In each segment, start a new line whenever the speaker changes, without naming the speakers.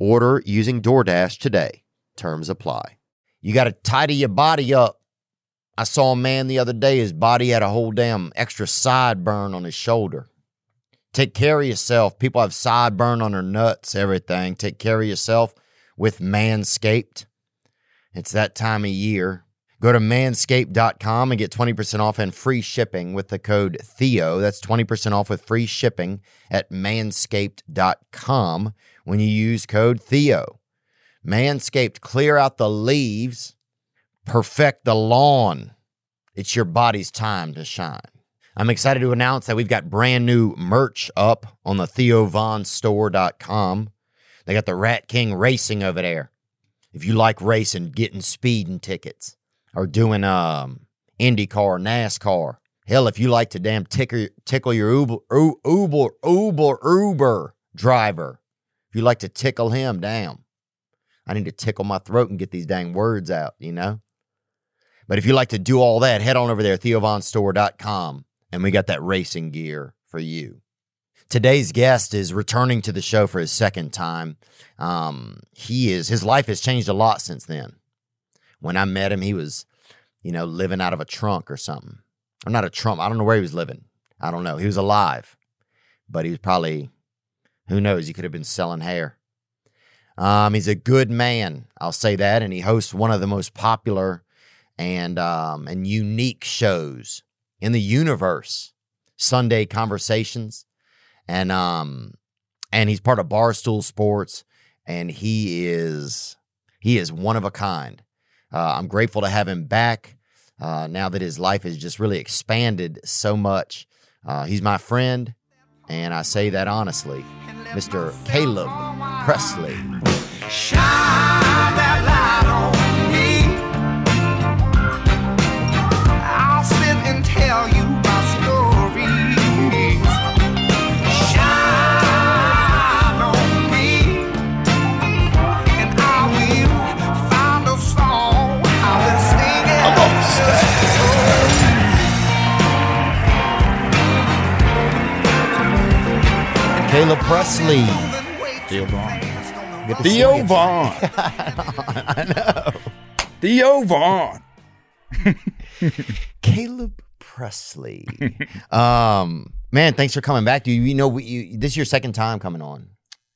Order using DoorDash today. Terms apply. You got to tidy your body up. I saw a man the other day, his body had a whole damn extra sideburn on his shoulder. Take care of yourself. People have sideburn on their nuts, everything. Take care of yourself with Manscaped. It's that time of year. Go to manscaped.com and get 20% off and free shipping with the code Theo. That's 20% off with free shipping at manscaped.com when you use code Theo. Manscaped, clear out the leaves, perfect the lawn. It's your body's time to shine. I'm excited to announce that we've got brand new merch up on the theovanstore.com. They got the Rat King Racing over there. If you like racing, getting speeding tickets, or doing um IndyCar, NASCAR, hell, if you like to damn tickle, tickle your Uber, U- Uber, Uber, Uber driver, if you like to tickle him, damn, I need to tickle my throat and get these dang words out, you know. But if you like to do all that, head on over there, theovanstore.com, and we got that racing gear for you. Today's guest is returning to the show for his second time. Um, he is his life has changed a lot since then. When I met him, he was, you know, living out of a trunk or something. I'm not a trunk. I don't know where he was living. I don't know. He was alive, but he was probably, who knows? He could have been selling hair. Um, he's a good man. I'll say that, and he hosts one of the most popular and um, and unique shows in the universe, Sunday Conversations and um and he's part of Barstool Sports and he is he is one of a kind. Uh, I'm grateful to have him back uh, now that his life has just really expanded so much. Uh, he's my friend, and I say that honestly, Mr. Caleb Presley.
Shine that light on me. I'll sit and tell you my stories. Shine on me, and I will find a song I will sing it.
Caleb Presley.
Theo Vaughn. Good
Theo Vaughn. I know. Theo Vaughn.
Caleb Presley. um, man, thanks for coming back. Do you, you know we, you, this is your second time coming on?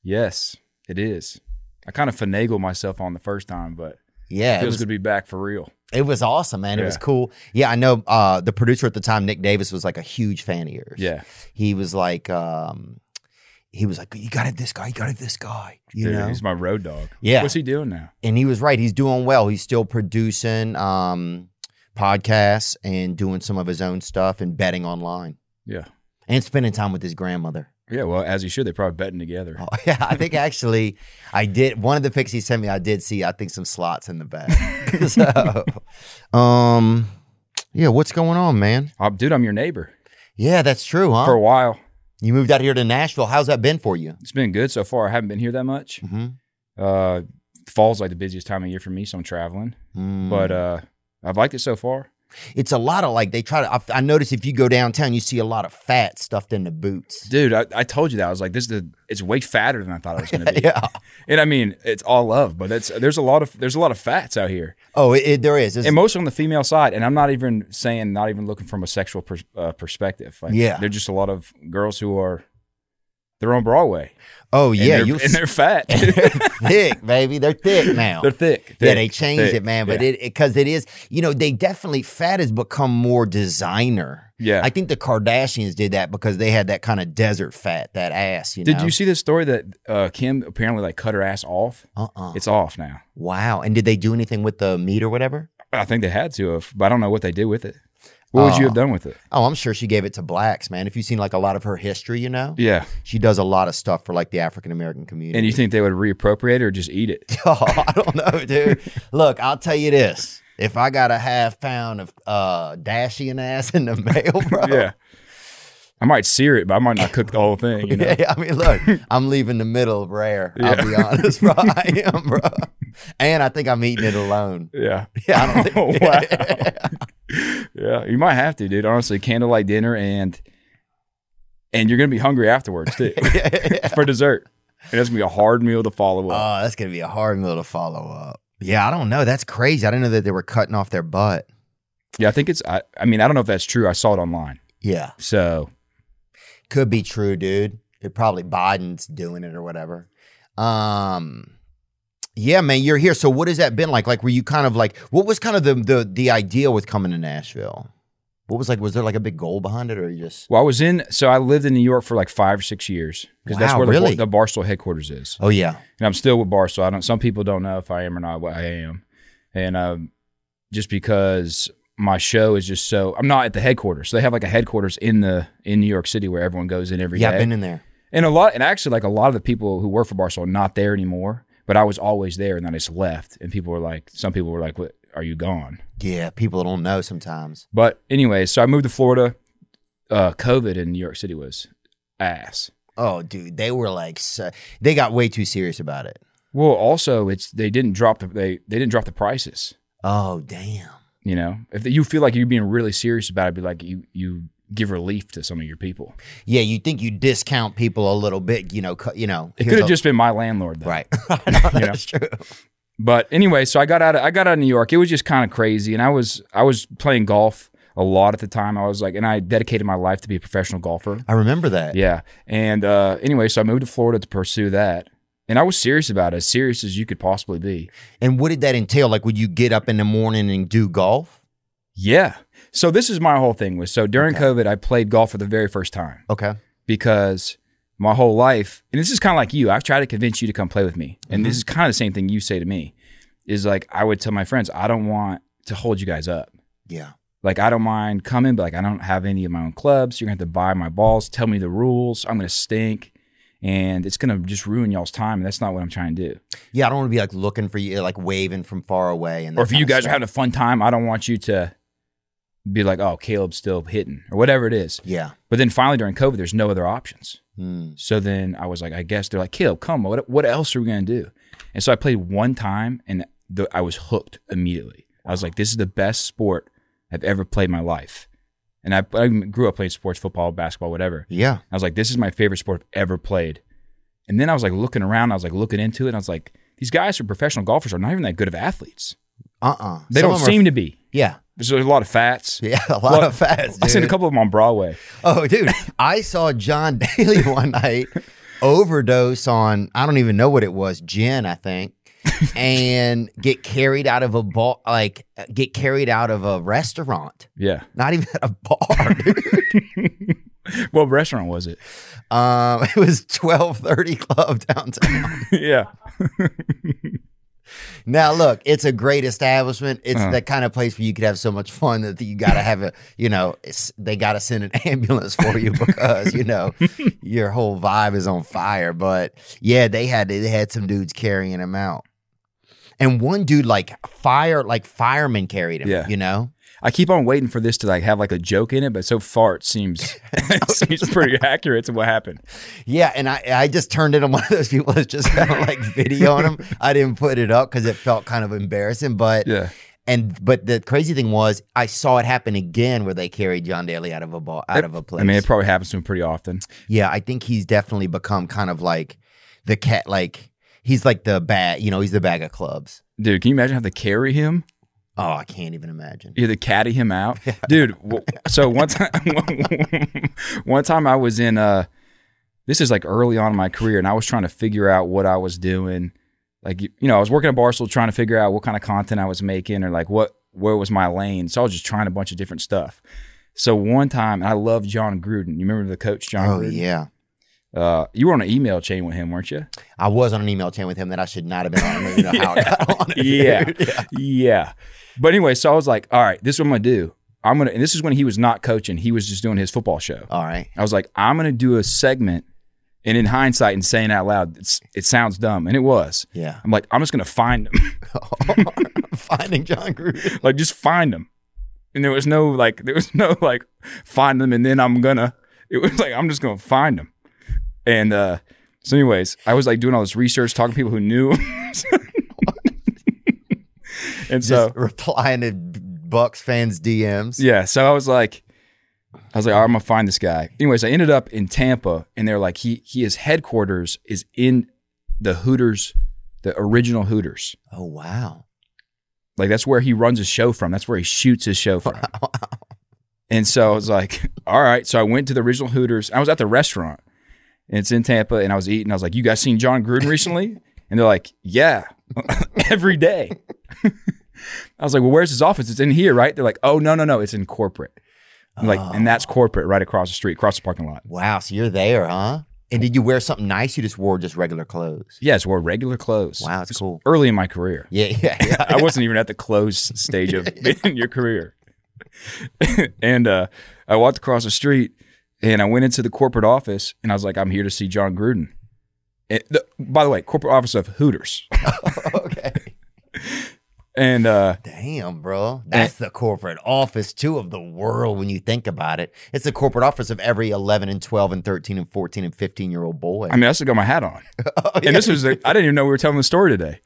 Yes, it is. I kind of finagle myself on the first time, but
Yeah,
it
it
feels
was,
good to be back for real.
it was awesome, man. It was
Yeah.
cool. Yeah, I know. Uh, the producer at the time, Nick Davis, was like a huge fan of yours.
Yeah.
he was like, um, he was like, you got it, this guy, you got it, this guy, you
Dude,
know.
he's my road dog.
Yeah.
What's he doing now?
and he was right. He's doing well. He's still producing um, podcasts and doing some of his own stuff and betting online
Yeah.
and spending time with his grandmother.
Yeah. Well, as you should, they're probably betting together.
Oh, yeah, I think actually I did one of the pics he sent me. I did see I think some slots in the back. so, um, yeah, what's going on, man?
Oh, dude, I'm your neighbor
Yeah, that's true, huh?
for a while.
you moved out here to Nashville. How's that been for you?
It's been good so far. I haven't been here that much.
Mm-hmm.
Uh, fall's like the busiest time of year for me, so I'm traveling. But uh, I've liked it so far.
Mm. it's a lot of like they try to. I, I notice if you go downtown, you see a lot of fat stuffed in the boots.
Dude, I, I told you that. I was like, this is the, it's way fatter than I thought it was going to be.
Yeah.
And I mean, it's all love, but it's, there's a lot of, there's a lot of fats out here.
Oh, it, it- there is. It's-
and mostly on the female side. And I'm not even saying, not even looking from a sexual pers- uh, perspective. Like,
Yeah.
they're just a lot of girls who are They're on Broadway.
Oh
And
yeah,
they're-
you
and they're fat.
thick, baby. They're thick now.
They're thick.
yeah,
thick,
they changed
thick.
it, man. But
yeah.
it because it is, you know, they definitely fat has become more designer.
yeah.
I think the Kardashians did that because they had that kind of desert fat, that ass. You
Did
know?
you see this story that uh, Kim apparently like cut her ass off?
Uh-uh.
It's off now.
wow. And did they do anything with the meat or whatever?
I think they had to have, but I don't know what they did with it. What would you
Uh,
have done with it?
Oh, I'm sure she gave it to blacks, man. If you've seen like a lot of her history, you know,
Yeah,
she does a lot of stuff for like the African American community.
and you think they would reappropriate it or just eat it?
Oh, I don't know, dude. Look, I'll tell you this. If I got a half pound of uh Dashian ass in the mail, bro.
Yeah, I might sear it, but I might not cook the whole thing. You know?
Yeah, I mean, look, I'm leaving the middle of rare. I'll be honest, bro. I am, bro. And I think I'm eating it alone.
Yeah.
Yeah, I don't think.
Oh, wow. yeah, you might have to, dude. Honestly, candlelight dinner and and you're gonna be hungry afterwards too for dessert. And that's gonna be a hard meal to follow up.
Oh, that's gonna be a hard meal to follow up. Yeah, I don't know. That's crazy. I didn't know that they were cutting off their butt.
yeah, I think it's. I, I mean, I don't know if that's true. I saw it online.
Yeah,
So
could be true, dude. It probably Biden's doing it or whatever. Um, yeah, man, you're here. So what has that been like? Like, were you kind of like, what was kind of the the the idea with coming to Nashville? What was like? Was there like a big goal behind it, or you just?
well, I was in. So I lived in New York for like five or six years because that's
Wow,
where
really?
the, Bar- the Barstool headquarters is.
Oh yeah,
and I'm still with Barstool. I don't. Some people don't know if I am or not what I am, and um, just because my show is just so, I'm not at the headquarters. So they have like a headquarters in the in New York City where everyone goes in every day.
yeah. I've been in there.
and a lot, and actually, like a lot of the people who work for Barstool are not there anymore. But I was always there, and then I just left. And people were like, some people were like, "What are you gone?"
Yeah, people don't know sometimes.
But anyway, so I moved to Florida. Uh, COVID in New York City was ass.
Oh, dude, they were like, so, they got way too serious about it.
Well, also, it's they didn't drop the they they didn't drop the prices.
Oh, damn.
You know, if you feel like you're being really serious about it, be like you you give relief to some of your people.
Yeah, you think you discount people a little bit, you know? cu- You know,
It
here's
could have
a-
just been my landlord, though.
right. No,
You know?
that's true.
But anyway, so I got out. Of, I got out of New York. It was just kind of crazy, and I was I was playing golf a lot at the time. I was like, and I dedicated my life to be a professional golfer.
I remember that.
Yeah, and uh, anyway, so I moved to Florida to pursue that, and I was serious about it, as serious as you could possibly be.
And what did that entail? Like, would you get up in the morning and do golf?
Yeah. So this is my whole thing was so during
Okay.
COVID, I played golf for the very first time.
Okay.
because my whole life, and this is kind of like you, I've tried to convince you to come play with me. And this is kind of the same thing you say to me is like, I would tell my friends, I don't want to hold you guys up.
Yeah.
Like, I don't mind coming, but like, I don't have any of my own clubs. You're going to have to buy my balls, tell me the rules. I'm going to stink. And it's going to just ruin y'all's time. And that's not what I'm trying to do.
Yeah. I don't want to be like looking for you, like waving from far away. And that
or if
kind
you
of
guys are
stuff.
having a fun time, I don't want you to be like, oh, Caleb's still hitting or whatever it is.
Yeah.
But then finally during COVID, there's no other options.
Mm.
So then I was like, I guess they're like, Caleb, come, what, what else are we going to do? And so I played one time and the, I was hooked immediately. I was like, this is the best sport I've ever played in my life. And I, I grew up playing sports, football, basketball, whatever.
Yeah.
I was like, this is my favorite sport I've ever played. And then I was like looking around, I was like looking into it, and I was like, these guys who are professional golfers are not even that good of athletes.
Uh. uh
They don't seem to be.
Yeah.
There's a lot of fats.
Yeah. A lot
Well,
of fast.
I've seen a
dude.
couple of them on Broadway.
Oh, dude, I saw John Daly one night overdose on I don't even know what it was, gin, I think, and get carried out of a bar, like get carried out of a restaurant,
Yeah.
not even a bar. dude.
What restaurant was it?
um, it was twelve thirty club downtown.
yeah.
Now, look, it's a great establishment. It's
Uh-huh.
that kind of place where you could have so much fun that you got to have a, you know, it's, they got to send an ambulance for you because you know your whole vibe is on fire. But yeah, they had they had some dudes carrying him out, and one dude like fire like firemen carried him.
Yeah.
you know.
I keep on waiting for this to like have like a joke in it, but so far it seems it seems pretty accurate to what happened.
Yeah, and I, I just turned into one of those people that's just kind of like video on him. I didn't put it up because it felt kind of embarrassing. But
Yeah.
and but the crazy thing was I saw it happen again where they carried John Daly out of a ball out of a place.
I mean, it probably happens to him pretty often.
yeah, I think he's definitely become kind of like the cat like he's like the bag you know, he's the bag of clubs.
Dude, can you imagine how to carry him?
Oh, I can't even imagine.
You had to caddy him out, dude. w- So one time, one time I was in uh, this is like early on in my career, and I was trying to figure out what I was doing. Like you, you know, I was working at Barstool trying to figure out what kind of content I was making or like what where was my lane. So I was just trying a bunch of different stuff. So one time, and I love John Gruden. You remember the coach John
Oh
Gruden?
yeah,
Uh, you were on an email chain with him, weren't you?
I was on an email chain with him that I should not have been on. I don't even know how I got on it,
Yeah.
dude. yeah.
yeah. But anyway, so I was like, all right, this is what I'm gonna do. I'm gonna and this is when he was not coaching, he was just doing his football show.
All right.
I was like, I'm gonna do a segment and in hindsight and saying out loud, it's, it sounds dumb. And it was.
Yeah.
I'm like, I'm just gonna find him.
Finding John Gruden.
like just find him. And there was no like there was no like find them and then I'm gonna it was like I'm just gonna find him. And uh so anyways, I was like doing all this research, talking to people who knew. and so
Just replying to Bucks fans' DMs.
Yeah. So I was like, I was like, all right, I'm gonna find this guy. Anyways, I ended up in Tampa, and they're like, he he his headquarters is in the Hooters, the original Hooters.
Oh wow.
Like that's where he runs his show from. That's where he shoots his show from. And so I was like, all right. So I went to the original Hooters. I was at the restaurant, and it's in Tampa, and I was eating. I was like, you guys seen John Gruden recently? And they're like, yeah, every day. I was like, well, where's his office? It's in here, right? They're like, oh no, no, no, it's in corporate. I'm like,
Oh.
and that's corporate right across the street, across the parking lot.
Wow. So you're there, huh? And did you wear something nice? You just wore just regular clothes.
Yes, wore regular clothes.
Wow, that's cool.
Early in my career.
Yeah, yeah, yeah.
I wasn't even at the close stage of in your career. and uh, I walked across the street and I went into the corporate office and I was like, I'm here to see John Gruden. And the, by the way, corporate office of Hooters.
okay.
And uh,
Damn, bro. That's the corporate office too of the world when you think about it. It's the corporate office of every 11 and 12 and 13 and 14 and 15 year old boy.
I mean, I still got my hat on. And this was, the, I didn't even know we were telling the story today.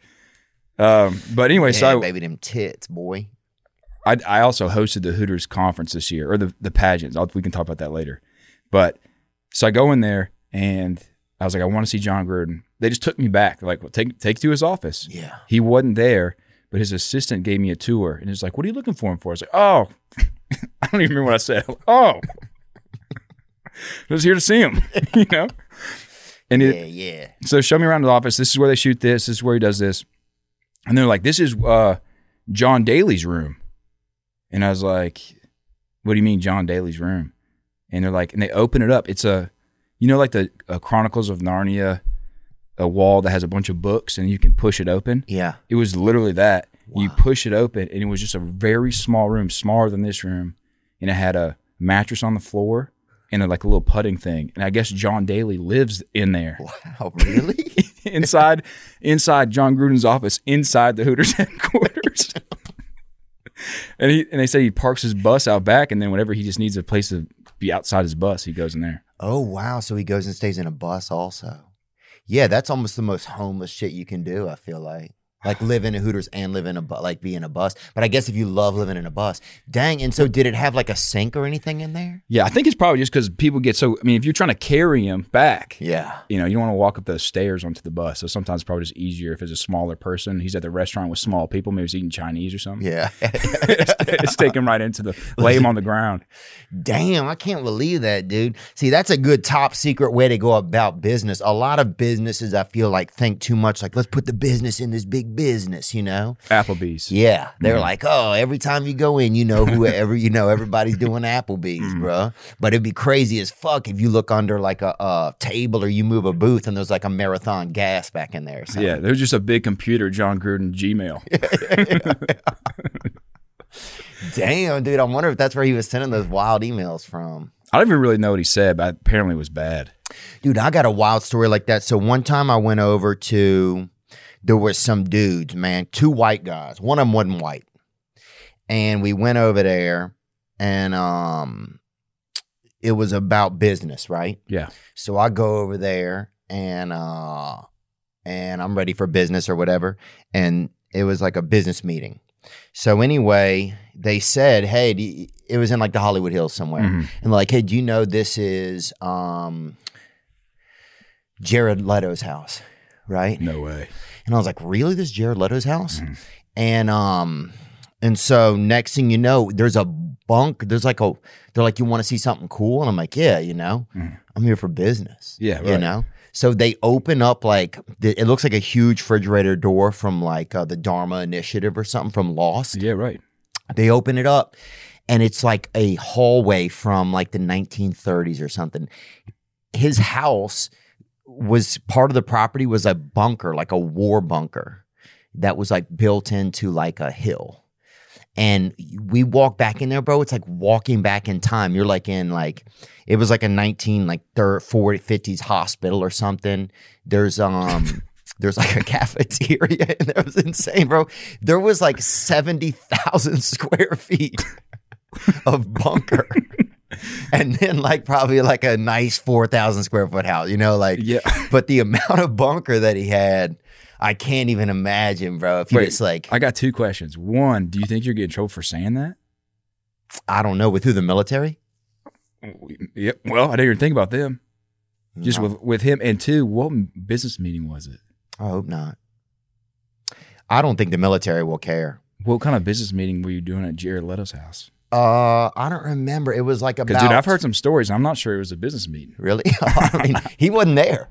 Um, but anyway,
yeah,
so I,
baby, them tits, boy.
I, I also hosted the Hooters conference this year, or the the pageants. I'll, we can talk about that later. But so I go in there and I was like, I want to see John Gruden. They just took me back. They're like, well, take take you to his office.
Yeah.
He wasn't there, but his assistant gave me a tour and it's like, what are you looking for him for? I was like, oh, I don't even remember what I said. I'm like, oh, I was here to see him, you know. And it,
Yeah, yeah.
so show me around the office. This is where they shoot this. This is where he does this. And they're like, this is uh, John Daly's room. And I was like, what do you mean John Daly's room? And they're like, and they open it up. It's a, you know, like the uh, Chronicles of Narnia, a wall that has a bunch of books and you can push it open.
Yeah.
It was literally that. You push it open, and it was just a very small room, smaller than this room, and it had a mattress on the floor and a, like a little putting thing. And I guess John Daly lives in there,
Wow, really?
inside inside John Gruden's office, inside the Hooters headquarters. and he and they say he parks his bus out back, and then whenever he just needs a place to be outside his bus, he goes in there.
oh, wow. So he goes and stays in a bus also. Yeah, that's almost the most homeless shit you can do, I feel like. Like live in a Hooters and live in a bu- like be in a bus. But I guess if you love living in a bus, dang. And so did it have like a sink or anything in there?
Yeah, I think it's probably just because people get so. I mean, if you're trying to carry him back,
Yeah.
you know, you don't want to walk up those stairs onto the bus. So sometimes it's probably just easier if it's a smaller person. He's at the restaurant with small people, maybe he's eating Chinese or something.
Yeah.
it's, it's taking right into the lay him on the ground.
Damn, I can't believe that, dude. See, that's a good top secret way to go about business. A lot of businesses, I feel like, think too much like, let's put the business in this big business, you know?
Applebee's.
Yeah. They're like, oh, every time you go in, you know, whoever, you know, everybody's doing Applebee's, bruh. But it'd be crazy as fuck if you look under like a, uh table or you move a booth and there's like a marathon gas back in there. or something.
Yeah, there's just a big computer, John Gruden Gmail.
Damn, dude. I wonder if that's where he was sending those wild emails from.
I don't even really know what he said, but apparently it was bad.
Dude, I got a wild story like that. So one time I went over to there was some dudes, man, two white guys. One of them wasn't white. And we went over there and um it was about business, right?
Yeah.
So I go over there and uh and I'm ready for business or whatever. And it was like a business meeting. So anyway, they said, "Hey, do you, it was in like the Hollywood Hills somewhere."
Mhm.
And like, "Hey, do you know this is um Jared Leto's house, right?"
No way.
And I was like, "Really? This is
Mm-hmm.
Jared Leto's house?" And um and so next thing you know, there's a funk. There's like a they're like you want to see something cool, and I'm like, yeah, you know, I'm here for business.
Mm-hmm. Yeah,
you
right.
know. So they open up like the, it looks like a huge refrigerator door from like uh, the Dharma Initiative or something from Lost.
Yeah, right.
They open it up and it's like a hallway from like the 1930s or something. His house was part of the property was a bunker, like a war bunker that was like built into like a hill. And we walk back in there, bro. It's like walking back in time. You're like in like it was like a 19 like third 40 50s hospital or something. There's um there's like a cafeteria and that was insane, bro. There was like 70,000 square feet of bunker. and then like probably like a nice 4,000 square foot house, you know, like
Yeah.
but the amount of bunker that he had, I can't even imagine, bro. If you
Wait,
just like
I got two questions. One, do you think you're getting in trouble for saying that?
I don't know with who the military?
Yep. Mm, Well, I didn't even think about them. Just
No.
with with him. And two, what m- business meeting was it?
I hope not. I don't think the military will care.
What kind of business meeting were you doing at Jared Leto's house?
Uh, I don't remember. It was like about.
Because dude, I've heard some stories. I'm not sure it was a business meeting.
Really? I mean, he wasn't there.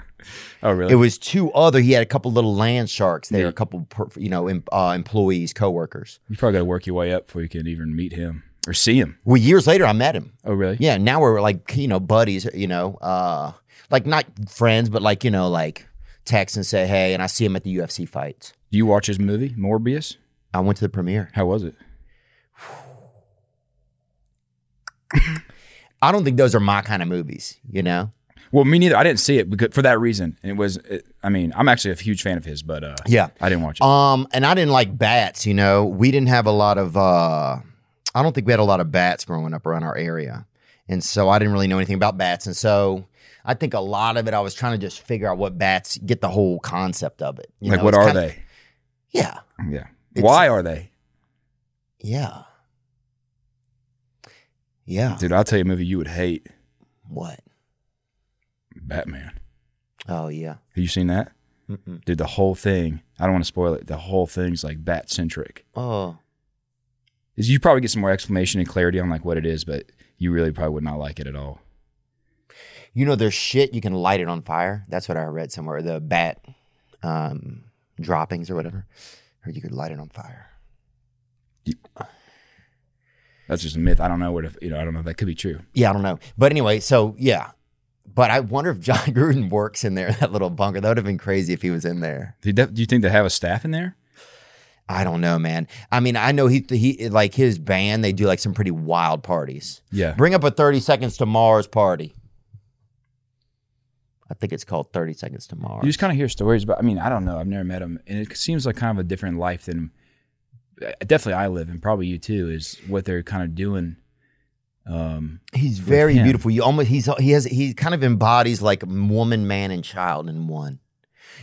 Oh, really?
It was two other. He had a couple little land sharks there,
Yeah.
a couple, per, you know, em, uh, employees, coworkers.
you probably got to work your way up before you can even meet him or see him.
Well, years later, I met him.
Oh, really?
Yeah, now we're like, you know, buddies, you know, uh, like not friends, but like, you know, like text and say, hey, and I see him at the UFC fights.
Do you watch his movie Morbius?
I went to the premiere.
How was it?
I don't think those are my kind of movies, you know?
Well, me neither. I didn't see it because for that reason. It was. It, I mean, I'm actually a huge fan of his, but uh,
Yeah.
I didn't watch it.
Um, and I didn't like bats, you know. We didn't have a lot of uh I don't think we had a lot of bats growing up around our area. And so I didn't really know anything about bats. And so I think a lot of it I was trying to just figure out what bats get the whole concept of it. you
like,
know?
what
It's
are
kinda-
they?
Yeah.
Yeah.
It's-
Why are they?
Yeah. Yeah.
Dude, I'll tell you a movie you would hate
What?
Batman.
Oh yeah.
Have you seen that?
Mm-mm.
Dude, the whole thing, I don't want to spoil it. The whole thing's like bat centric.
Oh.
Is You probably get some more explanation and clarity on like what it is, but you really probably would not like it at all.
You know, there's shit you can light it on fire. That's what I read somewhere. The bat um, droppings or whatever, or you could light it on fire.
That's just a myth. I don't know where to, you know, I don't know. That could be true.
Yeah, I don't know. But anyway, so yeah. But I wonder if John Gruden works in there, that little bunker. That would have been crazy if he was in there.
Dude, that, do you think they have a staff in there?
I don't know, man. I mean, I know he he like his band. They do like some pretty wild parties.
Yeah.
Bring up a thirty seconds to Mars party. I think it's called thirty seconds to Mars.
You just kind of hear stories about, I mean, I don't know. I've never met him. And it seems like kind of a different life than uh, definitely I live and probably you too is what they're kind of doing. Um,
He's very
him.
beautiful. You almost he's he has he kind of embodies like woman, man, and child in one.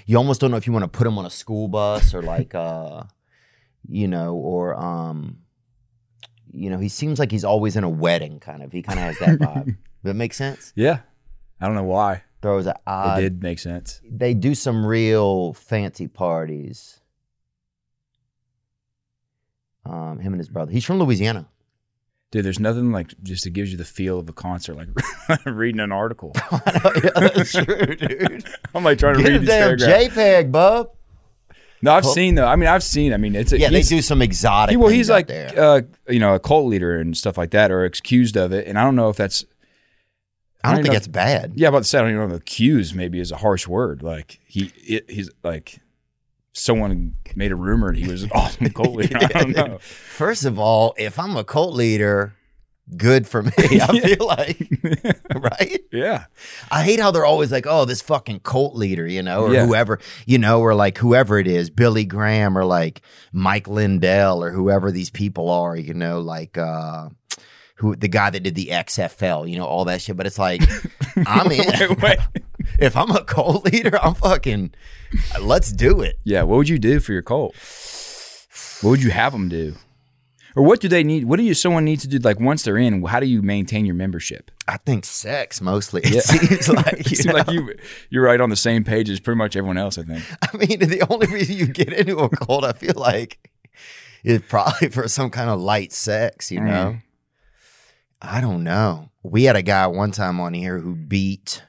You almost don't know if you want to put him on a school bus or like uh you know, or um you know, he seems like he's always in a wedding kind of. He kind of has that vibe. Does that make sense?
yeah. Uh, I don't know why.
Throws an
It
odd
did make sense.
they do some real fancy parties. Um, him and his brother. He's from Louisiana.
Dude, there's nothing like just it gives you the feel of a concert, like reading an article.
yeah, that's true, dude.
I'm like trying to
Get a
read these
damn
paragraphs.
JPEG, bub.
No, I've seen though. I mean, I've seen. I mean, it's a,
Yeah, they
he's-
do some exotic.
he- well,
things
he's
out
like
there.
uh, you know a cult leader and stuff like that, or accused of it. And I don't know if that's
I don't
I
think
know-
that's bad.
yeah. I'm About to say, I don't even know if accused maybe is a harsh word. Like he, it, he's like someone made a rumor and he was an awesome cult leader. I don't know.
First of all, if I'm a cult leader, good for me. I feel like, right?
Yeah,
I hate how they're always like, "Oh, this fucking cult leader," you know, or
Yeah.
whoever, you know, or like whoever it is, Billy Graham or like Mike Lindell or whoever these people are, you know, like uh who the guy that did the XFL, you know, all that shit. But it's like, I'm in.
Wait, wait.
if I'm a cult leader, I'm fucking. Let's do it.
yeah. What would you do for your cult? What would you have them do? Or what do they need? What do you someone needs to do? Like once they're in, how do you maintain your membership?
I think sex mostly. It seems like,
It
you
seems like
know?
you you're right on the same page as pretty much everyone else. I think.
I mean, the only reason you get into a cult,
Mm.
I feel like, is probably for some kind of light sex, you know? I don't know. We had a guy one time on here who beat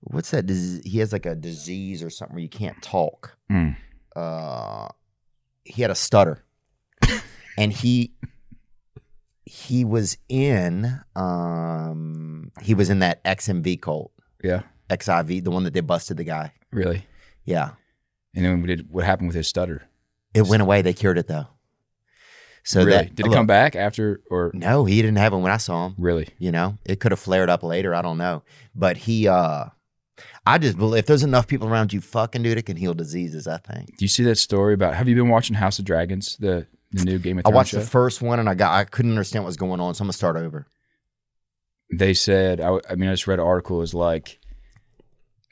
what's that disease? He has like a disease or something where you can't talk.
Mm.
Uh, he had a stutter, and he he was in um he was in that XMV cult
Yeah,
XIV the one that they busted the guy.
really.
Yeah,
And then we did what happened with his stutter?
it went away. They cured it though. So
really?
that
did it
look,
come back after or
No, he didn't have it when I saw him.
really?
you know it could have flared up later i don't know but he uh i just believe if there's enough people around you fucking dude it can heal diseases i think
Do you see that story about? Have you been watching House of Dragons, the the new Game of
i
Thrones
watched
show?
the first one and i got i couldn't understand what was going on so i'm gonna start over
they said, I, w- I mean, I just read an article. Is like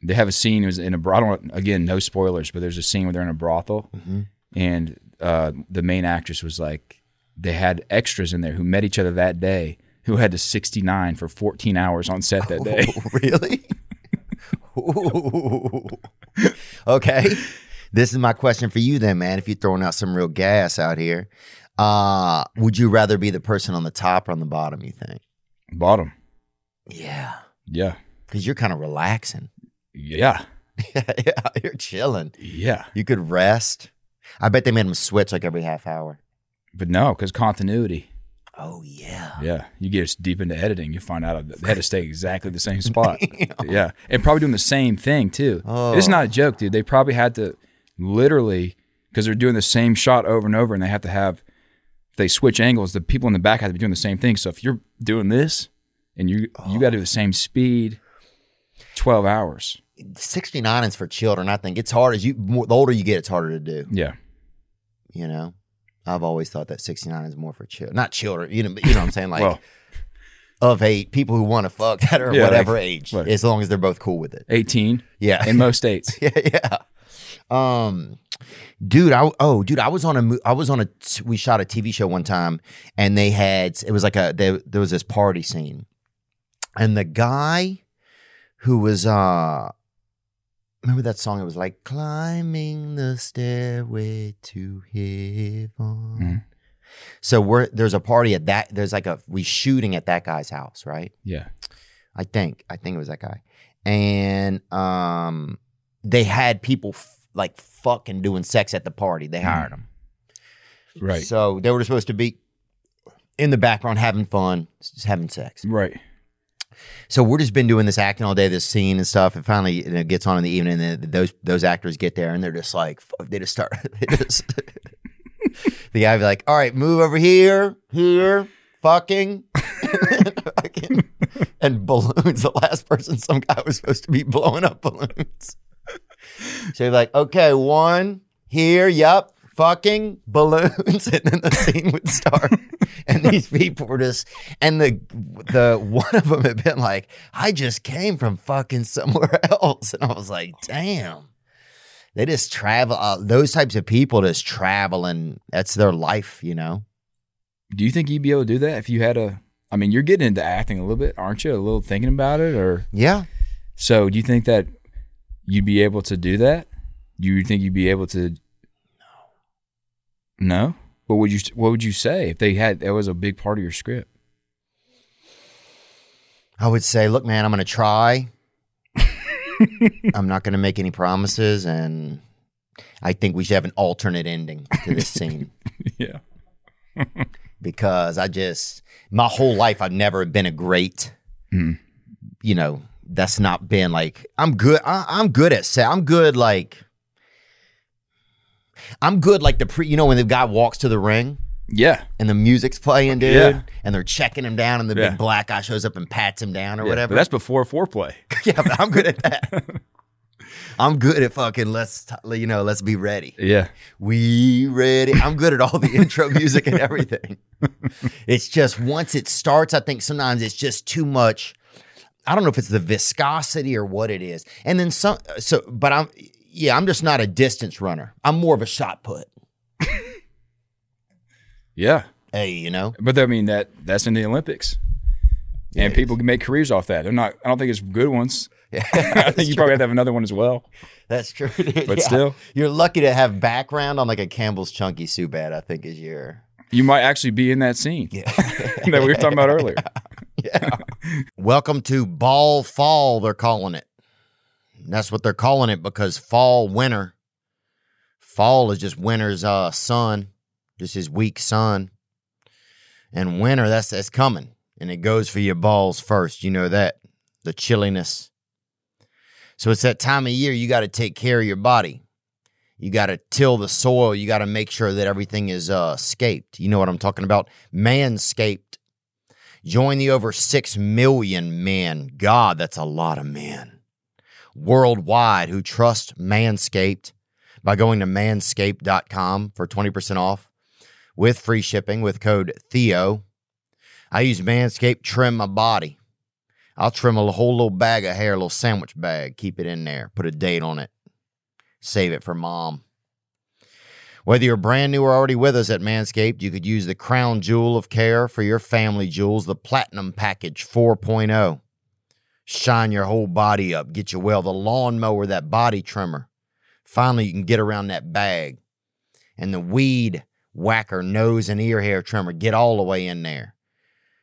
they have a scene. It was in a brothel. Again, no spoilers, but there's a scene where they're in a brothel,
Mhm.
and uh, the main actress was like, they had extras in there who met each other that day, who had to 69 for 14 hours on set that day.
Oh, really Ooh. okay this is my question for you then man if you're throwing out some real gas out here uh would you rather be the person on the top or on the bottom you think
Bottom,
yeah
yeah,
because you're kind of relaxing
yeah,
yeah you're chilling
yeah.
You could rest. I bet they made them switch like every half hour.
But no, because continuity.
Oh yeah.
Yeah, you get deep into editing, you find out they had to stay exactly the same spot. yeah, and probably doing the same thing too. It's
Oh.
not a joke, dude. They probably had to literally because they're doing the same shot over and over, and they have to have if they switch angles. The people in the back have to be doing the same thing. So if you're doing this, and you you got to do the same speed, twelve hours.
Sixty nine is for children. I think it's hard as you more, the older you get, it's harder to do.
Yeah,
You know, I've always thought that sixty nine is more for children, not children. You know, but you know what I'm saying? Like
well,
of eight people who want to fuck that are
Yeah,
whatever
like-
age,
like-
as long as they're both cool with it.
eighteen
Yeah.
in most states.
yeah, yeah. Um, dude, I oh, dude, I was on a mo- I was on a t- we shot a TV show one time, and they had it was like a there there was this party scene, and the guy who was uh. Remember that song? It was like climbing the stairway to heaven.
Mhm.
So we're there's a party at that. There's like a we shooting at that guy's house, right?
Yeah,
I think. I think it was that guy. And um, they had people f- like fucking doing sex at the party. They hired them.
right,
So they were supposed to be in the background having fun, just having sex.
right.
So we're just been doing this acting all day, this scene and stuff. And finally, you know, it gets on in the evening, and then those those actors get there, and they're just like, fuck, they just start. They just, the guy be like, "All right, move over here, here, fucking." Fucking- and balloons. The last person, some guy was supposed to be blowing up balloons. So you're like, okay, one here, yep, fucking balloons, and then the scene would start. and these people were just, and the the one of them had been like, I just came from fucking somewhere else, and I was like, damn. They just travel. Uh, those types of people just travel, and that's their life, you know.
Do you think you'd be able to do that if you had a? I mean, you're getting into acting a little bit, aren't you? A little thinking about it, or
Yeah,
so. Do you think that you'd be able to do that? Do you think you'd be able to? No. No. What would you What would you say if they had that was a big part of your script?
I would say, look, man, I'm going to try. I'm not going to make any promises, and I think we should have an alternate ending to this scene
Yeah.
because I just my whole life I've never been a great,
Mhm.
you know. That's not been like I'm good. I, I'm good at set. I'm good like I'm good like the pre. You know when the guy walks to the ring
Yeah.
and the music's playing, dude,
Yeah.
and they're checking him down, and the
Yeah.
big black guy shows up and pats him down or whatever.
But that's before foreplay.
Yeah, but I'm good at that. I'm good at fucking let's t- you know let's be ready.
Yeah.
We ready. I'm good at all the intro music and everything. It's just once it starts, I think sometimes it's just too much. I don't know if it's the viscosity or what it is. And then some so but I'm yeah, I'm just not a distance runner. I'm more of a shot put.
Yeah.
Hey, you know.
But I mean that that's in the Olympics, and
Yes.
people can make careers off that. They're not. I don't think it's good ones. I think you probably have to have another one as well.
That's true.
But still.
You're lucky to have background on like a Campbell's chunky Soup ad, I think is your
You might actually be in that scene that we were talking about earlier.
Welcome to Ball Fall, they're calling it. And that's what they're calling it because fall, winter. Fall is just winter's uh, sun, just his weak sun. And winter, that's that's coming. And it goes for your balls first. You know that. The chilliness. So it's that time of year you got to take care of your body. You got to till the soil. You got to make sure that everything is uh, scaped. You know what I'm talking about? Manscaped. Join the over 6 million men. God, that's a lot of men. Worldwide who trust Manscaped by going to manscaped.com for 20% off with free shipping with code Theo. I use Manscaped trim my body. I'll trim a whole little bag of hair, a little sandwich bag, keep it in there, put a date on it, save it for mom. Whether you're brand new or already with us at Manscaped, you could use the crown jewel of care for your family jewels, the Platinum Package 4.0. Shine your whole body up, get you well, the lawnmower, that body trimmer. Finally, you can get around that bag. And the weed whacker nose and ear hair trimmer, get all the way in there.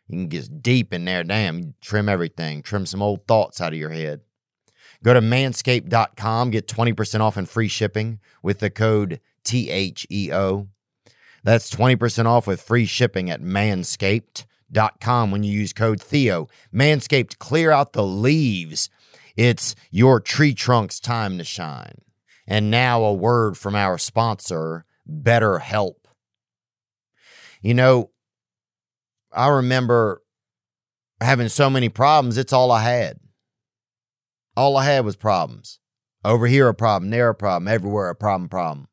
You can get deep in there, damn, trim everything, trim some old thoughts out of your head. Go to manscaped.com, get 20% off and free shipping with the code THEO. E That's 20% off with free shipping at manscaped.com when you use code Theo. Manscaped, clear out the leaves. It's your tree trunk's time to shine. And now a word from our sponsor, BetterHelp. You know, I remember having so many problems, it's all I had. All I had was problems. Over here, a problem, there, a problem, everywhere, a problem, problem.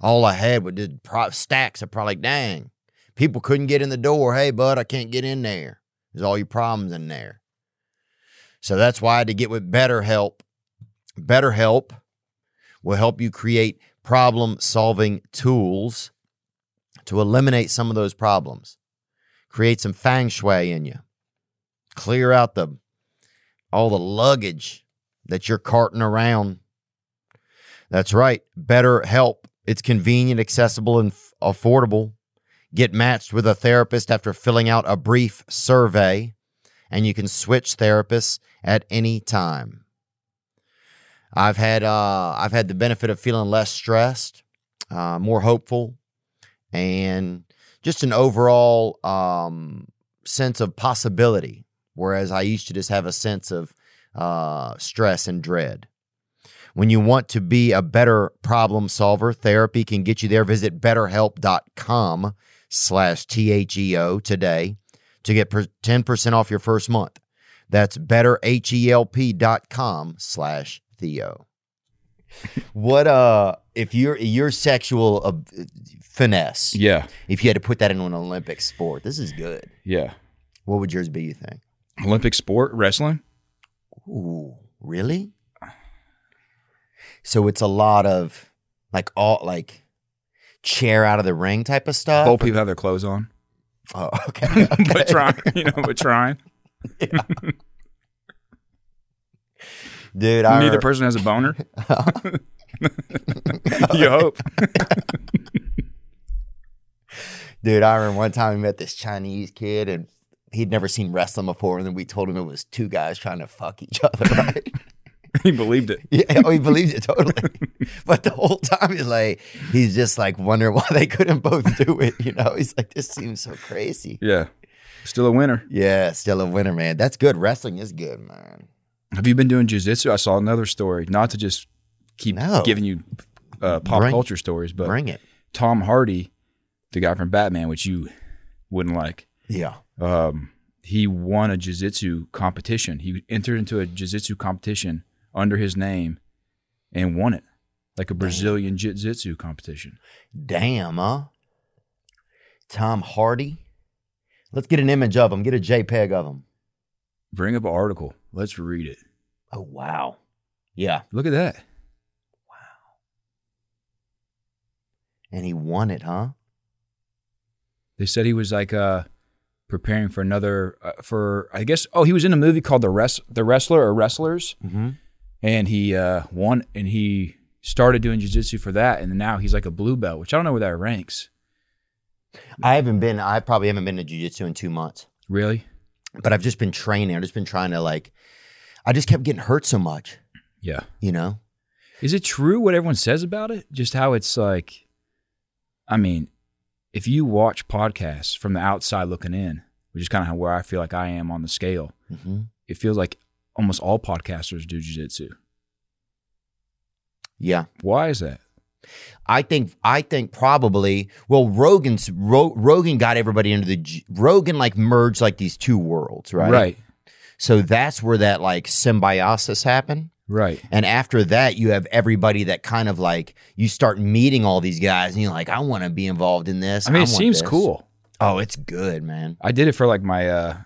All I had was just pro- stacks of probably, like, dang, people couldn't get in the door. Hey, bud, I can't get in there. There's all your problems in there. So that's why I had to get with BetterHelp. BetterHelp will help you create problem solving tools to eliminate some of those problems, create some fang shui in you, clear out the all the luggage that you're carting around. That's right, BetterHelp. It's convenient, accessible, and f- affordable. Get matched with a therapist after filling out a brief survey, and you can switch therapists at any time. I've had uh, I've had the benefit of feeling less stressed, uh, more hopeful, and just an overall um, sense of possibility. Whereas I used to just have a sense of uh, stress and dread. When you want to be a better problem solver, therapy can get you there. Visit betterhelp.com slash T-H-E-O today to get per- 10% off your first month. That's betterhelp.com slash Theo. What uh if your your sexual uh, finesse
Yeah,
if you had to put that into an Olympic sport, this is good.
yeah.
What would yours be, you think?
Olympic sport, wrestling.
Ooh, really? So it's a lot of like all like chair out of the ring type of stuff.
Both people have their clothes on,
Oh, Uh, okay.
but trying, you know, but trying.
Dude, I
Neither person has a boner. you hope.
dude, I remember one time we met this Chinese kid and he'd never seen wrestling before, and then we told him it was two guys trying to fuck each other, right?
He believed it.
Yeah, oh, he believes it totally. but the whole time he's like, he's just like wondering why they couldn't both do it. You know, he's like, this seems so crazy.
Yeah, still a winner.
Yeah, still a winner, man. That's good. Wrestling is good, man.
Have you been doing jujitsu? I saw another story. Not to just keep
No.
giving you uh, pop
Bring-
culture stories, but
Bring it.
Tom Hardy, the guy from Batman, which you wouldn't like.
Yeah.
um, he won a jiu-jitsu competition. He entered into a jiu-jitsu competition under his name and won it, like a Brazilian jiu-jitsu competition.
Damn, huh? Tom Hardy. Let's get an image of him. Get a JPEG of him.
Bring up an article. Let's read it.
Oh wow. Yeah.
Look at that.
And he won it, huh?
They said he was like uh, preparing for another uh, for I guess oh he was in a movie called the Wrest the wrestler or wrestlers
Mm-hmm.
and he uh, won and he started doing jiu-jitsu for that and now he's like a blue belt which I don't know where that ranks.
I haven't been. I probably haven't been to jujitsu in two months,
Really?
but I've just been training. I've just been trying to like. I just kept getting hurt so much,
Yeah.
you know.
Is it true what everyone says about it? Just how it's like, I mean, if you watch podcasts from the outside looking in, which is kind of how where I feel like I am on the scale,
Mm-hmm.
it feels like almost all podcasters do jujitsu.
Yeah,
Why is that?
I think I think probably. Well, Rogan's Ro, Rogan got everybody into the ju- Rogan like merged like these two worlds, right?
Right.
So that's where that like symbiosis happened.
Right.
And after that, you have everybody that kind of like you start meeting all these guys, and you're like, I want to be involved in this.
I mean, it
want
seems
this.
cool.
Oh, it's good, man.
I did it for like my uh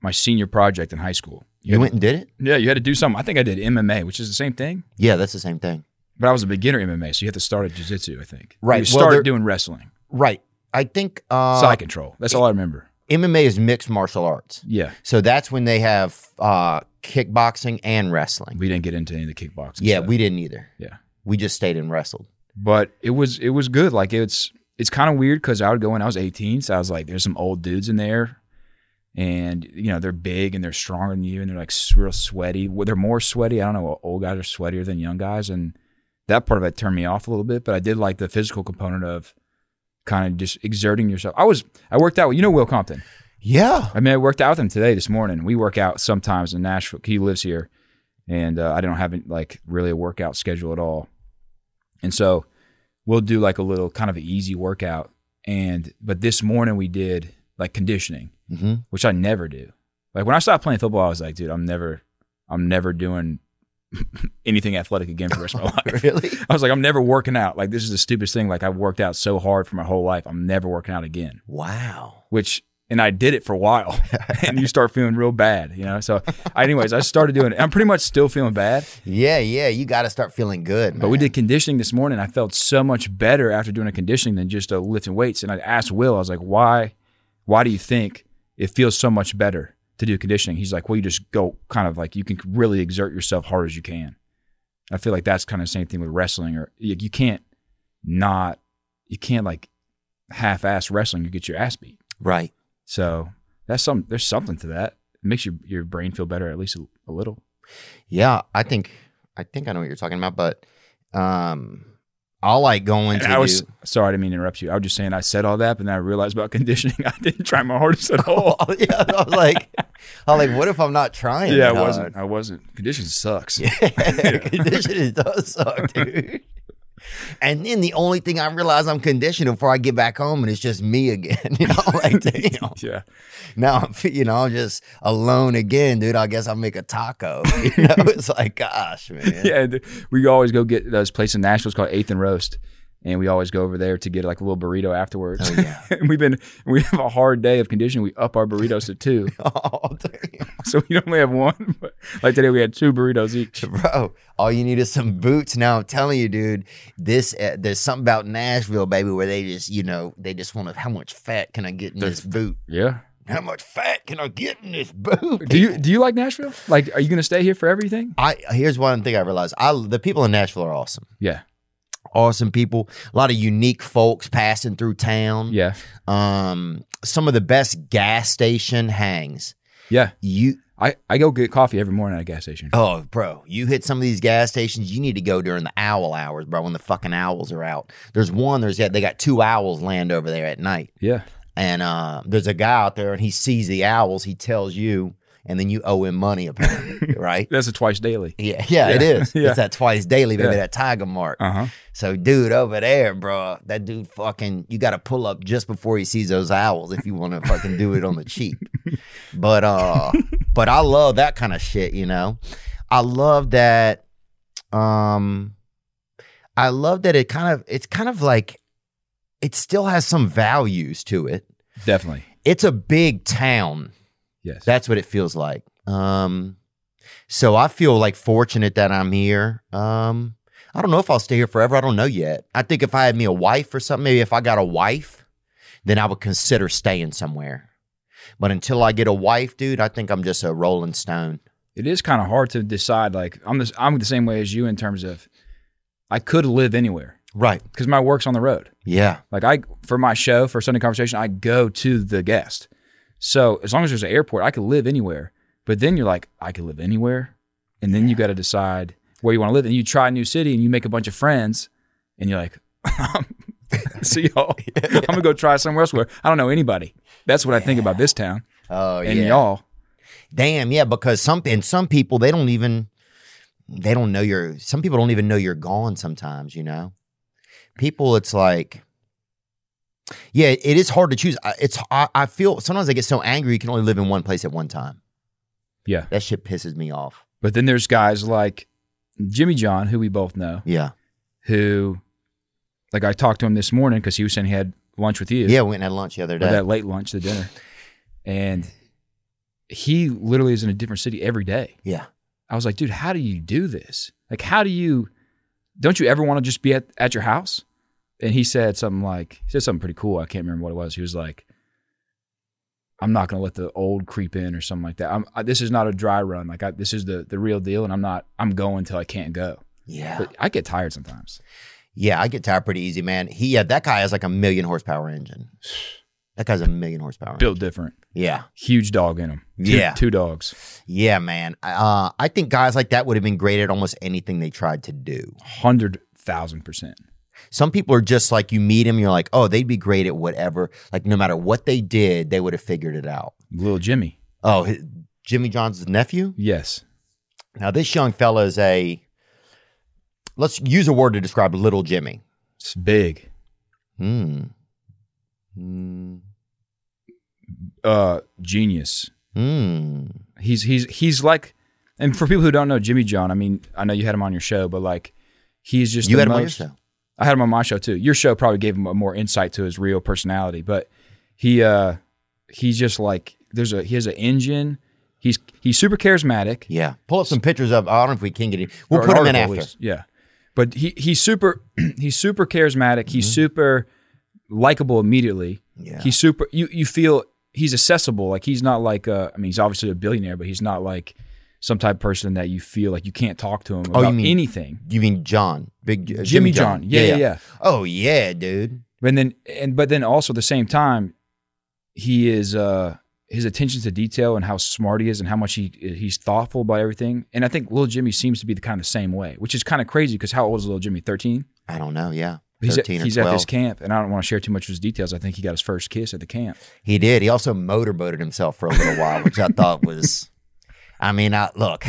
my senior project in high school.
You went and did it?
Yeah, you had to do something. I think I did MMA, which is the same thing,
Yeah, that's the same thing.
but I was a beginner MMA, so you have to start at jiu-jitsu, I think.
Right,
You
well,
start
there-
doing wrestling,
Right. I think uh,
side control. That's all I remember.
MMA is mixed martial arts.
Yeah.
So that's when they have uh, kickboxing and wrestling.
We didn't get into any of the kickboxing.
yeah,
stuff.
we didn't either.
Yeah.
We just stayed and wrestled.
But it was it was good. Like it's it's kind of weird because I would go when I was 18, so I was like, there's some old dudes in there, and you know they're big and they're stronger than you, and they're like s- real sweaty. Well, they're more sweaty. I don't know. Old guys are sweatier than young guys, and that part of it turned me off a little bit. But I did like the physical component of kind of just exerting yourself. I was I worked out. with- You know Will Compton.
Yeah.
I mean, I worked out with him today this morning. We work out sometimes in Nashville. He lives here, and uh, I don't have like really a workout schedule at all. And so we'll do like a little kind of an easy workout. And but this morning we did like conditioning,
hmm
which I never do. Like when I stopped playing football, I was like, dude, I'm never, I'm never doing anything athletic again for the rest of my life.
Really?
I was like, I'm never working out. Like this is the stupidest thing. Like I worked out so hard for my whole life. I'm never working out again
Wow.
which and I did it for a while, and you start feeling real bad, you know. So, anyways, I started doing it. I'm pretty much still feeling bad,
Yeah, yeah. You got to start feeling good.
but we
man.
did conditioning this morning. I felt so much better after doing a conditioning than just uh, lifting weights. And I asked Will, I was like, "Why? Why do you think it feels so much better to do conditioning?" He's like, "Well, you just go kind of like you can really exert yourself hard as you can." I feel like that's kind of the same thing with wrestling, or you, you can't not you can't like half-ass wrestling. You get your ass beat.
Right.
So that's some. There's something to that. It makes your your brain feel better at least a, a little.
Yeah, I think I think I know what you're talking about, but um, I'll like go
And
into.
I was
do-
sorry, I didn't mean to interrupt you. I was just saying I said all that, but then I realized about conditioning. I didn't try my hardest at all.
Oh, yeah, I was like, I was like, what if I'm not trying?
yeah, I
hard?
wasn't. I wasn't. Conditioning sucks.
Yeah, conditioning does suck, dude. And then the only thing I realize I'm conditioned before I get back home, and it's just me again. You know, like damn.
Yeah.
Now I'm, fe- you know, I'm just alone again, dude. I guess I'll make a taco. You know, it's like, gosh, man.
yeah, th- we always go get this place in Nashville. It's called Eighth and Roast, and we always go over there to get like a little burrito afterwards.
Oh, yeah.
and we've been we have a hard day of conditioning. We up our burritos to two,
Oh, damn.
so we normally have one. But like today, we had two burritos each.
bro. All you need is some boots. Now I'm telling you, dude. This uh, there's something about Nashville, baby, where they just you know they just want to how much fat can I get in this boot?
Yeah.
How much fat can I get in this boot?
Do you do you like Nashville? Like, are you gonna stay here for everything?
I here's one thing I realized. I the people in Nashville are awesome.
Yeah,
Awesome people. A lot of unique folks passing through town.
yeah,
Um, some of the best gas station hangs.
yeah.
You
I I go get coffee every morning at a gas station.
Oh, bro, you hit some of these gas stations. You need to go during the owl hours, bro, when the fucking owls are out. There's one, there's they got two owls land over there at night.
Yeah,
And uh, there's a guy out there and he sees the owls, he tells you, and then you owe him money, apparently, right?
that's a twice daily.
Yeah, yeah, it
Yeah.
is.
Yeah.
It's that twice daily, baby,
Yeah.
that tiger mark.
Uh huh.
So, dude, over there, bro, that dude fucking, you got to pull up just before he sees those owls if you want to fucking do it on the cheap. But, uh, but I love that kind of shit, you know? I love that, um, I love that it kind of, it's kind of like, it still has some values to it.
Definitely.
It's a big town.
Yes.
That's what it feels like. Um, so I feel like fortunate that I'm here. Um, I don't know if I'll stay here forever. I don't know yet. I think if I had me a wife or something, maybe if I got a wife, then I would consider staying somewhere. But until I get a wife, dude, I think I'm just a rolling stone.
it is kind of hard to decide. Like I'm this, I'm the same way as you in terms of I could live anywhere.
Right.
because my work's on the road.
Yeah.
Like I for my show for Sunday conversation, I go to the guest. So as long as there's an airport, I could live anywhere. But then you're like, I could live anywhere, and then you got to decide where you want to live. And you try a new city, and you make a bunch of friends, and you're like, see y'all. I'm gonna go try somewhere else where I don't know anybody. That's what I think about this town
Oh
and y'all.
Damn, yeah, because some and some people they don't even they don't know you're some people don't even know you're gone sometimes, you know. People it's like yeah, it is hard to choose. I- It's I, I feel sometimes I get so angry you can only live in one place at one time.
Yeah.
That shit pisses me off.
But then there's guys like Jimmy John, who we both know,
Yeah.
who like I talked to him this morning because he was saying he had lunch with you.
Yeah, we went and had lunch the other
or
day.
that late lunch, the dinner. And he literally is in a different city every day.
yeah.
I was like, dude, how do you do this? Like, how do you, don't you ever want to just be at, at your house? And he said something like, he said something pretty cool. I can't remember what it was. He was like, I'm not going to let the old creep in or something like that. I'm, I, this is not a dry run. Like, I, this is the, the real deal. And I'm not, I'm going until I can't go.
Yeah.
But I get tired sometimes.
Yeah, I get tired pretty easy, man. He yeah, that guy has like a million horsepower engine. That guy's a million horsepower.
Built different.
Yeah.
Huge dog in him. Two-
Yeah.
Two dogs.
Yeah, man. Uh, I think guys like that would have been great at almost anything they tried to do.
100,000%.
Some people are just like, you meet them, you're like, oh, they'd be great at whatever. Like, no matter what they did, they would have figured it out.
Little Jimmy.
Oh, hi- Jimmy John's nephew?
Yes.
Now, this young fella is a, let's use a word to describe little Jimmy.
It's big.
Hmm. Hmm.
Uh genius.
Hmm.
He's he's he's like and for people who don't know Jimmy John, I mean, I know you had him on your show, but like he's just
You
the
had him on your
most-
show.
I had him on my show too. Your show probably gave him a more insight to his real personality, but he uh he's just like there's a he has an engine. He's he's super charismatic.
Yeah. Pull up some pictures of, I don't know if we can get it. We'll put him in after.
Yeah. But he he's super he's super charismatic. He's
Mm-hmm.
super likable immediately.
Yeah.
He's super you you feel he's accessible. Like he's not like uh I mean he's obviously a billionaire, but he's not like some type of person that you feel like you can't talk to him
Oh, you
about
mean-
anything.
You mean John? Big uh,
Jimmy, John. Yeah, yeah, yeah.
Oh yeah, dude.
And then and but then also at the same time, he is uh his attention to detail and how smart he is and how much he he's thoughtful about everything. And I think little Jimmy seems to be the kind of the same way, which is kind of crazy because how old is little Jimmy? Thirteen?
I don't know. Yeah,
He's, at,
thirteen
he's
or
at
twelve.
this camp, and I don't want to share too much of his details. I think he got his first kiss at the camp.
he did. He also motorboated himself for a little while, which I thought was. I mean, I look.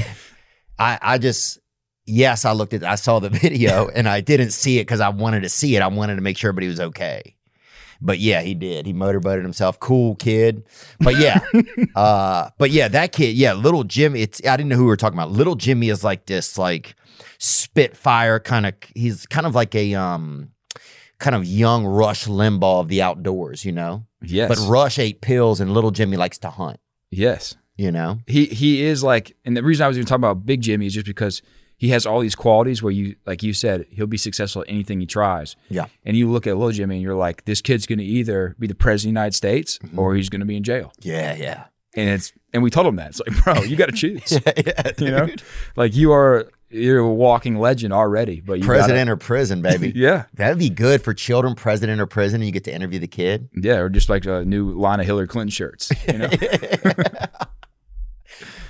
I I just yes, I looked at. I saw the video and I didn't see it because I wanted to see it. I wanted to make sure everybody was okay. But yeah, he did. He motorboated himself. Cool kid. But yeah, uh, but yeah, that kid. Yeah, little Jimmy. It's I didn't know who we were talking about. Little Jimmy is like this, like spitfire kind of. He's kind of like a um, kind of young Rush Limbaugh of the outdoors. You know.
Yes,
But Rush ate pills and little Jimmy likes to hunt,
yes,
you know?
he he is like, and the reason I was even talking about Big Jimmy is just because he has all these qualities where you, like you said, he'll be successful at anything he tries.
Yeah.
and you look at little Jimmy, and you're like, this kid's going to either be the president of the United States
Mm-hmm.
or he's going to be in jail.
Yeah, yeah.
And it's and we told him that it's like, bro, you got to choose.
yeah
you know, like you are you're a walking legend already, but you gotta-
President or prison, baby.
yeah,
That'd be good for children, president or prison, and you get to interview the kid.
yeah, or just like a new line of Hillary Clinton shirts. You know.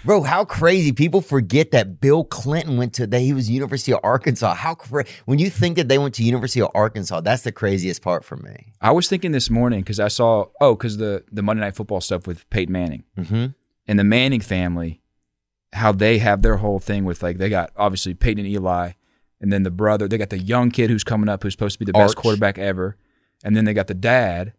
Bro, how crazy. People forget that Bill Clinton went to that he was University of Arkansas. How cra- when you think that they went to University of Arkansas, that's the craziest part for me.
I was thinking this morning because I saw oh because the the Monday Night Football stuff with Peyton Manning
Mm-hmm.
and the Manning family, how they have their whole thing with like they got obviously Peyton and Eli, and then the brother they got the young kid who's coming up who's supposed to be the best
Arch.
quarterback ever, and then they got the dad.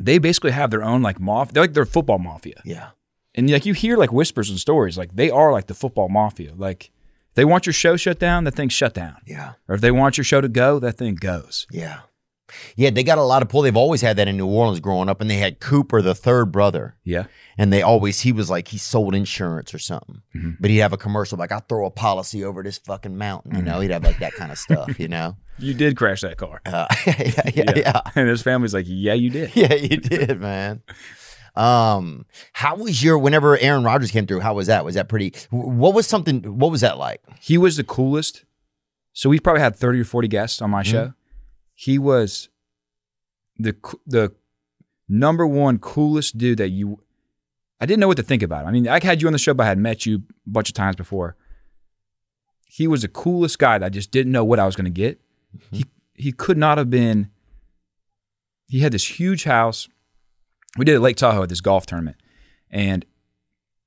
They basically have their own like mafia. They're like their football mafia,
Yeah.
and like you hear like whispers and stories like they are like the football mafia. Like if they want your show shut down, that thing's shut down,
Yeah.
or if they want your show to go, that thing goes.
Yeah. Yeah, they got a lot of pull. They've always had that in New Orleans growing up, and they had Cooper, the third brother.
Yeah,
and they always he was like he sold insurance or something
Mm-hmm.
but he'd have a commercial like i'll throw a policy over this fucking mountain you
Mm-hmm.
know he'd have like that kind of stuff you know
you did crash that car.
uh, yeah, yeah, yeah
And his family's like, yeah, you did.
yeah you did man um how was your whenever aaron Rodgers came through how was that was that pretty wh- what was something what was that like
He was the coolest So we probably had 30 or 40 guests on my show. He was the co- the number one coolest dude that you I didn't know what to think about. him. I mean, I had you on the show, but I had met you a bunch of times before. He was the coolest guy that I just didn't know what I was going to get. He he could not have been he had this huge house. We did it at Lake Tahoe at this golf tournament. And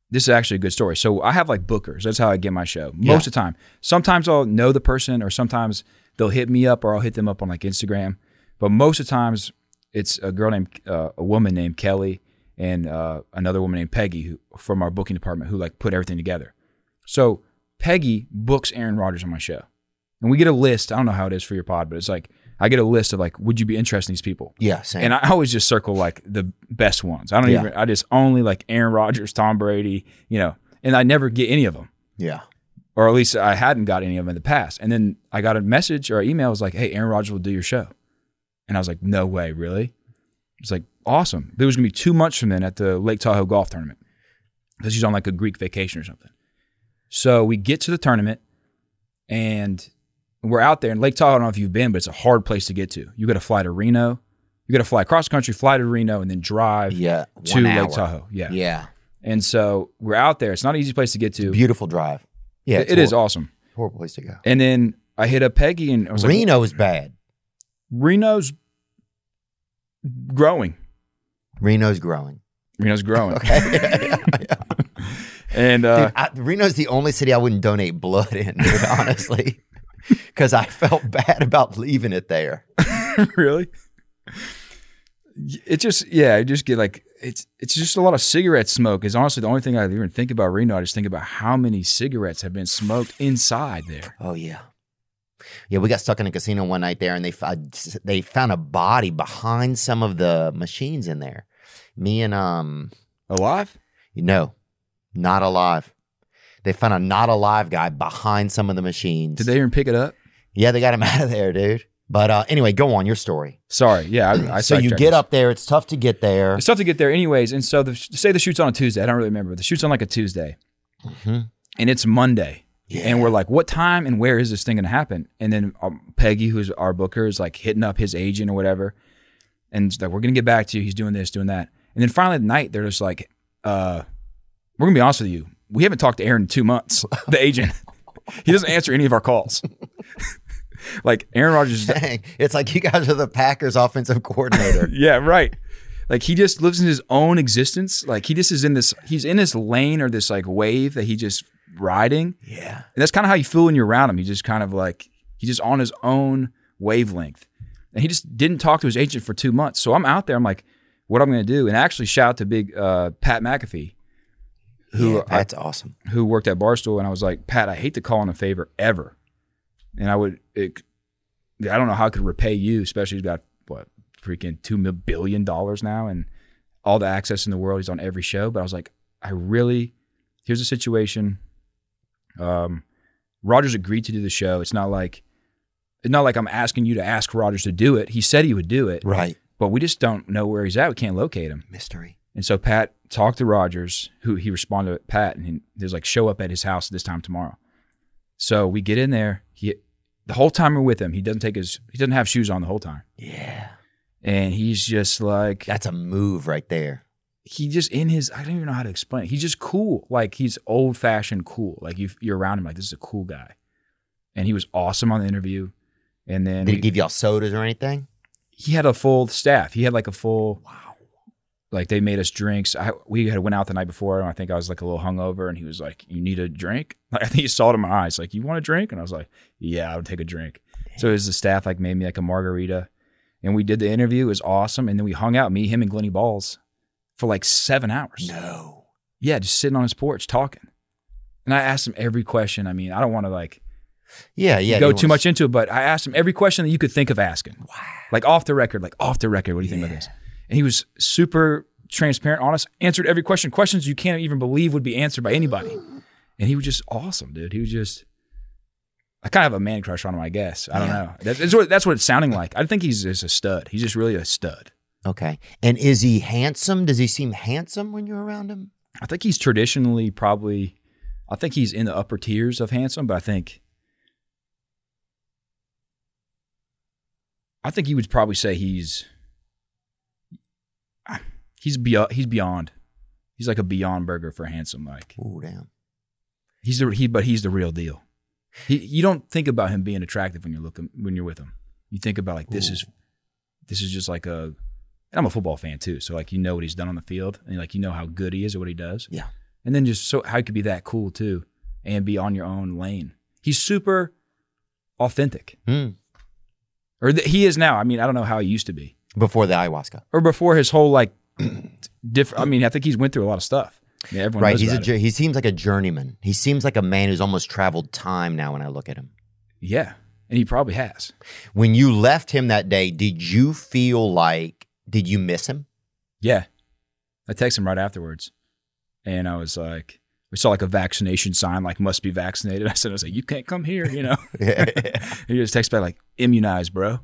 this is actually a good story. So I have like bookers. That's how I get my show most
Yeah.
of the time. Sometimes I'll know the person, or sometimes they'll hit me up, or I'll hit them up on like Instagram. But most of the times, it's a girl named uh, a woman named Kelly and uh, another woman named Peggy who, from our booking department who like put everything together. So Peggy books Aaron Rodgers on my show, and we get a list. I don't know how it is for your pod, but it's like I get a list of like, would you be interested in these people?
Yeah, same.
And I always just circle like the best ones. I don't
Yeah.
even. I just only like Aaron Rodgers, Tom Brady, you know, and I never get any of them,
yeah.
or at least I hadn't got any of them in the past. And then I got a message or email. It was like, "Hey, Aaron Rodgers will do your show," and I was like, "No way, really?" It's like awesome. There was gonna be two months from then at the Lake Tahoe golf tournament because she's on like a Greek vacation or something. So we get to the tournament and we're out there in Lake Tahoe. I don't know if you've been, but it's a hard place to get to. You got to fly to Reno. You got to fly across the country, fly to Reno, and then drive
Yeah.
to
one hour.
Lake Tahoe. Yeah.
Yeah.
And so we're out there. It's not an easy place to get to.
Beautiful drive. Yeah.
It- it is
horrible,
awesome.
horrible place to go.
And then I hit up Peggy and I was like,
Reno's bad.
Reno's growing.
Reno's growing.
Reno's growing.
Okay. Yeah, yeah.
And uh,
Dude, I, Reno's the only city I wouldn't donate blood in, dude, honestly, because I felt bad about leaving it there.
really? It just yeah, I just get like it's it's just a lot of cigarette smoke is honestly the only thing I even think about Reno. I just think about how many cigarettes have been smoked inside there.
Oh yeah, yeah. We got stuck in a casino one night there, and they fi- they found a body behind some of the machines in there. Me and um,
Alive?
no, not alive. They found a not alive guy behind some of the machines.
Did they even pick it up?
Yeah, they got him out of there, dude. But uh, anyway, go on your story.
Sorry, yeah. I, I
so you
sidetracked
get
us.
up there. It's tough to get there.
It's tough to get there, anyways. And so the say the shoot's on a Tuesday. I don't really remember. but The shoot's on like a Tuesday,
Mhm.
and it's Monday.
Yeah.
And we're like, what time and where is this thing going to happen? And then um, Peggy, who's our booker, is like hitting up his agent or whatever. And it's like, we're going to get back to you. He's doing this, doing that. And then finally at night, they're just like, uh, we're going to be honest with you. We haven't talked to Aaron in two months, the agent. he doesn't answer any of our calls. like, Aaron Rodgers is
Dang, it's like you guys are the Packers offensive coordinator.
yeah, right. Like he just lives in his own existence. Like he just is in this he's in this lane or this like wave that he just riding.
yeah.
And that's kind of how you feel when you're around him. He just kind of like he's just on his own wavelength. And he just didn't talk to his agent for two months. So I'm out there. I'm like, what am I gonna do? And I actually shout to big uh, Pat McAfee, who
yeah,
I-
that's awesome.
who worked at Barstool, and I was like, Pat, I hate to call in a favor ever, and I would, it, I don't know how I could repay you, especially he's got what freaking two mil- billion dollars now and all the access in the world. He's on every show, but I was like, I really, here's the situation. Um, Rogers agreed to do the show. It's not like, it's not like I'm asking you to ask Rogers to do it. He said he would do it,
Right.
but we just don't know where he's at. We can't locate him.
Mystery.
And so Pat talked to Rogers, who he responded to Pat, and he, he was like, "Show up at his house this time tomorrow." So we get in there. He, the whole time we're with him, he doesn't take his, he doesn't have shoes on the whole time,
Yeah.
and he's just like,
That's a move right there.
he just in his, I don't even know how to explain. It. He's just cool, like he's old fashioned cool. Like you, you're around him, like this is a cool guy, and he was awesome on the interview. And then
Did he
we-
give y'all sodas or anything?
he had a full staff. He had like a full
Wow.
like they made us drinks. I, we had went out the night before, and I think I was like a little hungover, and he was like, "You need a drink." Like I think he saw it in my eyes, like, "You want a drink?" And I was like, "Yeah, I would take a drink." So his the staff like made me like a margarita, and we did the interview. It was awesome, and then we hung out, me, him, and Glenny Balls, for like seven hours.
No.
Yeah, just sitting on his porch talking. And I asked him every question. I mean, I don't want to like
Yeah, yeah.
go
you
too
wanna-
much into it, but I asked him every question that you could think of asking. Wow. Like off the record, like off the record, what do you think about this? And he was super transparent, honest, answered every question, questions you can't even believe would be answered by anybody. And he was just awesome, dude. He was just I kind of have a man crush on him, I guess. I don't
Yeah.
know. That's, that's what that's what it's sounding like. I think he's just a stud. He's just really a stud.
Okay. And is he handsome? Does he seem handsome when you're around him?
I think he's traditionally probably I think he's in the upper tiers of handsome, but I think I think you would probably say he's ah, he's beyond he's beyond. He's like a beyond burger for handsome. Like
Ooh, damn.
he's the he, but he's the real deal. He, you don't think about him being attractive when you're looking when you're with him. You think about like this is this is just like a. And I'm a football fan too, so like you know what he's done on the field, and like you know how good he is or what he does.
Yeah.
and then just so how he could be that cool too, and be on your own lane. He's super authentic,
Hmm.
or th- he is now. I mean, I don't know how he used to be,
Before the ayahuasca.
or before his whole like different. I mean, I think he's went through a lot of stuff. Yeah, everyone
right.
knows
He's a,
about it.
jour- he seems like a journeyman. He seems like a man who's almost traveled time now when I look at him.
yeah, and he probably has.
When you left him that day, did you feel like, did you miss him?
Yeah. I texted him right afterwards. And I was like, we saw like a vaccination sign, like must be vaccinated. I said, I was like, you can't come here, you know? and he just texted back like, immunized, bro.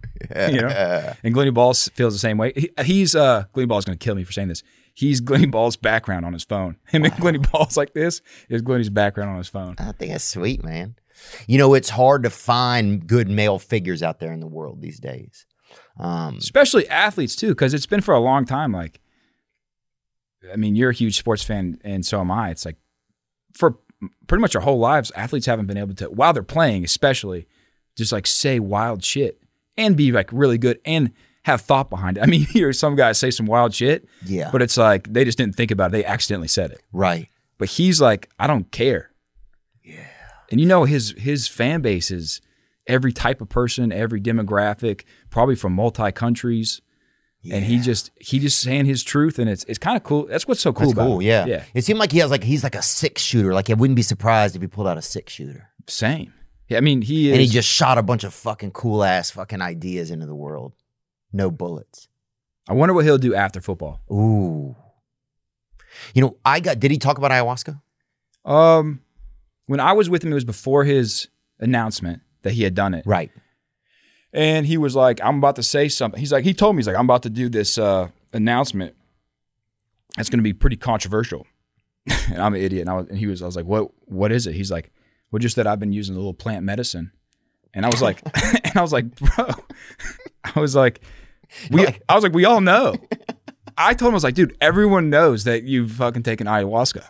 You know? And Glenny Balls feels the same way. He, he's, uh, Glenny Ball's going to kill me for saying this. He's Glenny Ball's background on his phone. Him and Glenny Ball's like this is Glenny's background on his phone.
I think that's sweet, man. You know, it's hard to find good male figures out there in the world these days. Um,
especially athletes too, because it's been for a long time. Like, I mean, you're a huge sports fan, and so am I. It's like for pretty much our whole lives, athletes haven't been able to, while they're playing, especially, just like say wild shit and be like really good and have thought behind it. I mean, you hear some guys say some wild shit,
yeah.
but it's like they just didn't think about it; they accidentally said it.
right.
But he's like, I don't care. Yeah. And you know his his fan base is every type of person, every demographic, probably from multi countries. And he just he just saying his truth, and it's it's kind of cool. That's what's so cool
That's
about
cool.
it.
Yeah.
yeah,
It seemed like he has like, he's like a six shooter. Like, I wouldn't be surprised if he pulled out a six shooter.
same. Yeah, I mean he is.
And he just shot a bunch of fucking cool ass fucking ideas into the world. No bullets.
I wonder what he'll do after football.
Ooh. You know, I got. Did he talk about ayahuasca?
Um, when I was with him, it was before his announcement that he had done it.
Right.
and he was like, "I'm about to say something." He's like, he told me, he's like, "I'm about to do this uh, announcement. That's going to be pretty controversial." and I'm an idiot, and, I was, and he was, I was like, "What? What is it?" He's like, "Well, just that I've been using a little plant medicine," and I was like, and I was like, bro, I was like, we, I was like, we all know. I told him, I was like, dude, everyone knows that you've fucking taken ayahuasca.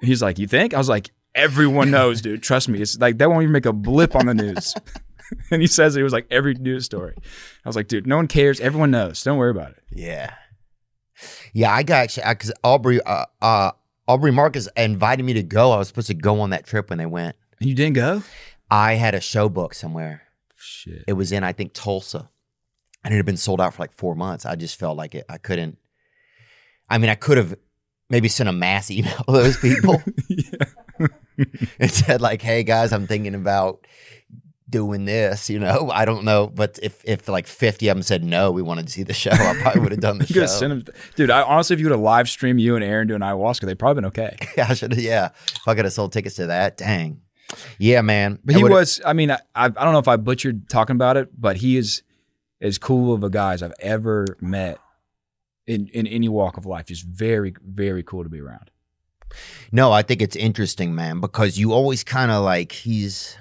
He's like, you think? I was like, everyone knows, dude. Trust me. It's like, that won't even make a blip on the news. and he says it, it was like every news story. I was like, dude, no one cares. Everyone knows. Don't worry about it.
Yeah. Yeah, I got actually because Aubrey, uh, uh, Aubrey Marcus invited me to go. I was supposed to go on that trip when they went.
And you didn't go?
I had a show book somewhere.
Shit.
It was in, I think, Tulsa, and it had been sold out for like four months. I just felt like it. I couldn't. I mean, I could have maybe sent a mass email to those people and said like, "Hey guys, I'm thinking about doing this." You know, I don't know, but if if like 50 of them said no, we wanted to see the show, I probably would have done the
You could
show.
have sent him, dude. I honestly, if you would have live streamed you and Aaron doing ayahuasca, they'd probably been okay.
I should have. Yeah, if I could have sold tickets to that, dang. Yeah, man.
But
I
he
would've-
was. I mean, I, I I don't know if I butchered talking about it, but he is as cool of a guy as I've ever met in in any walk of life. Just very very cool to be around.
No, I think it's interesting, man, because you always kind of like he's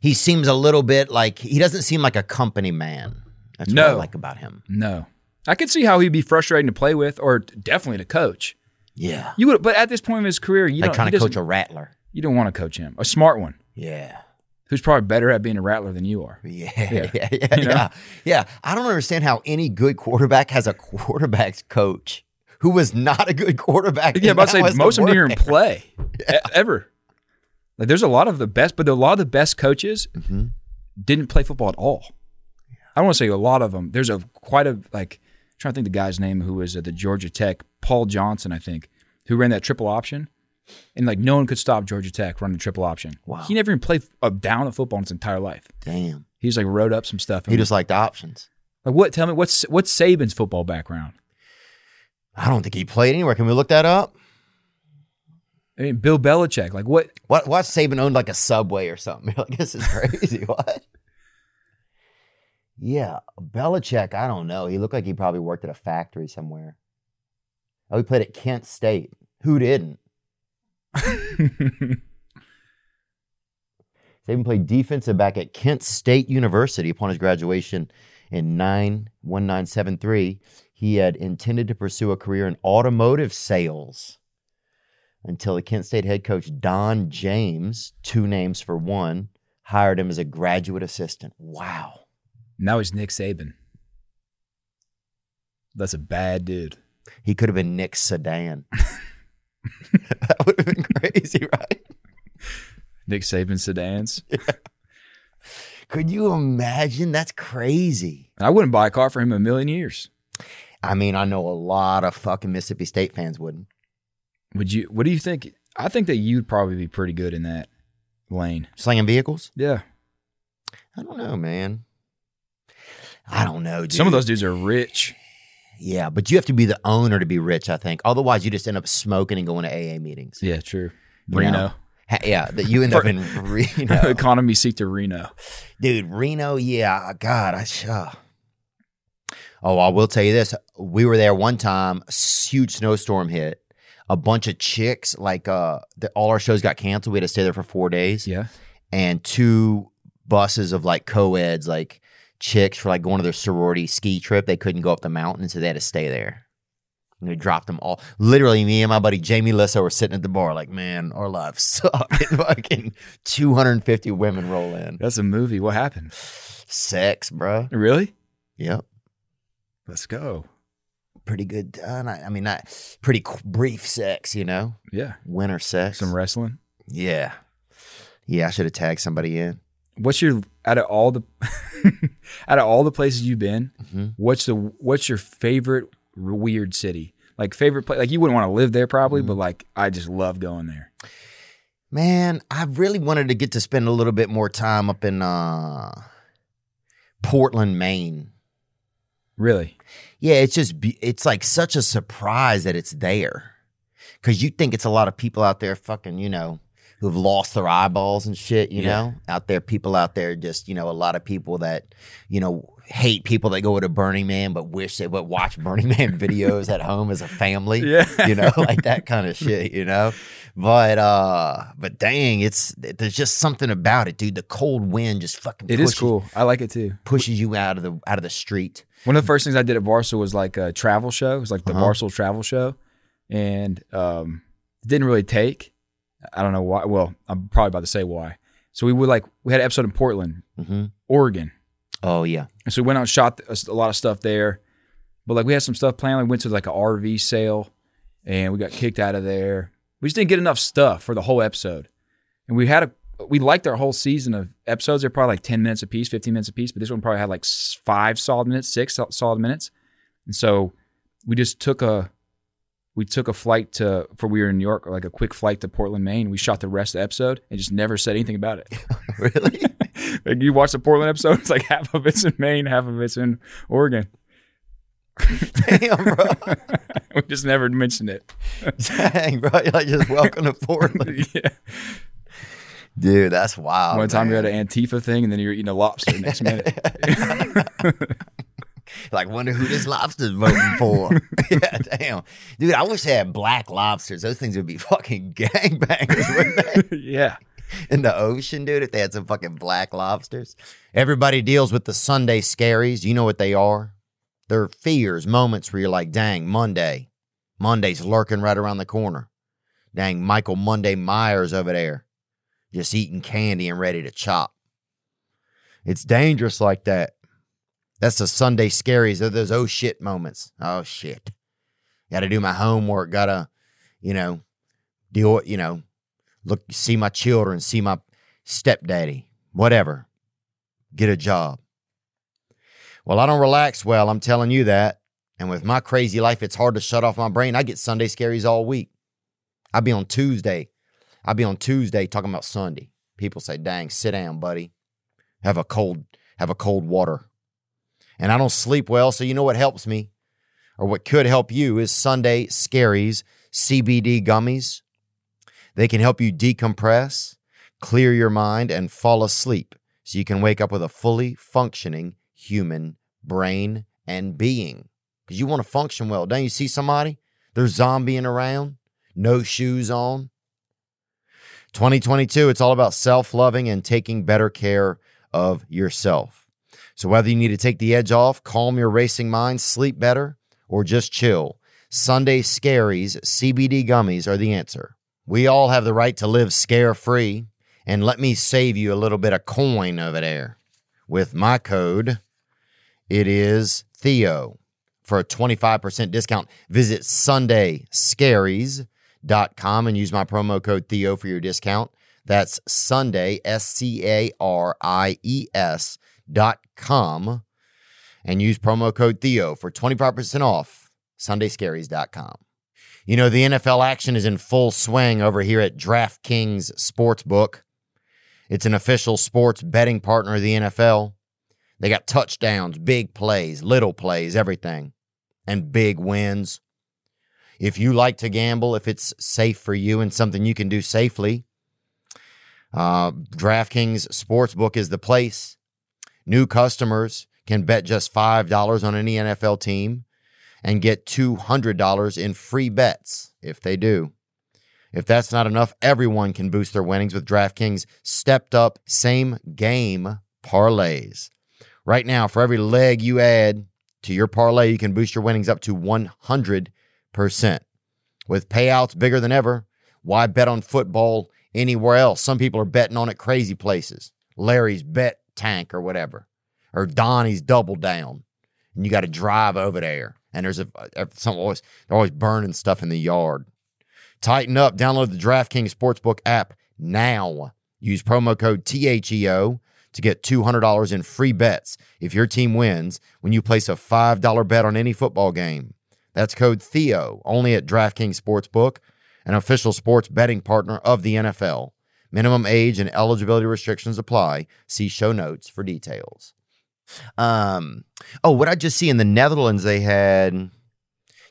he seems a little bit like he doesn't seem like a company man. That's what I
No.
like about him.
No, I could see how he'd be frustrating to play with, or definitely to coach.
Yeah.
You would, but at this point in his career, you
Like
don't
trying
he
to coach
doesn't-
a rattler.
You don't want to coach him, a smart one
Yeah.
who's probably better at being a rattler than you are.
Yeah, yeah,
Yeah.
yeah, yeah,
You know?
yeah, I don't understand how any good quarterback has a quarterback's coach who was not a good quarterback.
Yeah,
and now
but I'd
has
say
to
most of them
work
didn't
there.
even play e- ever. Like, there's a lot of the best, but a lot of the best coaches
Mhm.
didn't play football at all. I don't want to say a lot of them. There's a quite a like I'm trying to think the guy's name who was at the Georgia Tech, Paul Johnson, I think, who ran that triple option, and like no one could stop Georgia Tech running the triple option.
Wow.
He never even played a down of football in his entire life.
Damn,
He's like wrote up some stuff. and
he just liked options.
like what? Tell me what's what's Saban's football background?
I don't think he played anywhere. Can we look that up?
I mean, Bill Belichick. Like what?
What? What? Saban owned like a Subway or something. You're like, this is crazy. what? Yeah, Belichick. I don't know. He looked like he probably worked at a factory somewhere. Oh, he played at Kent State. Who didn't? Saban played defensive back at Kent State University upon his graduation in 91973. He had intended to pursue a career in automotive sales until the Kent State head coach Don James, two names for one, hired him as a graduate assistant. Wow.
Now he's Nick Saban. That's a bad dude.
He could have been Nick Sedan. that would have been crazy, right?
Nick Saban sedans.
Could you imagine? That's crazy.
And I wouldn't buy a car for him in a million years.
I mean, I know a lot of fucking Mississippi State fans wouldn't.
Would you? What do you think? I think that you'd probably be pretty good in that lane.
Slinging vehicles?
Yeah.
I don't know, man. I don't know, dude.
Some of those dudes are rich.
Yeah, but you have to be the owner to be rich, I think. Otherwise, you just end up smoking and going to AA meetings.
Yeah, true.
You
Reno.
know? Ha- yeah, that you end up in Reno.
Economy seat to Reno.
Dude, Reno, yeah, God, I uh. Oh, I will tell you this. We were there one time, s- huge snowstorm hit. A bunch of chicks, like uh the, all our shows got canceled. We had to stay there for four days.
Yeah.
And two buses of like co eds, like chicks for like going to their sorority ski trip. They couldn't go up the mountain, so they had to stay there. And we dropped them all. Literally, me and my buddy Jamie Lissa were sitting at the bar, like, man, our lives suck. And fucking 250 women roll in.
That's a movie. What happened?
Sex, bruh.
Really?
Yep.
Let's go.
Pretty good. Uh, not, I mean, not pretty qu- brief sex, you know?
Yeah.
Winter sex.
Some wrestling.
yeah. Yeah, I should have tagged somebody in.
What's your out of all the out of all the places you've been?
Mhm.
What's the what's your favorite r- weird city? Like favorite place? Like you wouldn't want to live there probably, but like I just love going there.
Man, I really wanted to get to spend a little bit more time up in uh, Portland, Maine.
Really?
Yeah, it's just be- it's like such a surprise that it's there, because you think it's a lot of people out there, fucking, you know, who've lost their eyeballs and shit. You
Yeah.
know, out there, people out there, just you know, a lot of people that you know hate people that go to Burning Man, but wish they would watch Burning Man videos at home as a family.
Yeah.
you know, like that kind of shit. You know, but uh, but dang, it's there's just something about it, dude. The cold wind just fucking
It
pushes,
is cool. I like it too.
pushes you out of the out of the street.
One of the first things I did at Barstool was like a travel show. It was like the
Uh-huh.
Barstool travel show, and um, it didn't really take. I don't know why. Well, I'm probably about to say why. So we would like we had an episode in Portland,
hmm
Oregon,
Oh yeah.
and so we went out and shot a, s- a lot of stuff there. But like we had some stuff planned. We went to like an RV sale, and we got kicked out of there. We just didn't get enough stuff for the whole episode, and we had a we liked our whole season of episodes. They're probably like ten minutes apiece, fifteen minutes apiece. But this one probably had like s- five solid minutes, six sol- solid minutes, and so we just took a we took a flight to for we were in New York, like a quick flight to Portland, Maine. We shot the rest of the episode and just never said anything about it.
Really?
Like you watch the Portland episode, it's like half of it's in Maine, half of it's in Oregon.
Damn, bro.
we just never mentioned it.
Dang, bro. You're like, just welcome to Portland.
yeah.
Dude, that's wild.
One time you
man.
had an Antifa thing, and then you were eating a lobster the next minute.
Like, wonder who this lobster's voting for. yeah, damn. Dude, I wish they had black lobsters. Those things would be fucking gangbangers, wouldn't
yeah.
they? In the ocean, dude, if they had some fucking black lobsters. Everybody deals with the Sunday scaries. You know what they are? They're fears, moments where you're like, dang, Monday. Monday's lurking right around the corner. Dang, Michael Monday Myers over there, just eating candy and ready to chop. It's dangerous like that. That's the Sunday scaries. They're those oh shit moments. Oh shit. Gotta do my homework. Gotta, you know, deal, you know, look, see my children, see my stepdaddy, whatever. Get a job. Well, I don't relax well. I'm telling you that. And with my crazy life, it's hard to shut off my brain. I get Sunday scaries all week. I'll be on Tuesday. I'll be on Tuesday talking about Sunday. People say, dang, sit down, buddy. Have a cold, have a cold water. And I don't sleep well, so you know what helps me, or what could help you, is Sunday Scaries CBD gummies. They can help you decompress, clear your mind, and fall asleep so you can wake up with a fully functioning human brain and being. Because you want to function well. Don't you see somebody? They're zombieing around no shoes on. 2022, it's all about self loving and taking better care of yourself. So, whether you need to take the edge off, calm your racing mind, sleep better, or just chill, Sunday Scaries CBD gummies are the answer. We all have the right to live scare free, and let me save you a little bit of coin over there. With my code, it is Theo for a 25% discount. Visit sundayscaries.com and use my promo code Theo for your discount. That's Sunday, S C A R I E S dot com. And use promo code Theo for 25% off sundayscaries.com. You know, the NFL action is in full swing over here at DraftKings Sportsbook. It's an official sports betting partner of the NFL. They got touchdowns, big plays, little plays, everything, and big wins. If you like to gamble, if it's safe for you and something you can do safely, uh, DraftKings Sportsbook is the place. New customers can bet just $5 on any NFL team and get $200 in free bets if they do. If that's not enough, everyone can boost their winnings with DraftKings stepped up same game parlays. Right now, for every leg you add to your parlay, you can boost your winnings up to 100%. With payouts bigger than ever, why bet on football anywhere else? Some people are betting on it crazy places. Larry's bet tank or whatever, or Donnie's double down. And you got to drive over there. And there's a, a some always they're always burning stuff in the yard. Tighten up. Download the DraftKings Sportsbook app now. Use promo code THEO to get $200 in free bets if your team wins when you place a $5 bet on any football game. That's code THEO only at DraftKings Sportsbook, an official sports betting partner of the NFL. Minimum age and eligibility restrictions apply. See show notes for details. Um, oh, what I just see in the Netherlands, they had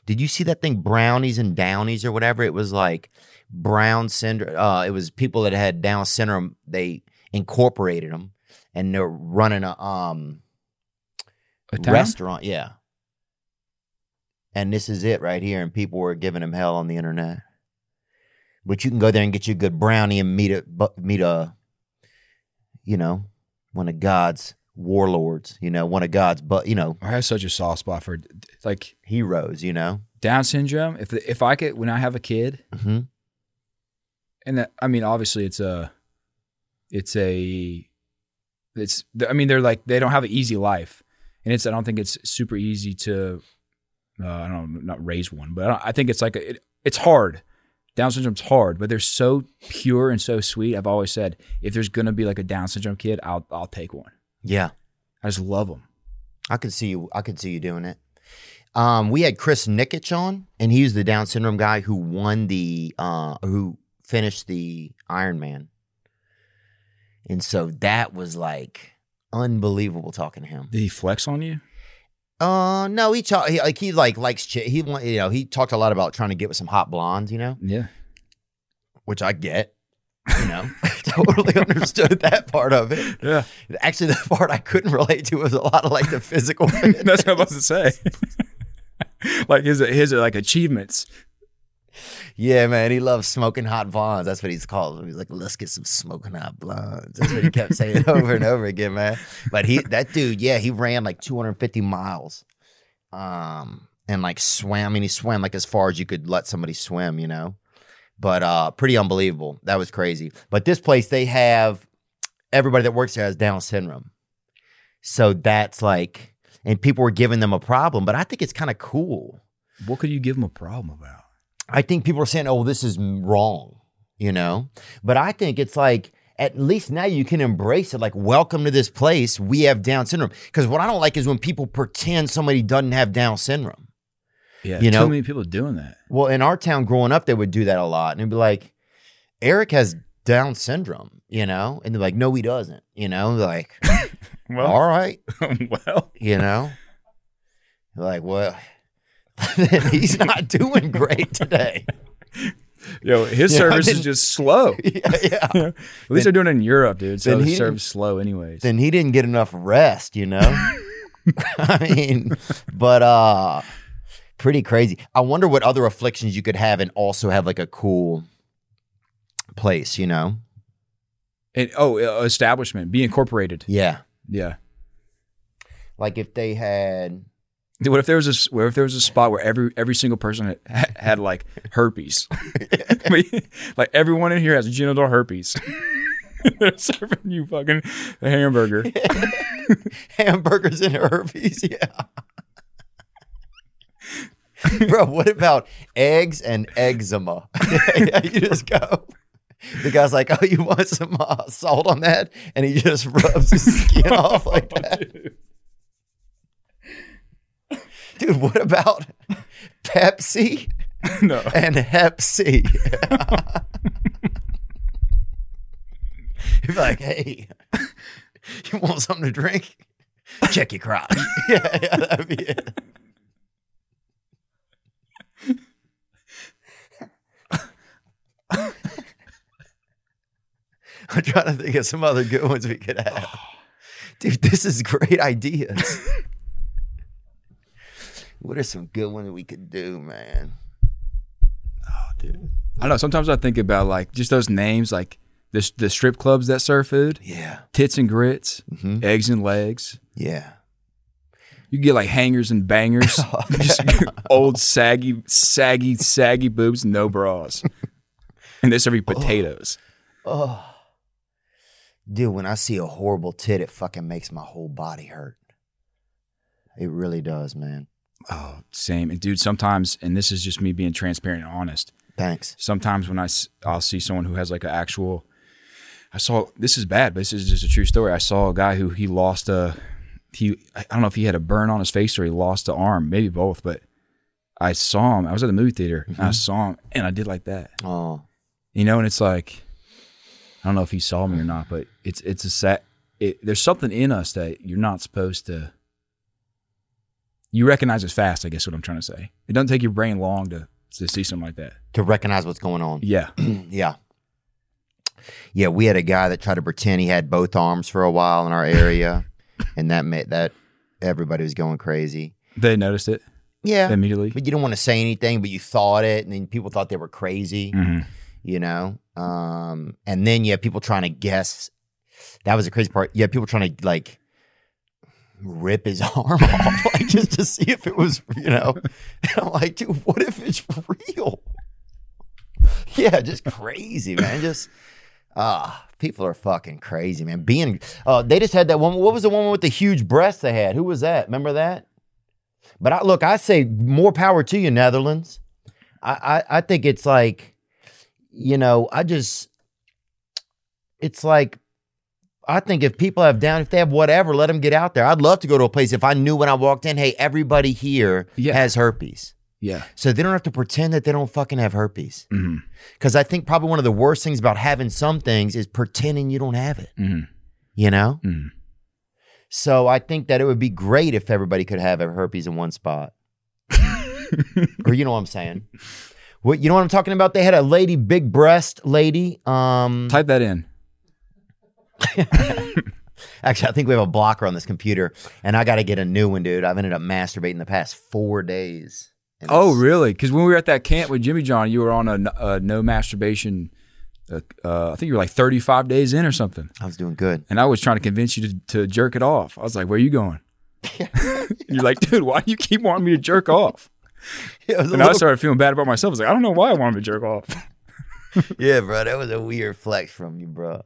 did you see that thing brownies and downies or whatever it was like brown syndrome uh, it was people that had down syndrome they incorporated them and they're running a um
A town?
restaurant yeah and this is it right here and people were giving them hell on the internet but you can go there and get you a good brownie and meet a bu- meet a you know one of god's warlords you know one of god's but you know
I have such a soft spot for like
heroes you know
Down syndrome. If if I could, when I have a kid,
hmm
and that, I mean, obviously, it's a, it's a, it's. I mean, they're like they don't have an easy life, and it's. I don't think it's super easy to. Uh, I don't know, not raise one, but I, don't, I think it's like a, it, it's hard. Down syndrome's hard, but they're so pure and so sweet. I've always said, if there's gonna be like a Down syndrome kid, I'll I'll take one.
yeah
I just love them.
I could see you. I could see you doing it. Um, we had Chris Nikic on, and he was the Down syndrome guy who won the, uh, who finished the Ironman. And so that was like unbelievable talking to him.
Did he flex on you?
Uh, no, he talked. He, like he like likes chi- he wa- you know he talked a lot about trying to get with some hot blondes, you know,
Yeah.
which I get. You know, totally understood that part of it.
Yeah.
Actually, the part I couldn't relate to was a lot of like the physical.
That's what I was about to say. like his his like achievements.
Yeah, man, he loves smoking hot blondes. That's what he's called. He's like, let's get some smoking hot blondes. That's what he kept saying over and over again, man. But he, that dude, yeah, he ran like 250 miles, um, and like swam. I mean, he swam like as far as you could let somebody swim, you know. But uh, pretty unbelievable. That was crazy. But this place, they have everybody that works there has Down syndrome, so that's like, and people were giving them a problem. But I think it's kind of cool.
What could you give him a problem about?
I think people are saying, "Oh, this is m- wrong," you know. But I think it's like at least now you can embrace it. Like, welcome to this place. We have Down syndrome. Because what I don't like is when people pretend somebody doesn't have Down syndrome.
Yeah,
You
you
know-
know, too many people doing that.
Well, in our town growing up, they would do that a lot, and it'd be like, "Eric has Down syndrome," you know, and they're like, "No, he doesn't," you know, like, "All right,"
well,
you know, like, "Well, he's not doing great today."
yo, his
Yeah, I
service is
didn't-
just slow.
yeah, yeah.
At least they're doing it in Europe, dude. So
Then
the
he
service slow, anyways.
then he didn't get enough rest, you know? I mean, but uh pretty crazy. I wonder what other afflictions you could have and also have like a cool place, you know?
And oh, uh, establishment, be incorporated.
Yeah.
Yeah.
Like if they had
Dude, What if there was a s- what if there was a spot where every every single person had, had like herpes? like everyone in here has genital herpes. They're serving you fucking a hamburger.
hamburgers and herpes, yeah. Bro, what about eggs and eczema? yeah, you just go. The guy's like, "Oh, you want some uh, salt on that?" And he just rubs his skin off like that. Dude, what about Pepsi
no.
and Hep C? You're like, hey, you want something to drink? Check your crotch. yeah, yeah, that'd be it. I'm trying to think of some other good ones we could have. Dude, this is great ideas. what are some good ones we could do, man?
I don't know. Sometimes I think about like just those names, like the the strip clubs that serve food,
Yeah.
tits and grits,
Mhm.
eggs and legs.
Yeah.
You get like hangers and bangers, just old saggy, saggy, saggy boobs, no bras, and they serve you potatoes.
Oh. Dude, when I see a horrible tit, it fucking makes my whole body hurt. It really does, man.
Oh, same. And dude, sometimes, and this is just me being transparent and honest.
Thanks.
Sometimes when I s- I'll see someone who has like an actual, I saw this is bad, but this is just a true story. I saw a guy who he lost a he I don't know if he had a burn on his face or he lost an arm, maybe both. But I saw him. I was at the movie theater and I saw him, and I did like that,
Oh.
you know. And it's like I don't know if he saw me or not, but it's it's a set. It, there's something in us that you're not supposed to. You recognize it fast, I guess. What I'm trying to say, it doesn't take your brain long to to see something like that.
To recognize what's going on.
Yeah.
yeah. Yeah, we had a guy that tried to pretend he had both arms for a while in our area, and that made that everybody was going crazy.
They noticed it
Yeah.
immediately.
But you don't want to say anything, but you thought it, and then people thought they were crazy.
Mm-hmm.
you know um and then you have people trying to guess that was the crazy part you have people trying to like rip his arm off like just to see if it was you know and i'm like dude what if it's real yeah just crazy man just ah people are fucking crazy man being uh they just had that woman what was the woman with the huge breasts they had who was that remember that but i look i say more power to you netherlands i i, I think it's like you know, I just, it's like, I think if people have down, if they have whatever, let them get out there. I'd love to go to a place if I knew when I walked in, hey, everybody here
Yeah.
has herpes.
Yeah.
So they don't have to pretend that they don't fucking have herpes.
hmm
Because I think probably one of the worst things about having some things is pretending you don't have it,
hmm
you know?
hmm
So I think that it would be great if everybody could have herpes in one spot. or you know what I'm saying? What you know what I'm talking about? They had a lady, big breast lady. Um,
Type that in.
Actually, I think we have a blocker on this computer, and I got to get a new one, dude. I've ended up masturbating the past four days. And
Oh,
it's-
really? Because when we were at that camp with Jimmy John, you were on a, n- a no masturbation. Uh, uh, I think you were like 35 days in or something.
I was doing good.
And I was trying to convince you to, to jerk it off. I was like, where are you going? And You're like, dude, why do you keep wanting me to jerk off?
Yeah, it was a
And I
little-
started feeling bad about myself. I was like, I don't know why I wanted to jerk off.
yeah, bro, that was a weird flex from you, bro.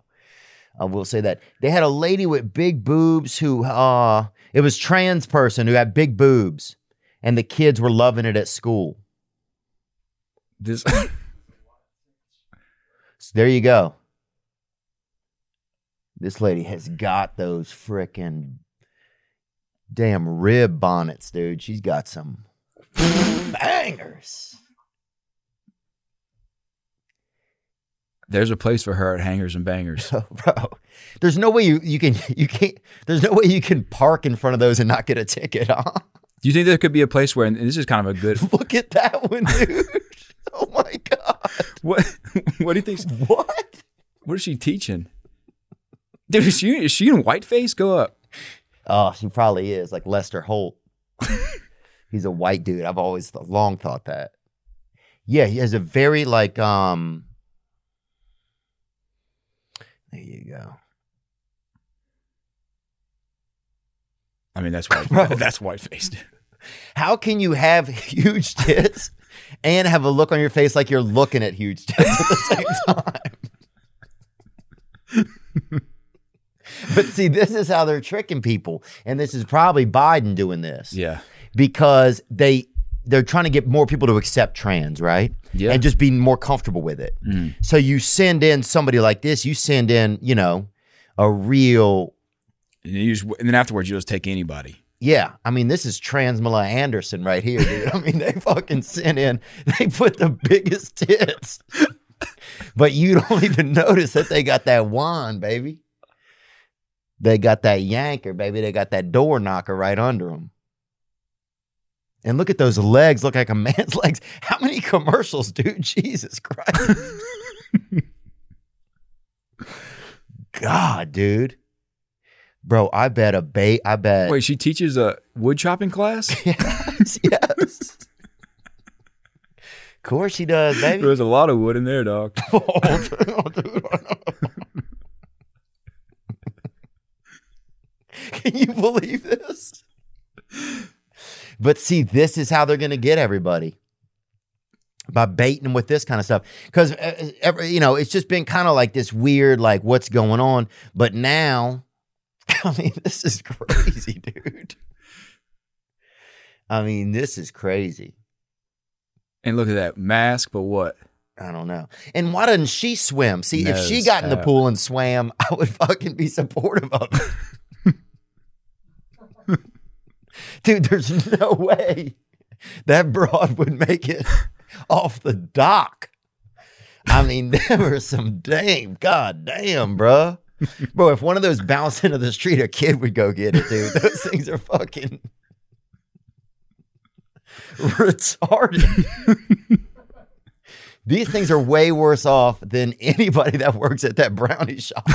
I will say that they had a lady with big boobs who, uh, it was trans person who had big boobs, and the kids were loving it at school.
This,
So there you go. This lady has got those frickin' damn rib bonnets, dude. She's got some bangers.
there's a place for her at Hangers and Bangers.
Oh, bro, there's no way you, you can you can't. There's no way you can park in front of those and not get a ticket, huh?
Do you think there could be a place where, and this is kind of a good,
Look at that one, dude. oh my god,
what, what do you think?
what?
What is she teaching? Dude, is she, is she in whiteface? Go up.
Oh, she probably is like Lester Holt. He's a white dude. I've always th- long thought that. Yeah, he has a very like um There you go.
I mean, that's white. that's white faced.
How can you have huge tits and have a look on your face like you're looking at huge tits at the same time? but see, this is how they're tricking people, and this is probably Biden doing this
Yeah.
because they they're trying to get more people to accept trans, right?
Yeah. Mm.
and just be more comfortable with it. So you send in somebody like this, you send in, you know, a real
And, you just, and then afterwards, you just take anybody.
yeah, I mean, this is Transmala Anderson right here, dude. I mean, they fucking sent in, they put the biggest tits, but you don't even notice that they got that wand, baby. They got that yanker, baby. They got that door knocker right under them. And look at those legs, look like a man's legs. How many commercials, dude? Jesus Christ. God, dude. Bro, I bet a bait. I bet.
Wait, she teaches a wood chopping class?
Yes, yes. of course he does,
there
baby.
was a lot of wood in there, dog.
Can you believe this? But see, this is how they're going to get everybody by baiting them with this kind of stuff. Because, you know, it's just been kind of like this weird, like, what's going on? But now, I mean, this is crazy, dude. I mean, this is crazy.
And look at that mask, but what?
I don't know. And why doesn't she swim? See, if
No,
she got in the
so-
pool and swam, I would fucking be supportive of it. Dude, there's no way that broad would make it off the dock. I mean, there were some damn, god damn, bruh. Bro, if one of those bounced into the street, a kid would go get it, dude. Those things are fucking retarded these things are way worse off than anybody that works at that brownie shop.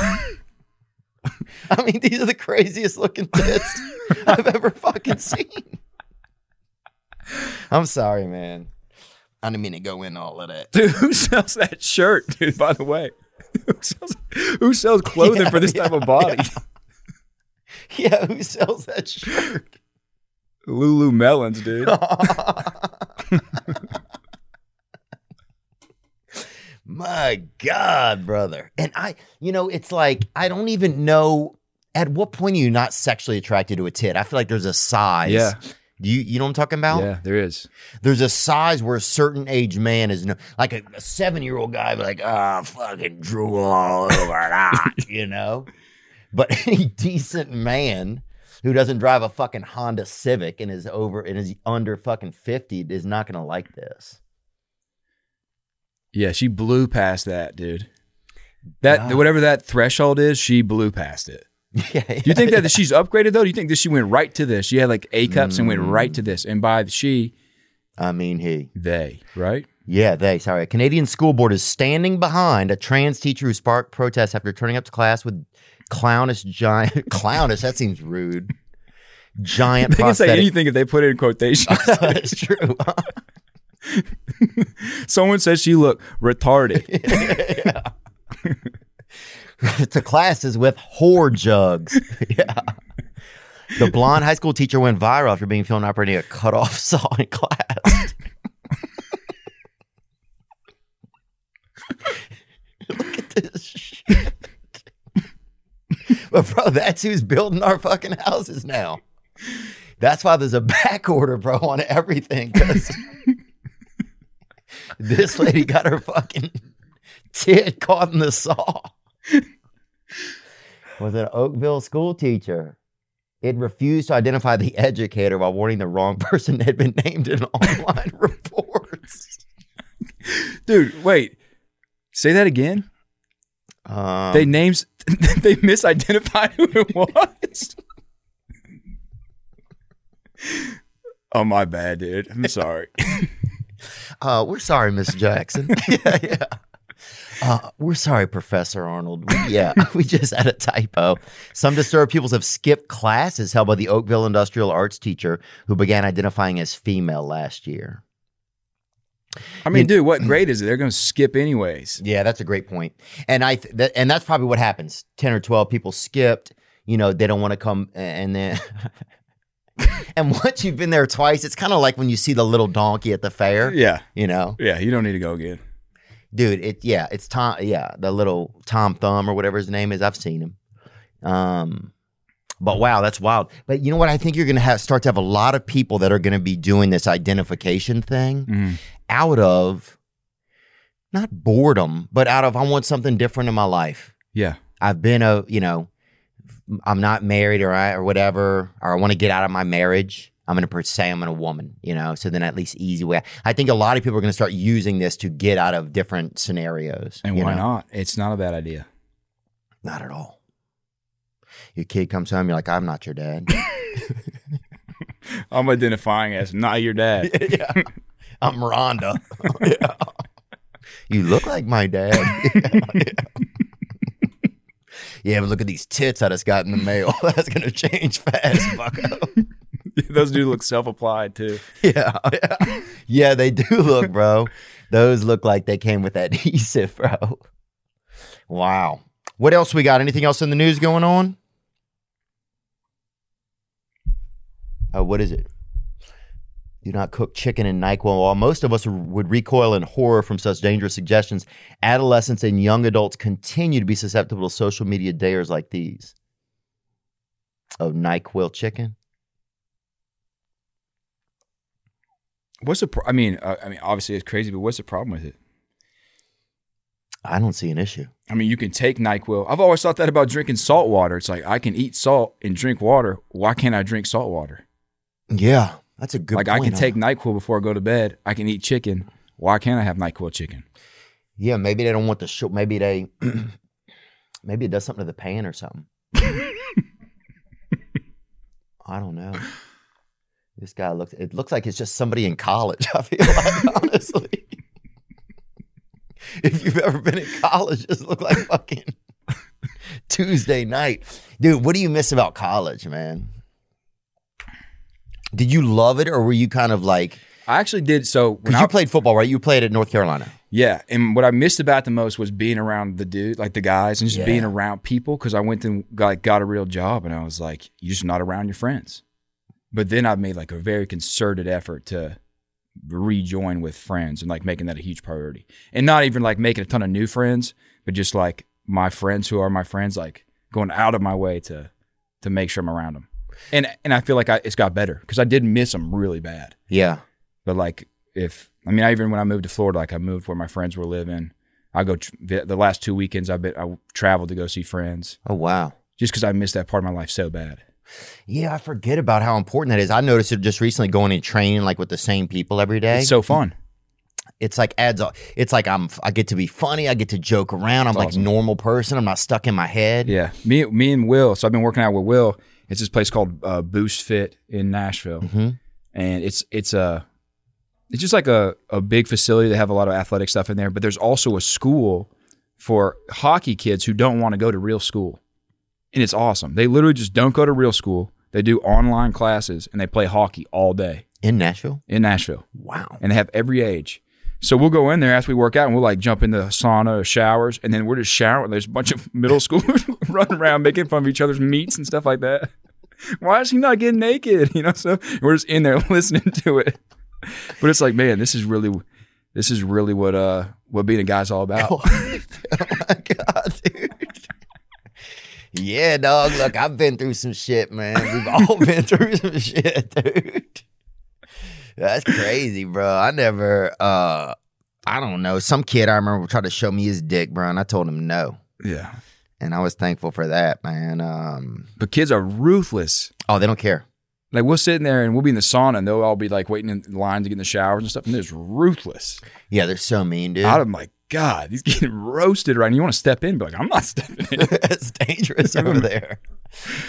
I mean, these are the craziest looking tits I've ever fucking seen. I'm sorry, man. I didn't mean to go into all of that.
Dude, who sells that shirt, dude, by the way? Who sells, who sells clothing
Yeah,
for this type of body?
Yeah, who sells that shirt?
Lulu Melons, dude.
My God, brother. And I, you know, it's like, I don't even know at what point are you not sexually attracted to a tit? I feel like there's a size.
Yeah.
You, you know what I'm talking about?
Yeah, there is.
There's a size where a certain age man is no, like a, a seven year old guy, be like, ah, fucking drool all over that, you know? But any decent man who doesn't drive a fucking Honda Civic and is over and is under fucking 50 is not going to like this.
Yeah, she blew past that, dude. That
God.
whatever that threshold is, she blew past it.
Yeah.
Do you think that, that she's upgraded though? Do you think that she went right to this? She had like A cups and went right to this. And by the she,
I mean, he.
they, right?
Yeah, they. Sorry. A Canadian school board is standing behind a trans teacher who sparked protests after turning up to class with clownish giant. clownish? That seems rude. Giant
They can say
prosthetic.
anything if they put it in quotation.
That's true.
Someone says she looked retarded.
to classes with whore jugs. yeah. The blonde high school teacher went viral after being filmed operating a cut-off saw in class. Look at this shit. but bro, that's who's building our fucking houses now. That's why there's a back order, bro, on everything. 'cause this lady got her fucking tit caught in the saw was an Oakville school teacher. It refused to identify the educator while warning the wrong person had been named in online reports.
Dude, wait. Say that again.
Um,
they names they misidentified who it was. oh my bad, dude. I'm sorry.
uh, we're sorry, Miss Jackson. yeah, yeah. Uh, we're sorry, Professor Arnold. We- yeah, we just had a typo. Some disturbed pupils have skipped classes held by the Oakville Industrial Arts teacher who began identifying as female last year.
I mean, dude, what grade is it? They're going to skip anyways.
Yeah, that's a great point. And I th- that, and that's probably what happens. 10 or 12 people skipped, you know, they don't want to come and then and once you've been there twice, it's kind of like when you see the little donkey at the fair,
Yeah.
you know.
Yeah. You don't need to go again.
Dude, it yeah, it's Tom yeah, the little Tom Thumb or whatever his name is. I've seen him. Um but wow, that's wild. But you know what? I think you're going to have start to have a lot of people that are going to be doing this identification thing.
Mhm.
out of not boredom, but out of I want something different in my life.
Yeah.
I've been a, you know, I'm not married or I, or whatever, or I want to get out of my marriage. I'm going to per se I'm a woman, you know. So then at least easy way. I think a lot of people are going to start using this to get out of different scenarios.
And
you
why
know?
not? It's not a bad idea.
Not at all. Your kid comes home, you're like, I'm not your dad.
I'm identifying as not your dad.
yeah. I'm Rhonda. Yeah. You look like my dad. yeah, but look at these tits I just got in the mail. That's gonna change fast, bucko.
Those dudes look self applied too.
yeah, yeah. Yeah, they do look, bro. Those look like they came with adhesive, bro. Wow. What else we got? Anything else in the news going on? Oh, what is it? Do not cook chicken in NyQuil. While most of us would recoil in horror from such dangerous suggestions, adolescents and young adults continue to be susceptible to social media dares like these. Oh, NyQuil chicken?
What's the? Pro- I mean, uh, I mean, obviously it's crazy, but what's the problem with it?
I don't see an issue.
I mean, you can take Nyquil. I've always thought that about drinking salt water. It's like I can eat salt and drink water. Why can't I drink salt water?
Yeah, that's a good.
like I
point,
can
huh?
take Nyquil before I go to bed. I can eat chicken. Why can't I have Nyquil chicken?
Yeah, maybe they don't want the show. Maybe they. maybe it does something to the pan or something. I don't know. This guy looks. It looks like it's just somebody in college. I feel like honestly. If you've ever been in college, just look like fucking Tuesday night, dude. What do you miss about college, man? Did you love it, or were you kind of like?
I actually did. So when
Because
I
you played football, right? You played at North Carolina.
Yeah, and what I missed about the most was being around the dude, like the guys, and just
Yeah.
being around people. Because I went and got, got a real job, and I was like, you're just not around your friends. But then I made like a very concerted effort to rejoin with friends and like making that a huge priority, and not even like making a ton of new friends, but just like my friends who are my friends, like going out of my way to to make sure I'm around them. And and I feel like I, it's got better because I did miss them really bad.
Yeah.
But like, if I mean, I even when I moved to Florida, like I moved where my friends were living. I go tr- the the last two weekends. I've been I traveled to go see friends
Oh wow.
just because I missed that part of my life so bad.
Yeah, I forget about how important that is. I noticed it just recently going and training like with the same people every day.
It's so fun.
it's like adds up. It's like I'm I get to be funny, I get to joke around. I'm like
awesome.
normal person. I'm not stuck in my head.
Yeah, me me and Will. So I've been working out with Will. It's this place called uh, Boost Fit in Nashville,
Mhm.
and it's it's a it's just like a a big facility. They have a lot of athletic stuff in there, but there's also a school for hockey kids who don't want to go to real school, and it's awesome. They literally just don't go to real school. They do online classes and they play hockey all day
In Nashville.
in Nashville
Wow.
and they have every age. So we'll go in there after we work out and we'll like jump in the sauna or showers and then we're just showering. There's a bunch of middle schoolers running around making fun of each other's meats and stuff like that. Why is he not getting naked? You know, so we're just in there listening to it. But it's like, man, this is really this is really what uh what being a guy's all about.
oh my god, dude. Yeah, dog. Look, I've been through some shit, man. We've all been through some shit, dude. That's crazy, bro. I never uh I don't know. Some kid I remember tried to show me his dick, bro, and I told him no.
Yeah.
and I was thankful for that, man. Um,
But kids are ruthless.
oh, they don't care.
Like we'll sit in there and we'll be in the sauna and they'll all be like waiting in line to get in the showers and stuff, and they're just ruthless.
Yeah, they're so mean, dude.
I'm like, God, he's getting roasted right now. You want to step in, but like, I'm not stepping in.
it's dangerous over there.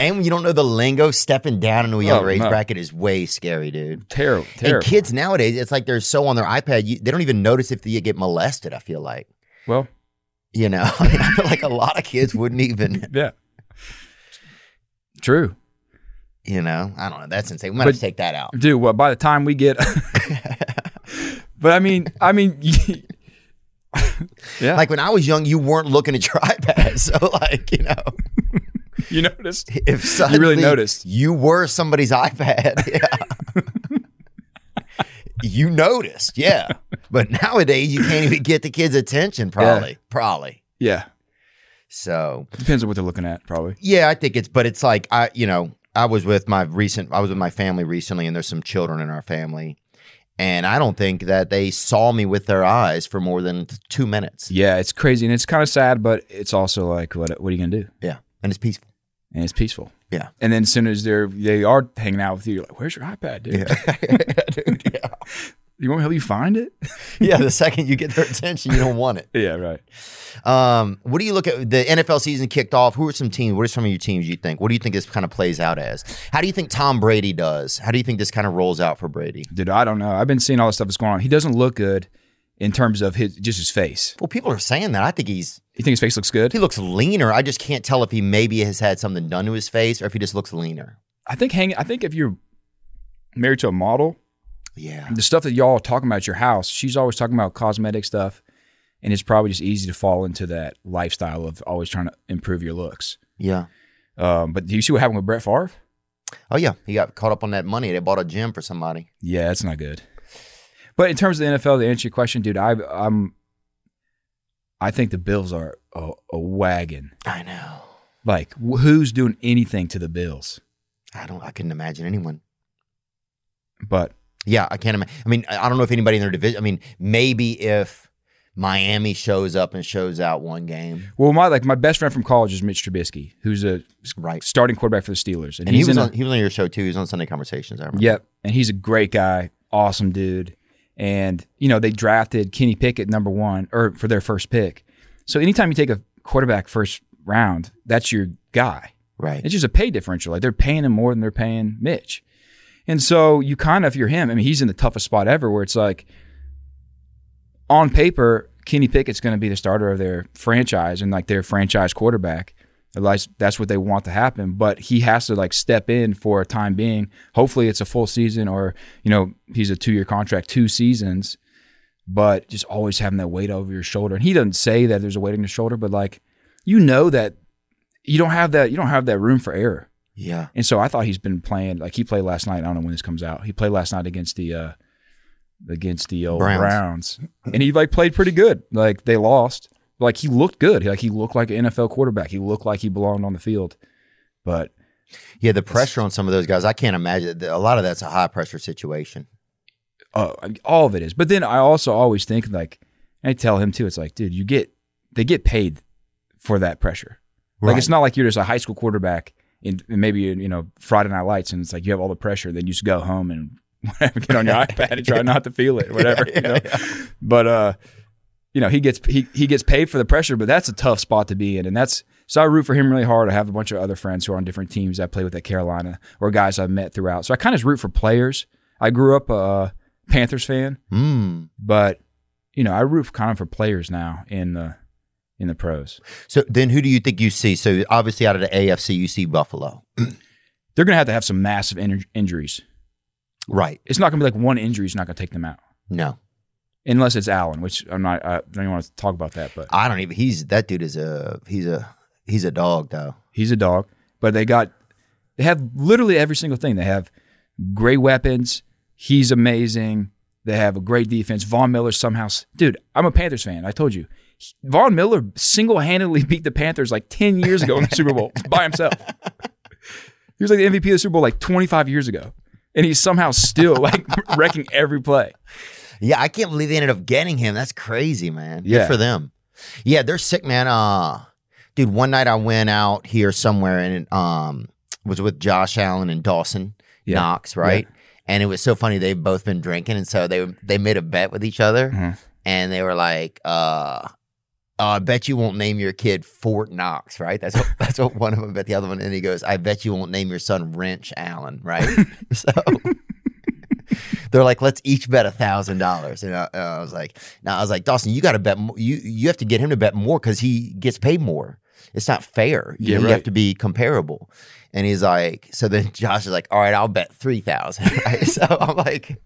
And when you don't know the lingo, stepping down into a younger
Oh,
age
no.
bracket is way scary, dude.
terrible, terrible.
And kids nowadays, it's like they're so on their iPad, you, they don't even notice if they get molested. I feel like,
well,
you know, I, mean, I feel like a lot of kids wouldn't even,
yeah. True,
you know, I don't know. That's insane. We might
But-
have to take that out.
dude. Well, by the time we get, But I mean, I mean, yeah.
Like when I was young, you weren't looking at your iPad. So like, you know,
you noticed.
if suddenly
You really noticed.
you were somebody's iPad, yeah. you noticed, yeah. But nowadays you can't even get the kids' attention, probably. Probably.
Yeah.
So
Depends on what they're looking at, probably.
Yeah, I think it's, but it's like I, you know, I was with my recent, I was with my family recently, and there's some children in our family, and I don't think that they saw me with their eyes for more than t- two minutes.
Yeah, it's crazy and it's kind of sad, but it's also like, what what are you gonna do?
Yeah, and it's peaceful.
And it's peaceful.
Yeah.
And then as soon as they're they are hanging out with you, you're like, "Where's your iPad, dude?
Dude, yeah.
You want me to help you find it?"
yeah, the second you get their attention, you don't want it.
yeah, right.
Um, what do you look at? The NFL season kicked off. Who are some teams? What are some of your teams you think? What do you think this kind of plays out as? How do you think Tom Brady does? How do you think this kind of rolls out for Brady?
Dude, I don't know. I've been seeing all the stuff that's going on. He doesn't look good in terms of his just his face.
Well, people are saying that. I think he's
You think his face looks good?
He looks leaner. I just can't tell if he maybe has had something done to his face or if he just looks leaner.
I think hang. I think if you're married to a model,
Yeah.
the stuff that y'all are talking about at your house, she's always talking about cosmetic stuff, and it's probably just easy to fall into that lifestyle of always trying to improve your looks.
Yeah.
Um, but do you see what happened with Brett Favre?
Oh, yeah. He got caught up on that money. They bought a gym for somebody.
Yeah, that's not good. But in terms of the NFL, to answer your question, dude, I, I'm, I think the Bills are a, a wagon.
I know.
Like, wh- who's doing anything to the Bills?
I don't, I couldn't imagine anyone.
But
Yeah. I can't imagine. I mean, I I don't know if anybody in their division, I mean, maybe if Miami shows up and shows out one game.
well, my like my best friend from college is Mitch Trubisky, who's a
Right.
starting quarterback for the Steelers,
And he was,
in a-
on, he was on your show too. He was on Sunday Conversations. I remember.
Yep. And he's a great guy, awesome dude. And, you know, they drafted Kenny Pickett number one or for their first pick. So anytime you take a quarterback first round, that's your guy.
Right.
It's just a pay differential. Like they're paying him more than they're paying Mitch. And so you kind of, if you're him, I mean, he's in the toughest spot ever where it's like on paper, Kenny Pickett's going to be the starter of their franchise and like their franchise quarterback. At least that's what they want to happen. But he has to like step in for a time being. Hopefully it's a full season or, you know, he's a two year contract, two seasons. But just always having that weight over your shoulder. And he doesn't say that there's a weight on your shoulder, but like, you know that you don't have that you don't have that room for error.
Yeah.
And so I thought he's been playing like he played last night. I don't know when this comes out. He played last night against the uh against the old
Browns.
Browns, and he like played pretty good. Like they lost. Like he looked good. Like he looked like an NFL quarterback. He looked like he belonged on the field. But
Yeah. The pressure on some of those guys, I can't imagine. A lot of that's a high pressure situation.
uh, I mean, all of it is. But then I also always think like I tell him too. It's like, dude, you get they get paid for that pressure. Like it's not like you're just a high school quarterback and and maybe you know Friday Night Lights and it's like you have all the pressure. Then you just go home and whatever, get on your iPad and try not to feel it, or whatever. you know? But uh, you know he gets he he gets paid for the pressure, but that's a tough spot to be in, and that's. So I root for him really hard. I have a bunch of other friends who are on different teams that I play with at Carolina or guys I've met throughout. So I kind of root for players. I grew up a Panthers fan,
Mm.
but you know I root for, kind of for players now in the in the pros.
So then, who do you think you see? So obviously, out of the AFC, you see Buffalo,
They're going to have to have some massive in- injuries.
right?
it's not going to be like one injury is not going to take them out,
No,
unless it's Allen, which I'm not. I don't even want to talk about that, but
I don't even. He's that dude is a he's a he's a dog though.
he's a dog. But they got they have literally every single thing. They have great weapons. He's amazing. They have a great defense. Von Miller somehow, s- dude. I'm a Panthers fan. I told you, He- Von Miller single handedly beat the Panthers like ten years ago in the Super Bowl by himself. He was like the MVP of the Super Bowl like 25 years ago, and he's somehow still like wrecking every play.
Yeah, I can't believe they ended up getting him. That's crazy, man. Good
Yeah.
for them. Yeah, they're sick, man. Uh, dude, one night I went out here somewhere and it, um was with Josh Allen and Dawson
Yeah.
Knox, right? And it was so funny. They've both been drinking, and so they they made a bet with each other,
Mhm.
and they were like, uh. Uh, I bet you won't name your kid Fort Knox, right? That's what, that's what one of them bet the other one, and he goes, "I bet you won't name your son Wrench Allen, right?" so they're like, "Let's each bet a thousand dollars," and uh, I, I was like, "Now I was like Dawson, you got to bet. Mo- you you have to get him to bet more because he gets paid more." it's not fair. You,
Yeah,
know, you have
right.
to be comparable. And he's like, so then Josh is like, all right, I'll bet three thousand. Right? so I'm like,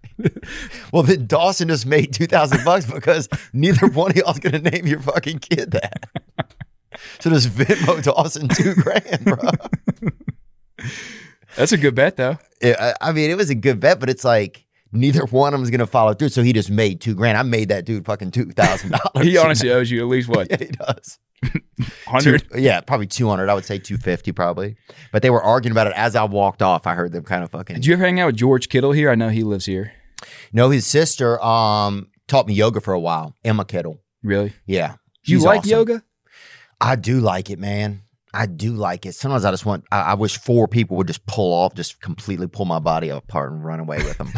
well, then Dawson just made two thousand bucks because neither one of y'all's gonna name your fucking kid that. So just Venmo Dawson two grand, bro.
That's a good bet though.
It- I- I mean, it was a good bet, but it's like neither one of them is gonna follow through. So he just made two grand. I made that dude fucking two thousand dollars.
He honestly owes you at least what
yeah, he does.
hundred.
Two- yeah, probably 200. I would say 250 probably. But they were arguing about it as I walked off. I heard them kind of fucking.
Did you ever hang out with George Kittle here? I know he lives here.
no, his sister um taught me yoga for a while. Emma Kittle.
Really?
Yeah.
You
She's
like
awesome.
yoga?
I do like it, man. I do like it. Sometimes I just want. I, I wish four people would just pull off, just completely pull my body apart and run away with them.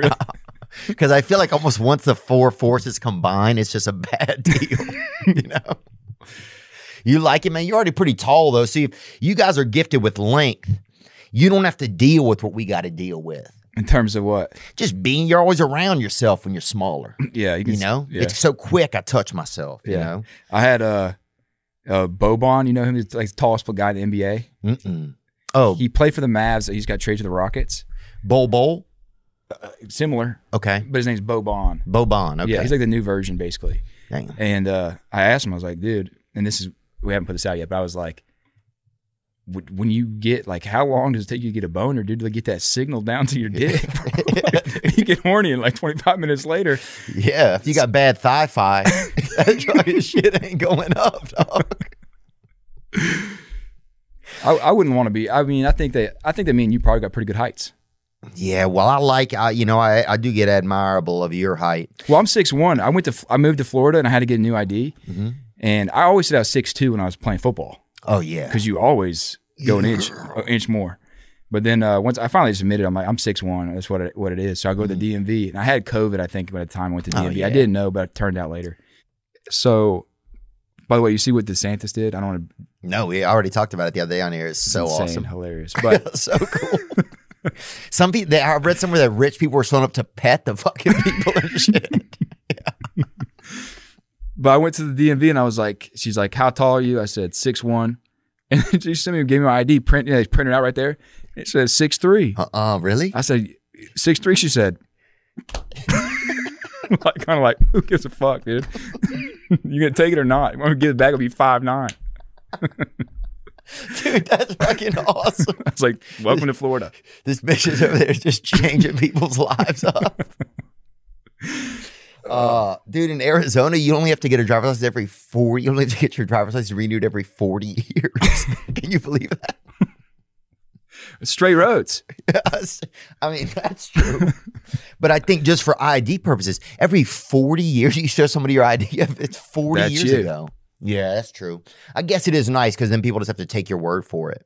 Because I feel like almost once the four forces combine, it's just a bad deal. you know. You like it, man. You're already pretty tall, though. See, if you guys are gifted with length. You don't have to deal with what we got to deal with.
In terms of what?
Just being, you're always around yourself when you're smaller.
Yeah, can
You
s-
know,
Yeah.
it's so quick. I touch myself.
Yeah.
You
I had uh, uh, Bobon. You know him? He's like the tallest guy in the NBA.
know. Mm-mm. Oh,
He played for the Mavs. He's got traded to the Rockets.
bowl bowl.
Similar,
Okay.
but his name's Bobon.
Boban. Okay.
Yeah, he's like the new version basically.
Dang.
And uh, I asked him, I was like, dude, and this is, we haven't put this out yet, but I was like, "Wh- when you get like, how long does it take you to get a boner, dude? To get that signal down to your dick, bro? Like, you get horny, and like 25 minutes later,
Yeah. If you got bad thigh fi, that fucking shit ain't going up, dog.
I, I wouldn't want to be. I mean, I think that I think that me and you probably got pretty good heights.
Yeah. Well, I like, I, you know, I, I do get admirable of your height.
Well, I'm six one. I went to I moved to Florida and I had to get a new ID,
Mm-hmm.
and I always said I was six two when I was playing football.
Oh, yeah.
because you always go an inch an inch more. But then uh, once I finally just admitted, I'm like, I'm six one. That's what it, what it is. So I go to the DMV, and I had COVID. I think by the time I went to
Mm-hmm. Oh,
DMV,
yeah.
I didn't know, but it turned out later. So, by the way, you see what DeSantis did? I don't want to.
No, we already talked about it the other day on here. It's so
insane,
Oh, awesome.
hilarious. But
so cool. Some people, they, I read somewhere that rich people were showing up to pet the fucking people and shit.
but I went to the DMV, and I was like, she's like, how tall are you? I said six one, and she sent me gave me my ID print. Yeah, it's printed out right there. It says six three.
Uh-uh, really?
I said six three. She said, like kind of like who gives a fuck, dude? you gonna take it or not? You want to give it back? It'll be five nine.
Dude, that's fucking awesome.
I was like, welcome to Florida.
this bitch is over there just changing people's lives up. Uh, dude, in Arizona, you only have to get a driver's license every four. You only have to get your driver's license renewed every forty years. Can you believe that?
Straight roads.
Yes. I mean, that's true. but I think just for ID purposes, every forty years you show somebody your ID. If it's forty
That's
years
you.
ago, yeah, that's true. I guess it is nice because then people just have to take your word for it.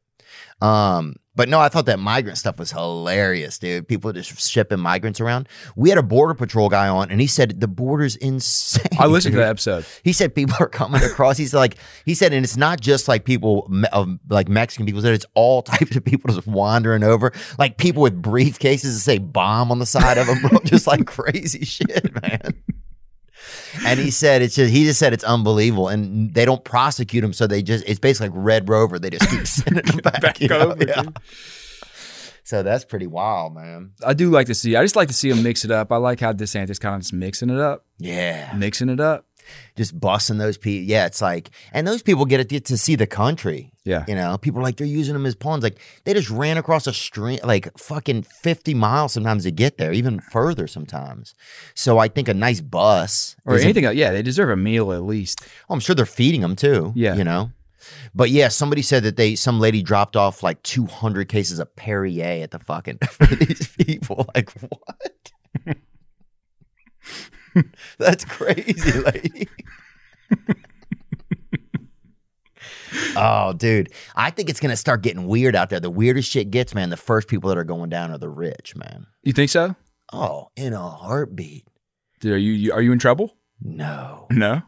Um, but no, I thought that migrant stuff was hilarious, dude. People just shipping migrants around. We had a border patrol guy on, and he said the border's insane.
I listened to
dude."
that episode.
He said people are coming across. He's like, he said, and it's not just like people me- of like Mexican people. He Said it's all types of people just wandering over, like people with briefcases that say bomb on the side of them, bro. just like crazy shit, man. And he said it's just he just said it's unbelievable, and they don't prosecute them, so they just it's basically like Red Rover. They just keep sending them back,
Back
you know?
over.
Yeah.
dude.
So that's pretty wild, man.
I do like to see. I just like to see him mix it up. I like how DeSantis kind of just mixing it up,
Yeah,
mixing it up.
just busting those people. Yeah, it's like, and those people get to, get to see the country.
Yeah.
You know, people are like they're using them as pawns. Like they just ran across a stream, like fucking fifty miles sometimes to get there, even further sometimes. So I think a nice bus,
Or
is a-
anything else. Yeah, they deserve a meal at least.
oh, I'm sure they're feeding them too.
Yeah.
you know. But yeah, somebody said that they some lady dropped off like 200 cases of Perrier at the fucking for these people. Like what? That's crazy, lady. Oh, dude. I think it's going to start getting weird out there. The weirdest shit gets, man. The first people that are going down are the rich, man.
You think so?
Oh, in a heartbeat.
Dude, are you, you are you in trouble?
No.
No.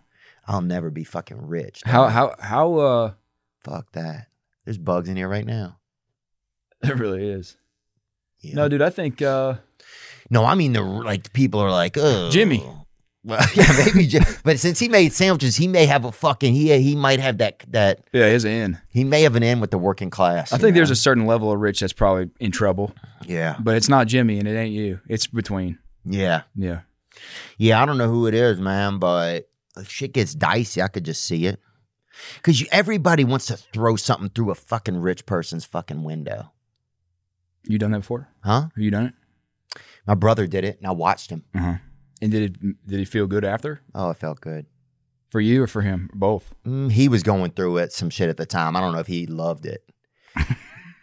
I'll never be fucking rich.
How how how uh?
Fuck that. There's bugs in here right now.
It really is.
Yeah.
No, dude, I think uh.
No, I mean the like people are like, oh,
Jimmy.
Well, yeah, maybe. J- but since he made sandwiches, he may have a fucking he he might have that that
Yeah, his in.
he may have an end with the working class.
I
you
think there's
know?
a certain level of rich that's probably in trouble,
yeah
but it's not Jimmy and it ain't you. It's between.
yeah
Yeah.
yeah. I don't know who it is, man, but if shit gets dicey. I could just see it because everybody wants to throw something through a fucking rich person's fucking window,
You done that before?
huh?
Have you done it?
My brother did it, and I watched him.
Uh-huh. And did it did it feel good after?
Oh, it felt good.
For you or for him? Both.
Mm, he was going through it some shit at the time. I don't know if he loved it,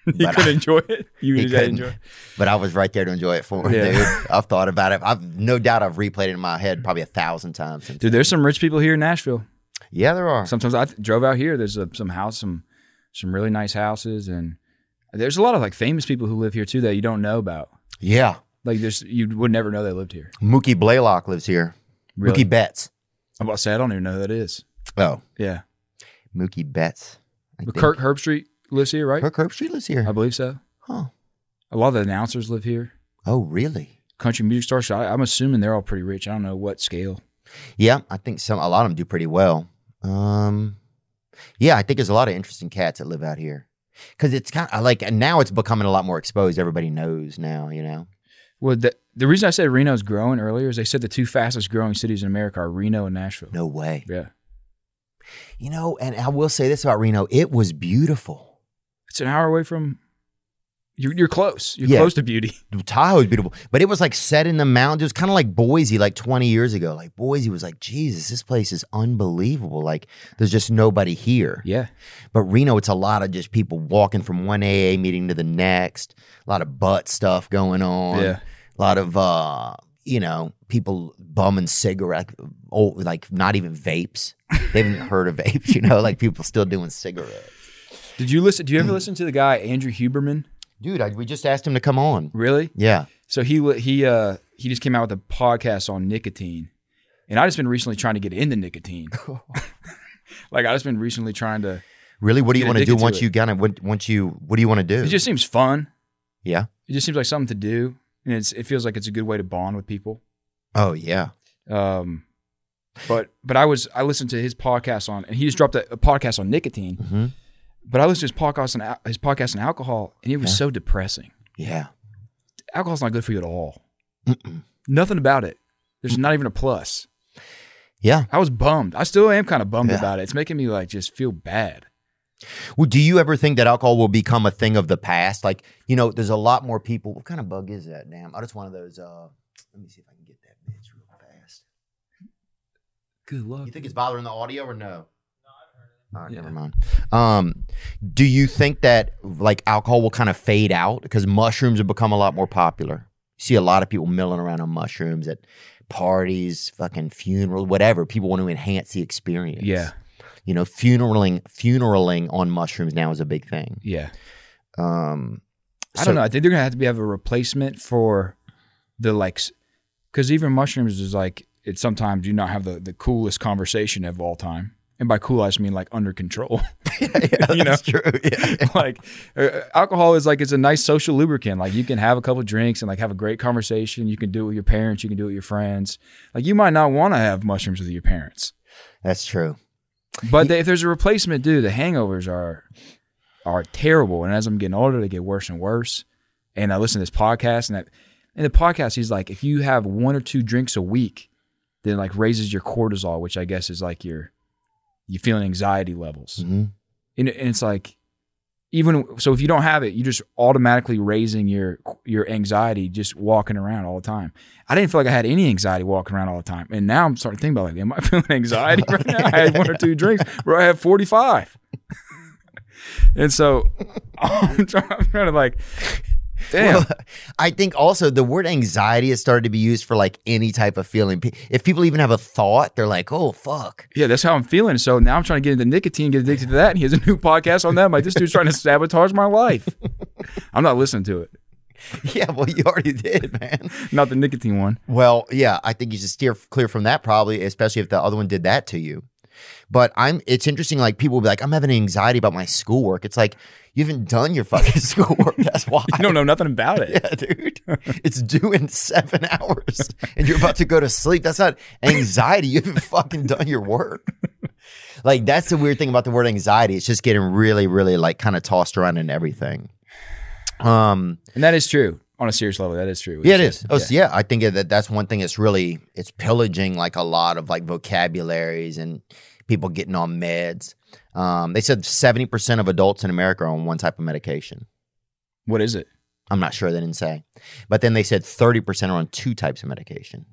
You
But
could
I-
enjoy it. You
he
just had to
couldn't.
enjoy it.
but I was right there to enjoy it for him,
Yeah.
dude. I've thought about it. I've no doubt I've replayed it in my head probably a thousand times. since then.
Dude, there's some rich people here in Nashville.
yeah, there are.
Sometimes I th- drove out here. There's a, some house, some some really nice houses, and there's a lot of like famous people who live here too that you don't know about.
yeah,
Like there's you would never know they lived here.
Mookie Blaylock lives here.
Really?
Mookie Betts.
I'm about to say I don't even know who that is.
Oh,
Yeah,
Mookie Betts. I
but
think.
Kirk Uh, Herbstreit lives here, right?
Kirk Herbstreit lives
I
here.
believe so.
Huh.
A lot of the announcers live here.
Oh, really?
Country music stars. So I, I'm assuming they're all pretty rich. I don't know what scale.
Yeah, I think some. A lot of them do pretty well. Um, yeah, I think there's a lot of interesting cats that live out here because it's kind of like and now it's becoming a lot more exposed. Everybody knows now, you know.
Well, the, the reason I said Reno's growing earlier is they said the two fastest growing cities in America are Reno and Nashville.
No way.
Yeah,
You know, and I will say this about Reno: it was beautiful.
it's an hour away from. You're, you're close. You're
Yeah.
close to beauty.
Tahoe is beautiful, but it was like set in the mountains. It was kind of like Boise, like 20 years ago. Like Boise was like, Jesus, this place is unbelievable. Like there's just nobody here.
Yeah.
But Reno, it's a lot of just people walking from one AA meeting to the next. A lot of butt stuff going on.
Yeah.
A lot of uh, you know, people bumming cigarette old like not even vapes. They haven't heard of vapes, you know, like people still doing cigarettes.
Did you listen? Do you ever listen to the guy Andrew Huberman?
Dude, I, we just asked him to come on.
Really?
Yeah.
So he li- he uh he just came out with a podcast on nicotine, and I just been recently trying to get into nicotine. like I just been recently trying to.
Really? What do you
Get
want to do
addicted to
once
it.
you got it? What, once you what do you want to do?
It just seems fun.
yeah.
It just seems like something to do, and it's it feels like it's a good way to bond with people.
Oh yeah.
Um, but but I was I listened to his podcast on, and he just dropped a, a podcast on nicotine.
hmm
But I listened to his podcast on al- his podcast on alcohol, and it was
Yeah.
so depressing.
Yeah.
Alcohol's not good for you at all.
Mm-mm.
Nothing about it. There's not even a plus.
Mm. Yeah.
I was bummed. I still am kind of bummed
Yeah.
about it. It's making me like just feel bad.
Well, do you ever think that alcohol will become a thing of the past? Like, you know, there's a lot more people. What kind of bug is that? Damn. Oh, it's one of those. Uh, let me see if I can get that bitch real fast.
Good luck.
You think it's bothering the audio or no? All right,
Yeah.
never mind. Um, do you think that like alcohol will kind of fade out because mushrooms have become a lot more popular? You see a lot of people milling around on mushrooms at parties, fucking funeral, whatever. People want to enhance the experience.
Yeah,
you know, funeraling, funeraling on mushrooms now is a big thing.
yeah.
Um,
I
so-
don't know. I think they're gonna have to be, have a replacement for the like, because even mushrooms is like it's sometimes you not have the the coolest conversation of all time. And by cool, I just mean like under control.
yeah,
You know?
that's true. Yeah.
like uh, alcohol is like it's a nice social lubricant. Like you can have a couple drinks and like have a great conversation. You can do it with your parents. You can do it with your friends. Like you might not want to have mushrooms with your parents.
That's true.
But they, if there's a replacement, dude, the hangovers are are terrible. And as I'm getting older, they get worse and worse. And I listen to this podcast, and that in the podcast, he's like, if you have one or two drinks a week, then like raises your cortisol, which I guess is like your you feeling anxiety levels.
hmm
And, it- and it's like even so, if you don't have it, you're just automatically raising your your anxiety just walking around all the time. I didn't feel like I had any anxiety walking around all the time, and now I'm starting to think about like, am I feeling anxiety right now? I had one or two drinks, bro. I had 45, and so I'm trying, I'm trying to like, damn,
Well, I think also the word anxiety has started to be used for like any type of feeling. Pe- If people even have a thought, they're like, "Oh fuck."
yeah, that's how I'm feeling. So now I'm trying to get into nicotine, get addicted to that, and he has a new podcast on that. I'm like, this dude's trying to sabotage my life. I'm not listening to it,
Yeah, well, you already did, man.
not the nicotine one.
Well, yeah, I think you should steer clear from that probably, especially if the other one did that to you. But I'm it's interesting, like people will be like, I'm having anxiety about my schoolwork. It's like you haven't done your fucking schoolwork. That's why.
You don't know nothing about it.
Yeah, dude. It's due in seven hours and you're about to go to sleep. That's not anxiety. You haven't fucking done your work. Like, that's the weird thing about the word anxiety. It's just getting really, really like kind of tossed around in everything. Um,
And that is true. On a serious level, that is true.
yeah, it is. Oh, so yeah. I think that that's one thing. It's really, it's pillaging like a lot of like vocabularies and people getting on meds. Um, they said 70% of adults in America are on one type of medication.
What is it?
I'm not sure they didn't say. But then they said 30% are on two types of medication.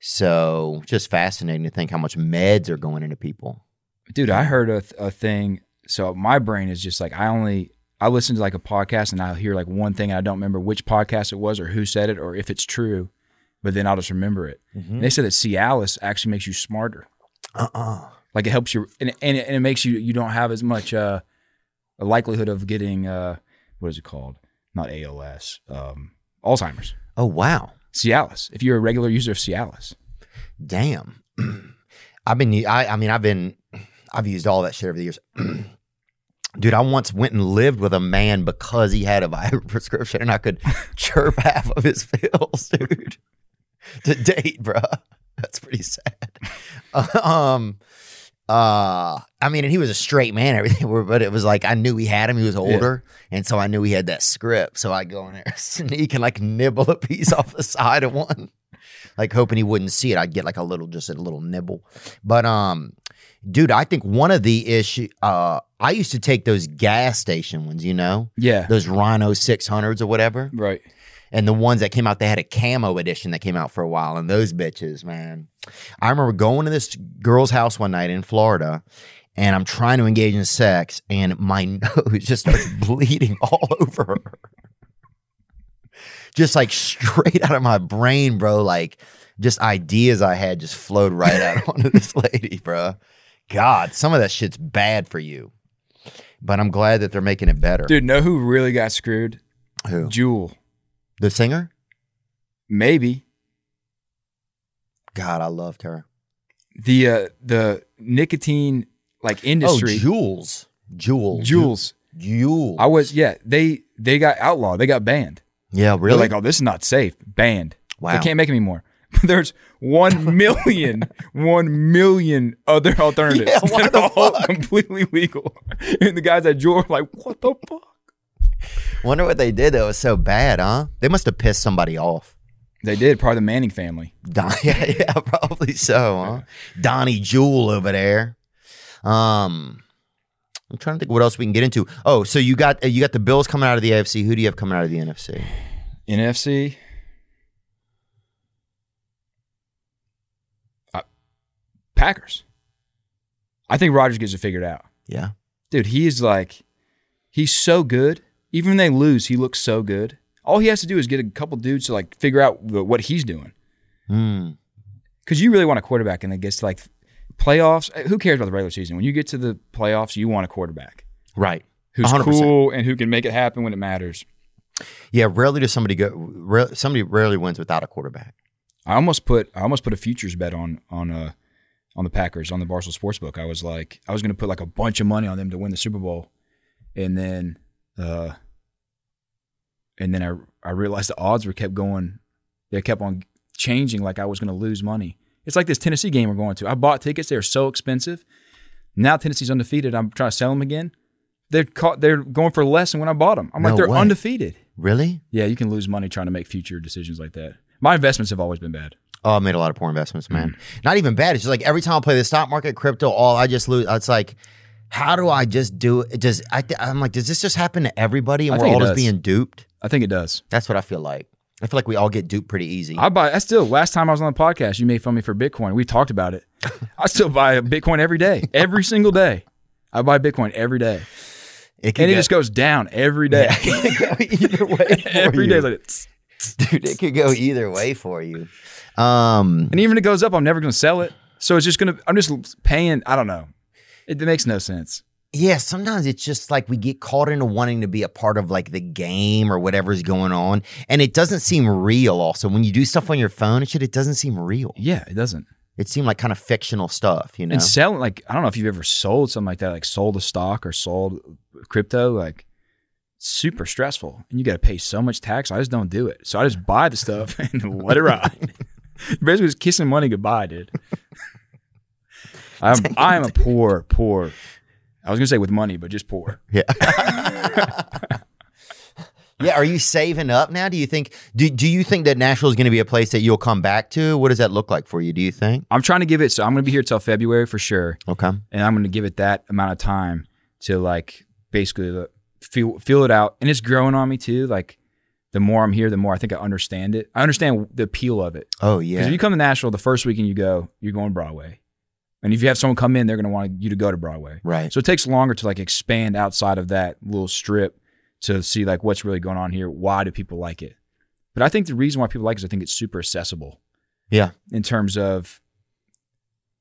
So just fascinating to think how much meds are going into people.
Dude, I heard a, th- a thing. So my brain is just like, I only, I listen to like a podcast and I'll hear like one thing and I don't remember which podcast it was or who said it or if it's true, but then I'll just remember it. And they said that Cialis actually makes you smarter.
Uh-uh.
Like it helps you and, and, it, and it makes you, you don't have as much uh, a likelihood of getting, uh, what is it called? Not ALS, um, Alzheimer's.
Oh, wow.
Cialis, if you're a regular user of Cialis.
Damn. I've been, I, I mean, I've been, I've used all that shit over the years. Dude, I once went and lived with a man because he had a Viagra prescription and I could chirp half of his pills, dude. To date, bruh. That's pretty sad. um, uh, I mean, and he was a straight man, everything, but it was like I knew he had him. He was older. And so I knew he had that script. So I go in there, sneak and like nibble a piece off the side of one like hoping he wouldn't see it. I'd get like a little, just a little nibble. But um, dude, I think one of the issue, uh, I used to take those gas station ones, you know,
Yeah.
those Rhino six hundreds or whatever,
right.
and the ones that came out, they had a camo edition that came out for a while, and those bitches, man. I remember going to this girl's house one night in Florida. And I'm trying to engage in sex, and my nose just starts bleeding all over her just like straight out of my brain, bro. Like just ideas I had just flowed right out onto this lady, bro. God, some of that shit's bad for you. But I'm glad that they're making it better.
Dude, know who really got screwed?
Who?
Jewel.
The singer?
Maybe.
God, I loved her.
the uh, the nicotine like industry
Oh, Jules. Jules.
Jules.
Jules.
I was yeah they they got outlawed they got banned
yeah,
they're
really?
like oh this is not safe banned
Wow.
they can't make them anymore there's one million one million other alternatives
Yeah, why
that
the
are all
fuck?
completely legal and the guys at Juul are like what the fuck
Wonder what they did that was so bad, huh? They must have pissed somebody off.
they did probably the Manning family
Don, yeah, yeah, probably so. Huh? Donnie Jewel over there. Um, I'm trying to think what else we can get into. Oh, so you got uh, you got the Bills coming out of the AFC. Who do you have coming out of the NFC?
NFC uh, Packers I think Rogers gets it figured out
Yeah,
dude, he is like, he's so good. Even when they lose, he looks so good. All he has to do is get a couple dudes to like figure out wh- what he's doing.
Hmm.
Because you really want a quarterback, and it gets to like playoffs. Eh, Who cares about the regular season? When you get to the playoffs, you want a quarterback
right.
who's
100%.
cool and who can make it happen when it matters.
Yeah, rarely does somebody go. Rare, somebody rarely wins without a quarterback.
I almost put I almost put a futures bet on on uh on the Packers on the Barstool Sportsbook. I was like I was going to put like a bunch of money on them to win the Super Bowl, and then uh and then I I realized the odds were kept going, they kept on changing. Like I was going to lose money. It's like this Tennessee game we're going to. I bought tickets; they are so expensive. Now Tennessee's undefeated. I'm trying to sell them again. They're caught. They're going for less than when I bought them. I'm
No
like they're
way.
undefeated.
Really?
Yeah, you can lose money trying to make future decisions like that. My investments have always been bad.
Oh, I made a lot of poor investments, man.
Mm.
Not even bad. It's just like every time I play the stock market, crypto, all I just lose. It's like, how do I just do it? Does I? I'm like, does this just happen to everybody? And
I
we're
think
all
it
just
does.
being duped.
I think it does.
That's what I feel like. I feel like we all get duped pretty easy.
I buy. I still. Last time I was on the podcast, you made fun of me for Bitcoin. We talked about it. I still buy Bitcoin every day, every single day. I buy Bitcoin every day,
it
and it
go-
just goes down every day.
either way. For
every
you.
day, like it's,
dude, it could go either way for you. Um,
and even if it goes up, I'm never going to sell it. So it's just going to. I'm just paying. I don't know. It, it makes no sense.
yeah, sometimes it's just like we get caught into wanting to be a part of like the game or whatever's going on, and it doesn't seem real. Also, when you do stuff on your phone and shit, it doesn't seem real.
Yeah, it doesn't.
it seemed like kind of fictional stuff, you know?
And selling like I don't know if you've ever sold something like that, like sold a stock or sold crypto, like super stressful. And you gotta pay so much tax. I just don't do it. So I just buy the stuff and let it ride. Basically just kissing money goodbye, dude. I'm I am a poor, poor I was gonna say with money, but just poor.
yeah, are you saving up now? Do you think do, do you think that Nashville is going to be a place that you'll come back to? What does that look like for you, do you think?
I'm trying to give it so I'm gonna be here till February for sure.
Okay.
and I'm going to give it that amount of time to like basically the- feel feel it out. And it's growing on me too. Like the more I'm here, the more I think I understand it. I understand the appeal of it.
Oh
Because
yeah.
if you come to Nashville the first weekend you go, you're going Broadway, and if you have someone come in, they're going to want you to go to Broadway.
right.
So it takes longer to like expand outside of that little strip to see like what's really going on here. Why do people like it? But I think the reason why people like it is I think it's super accessible.
Yeah.
In terms of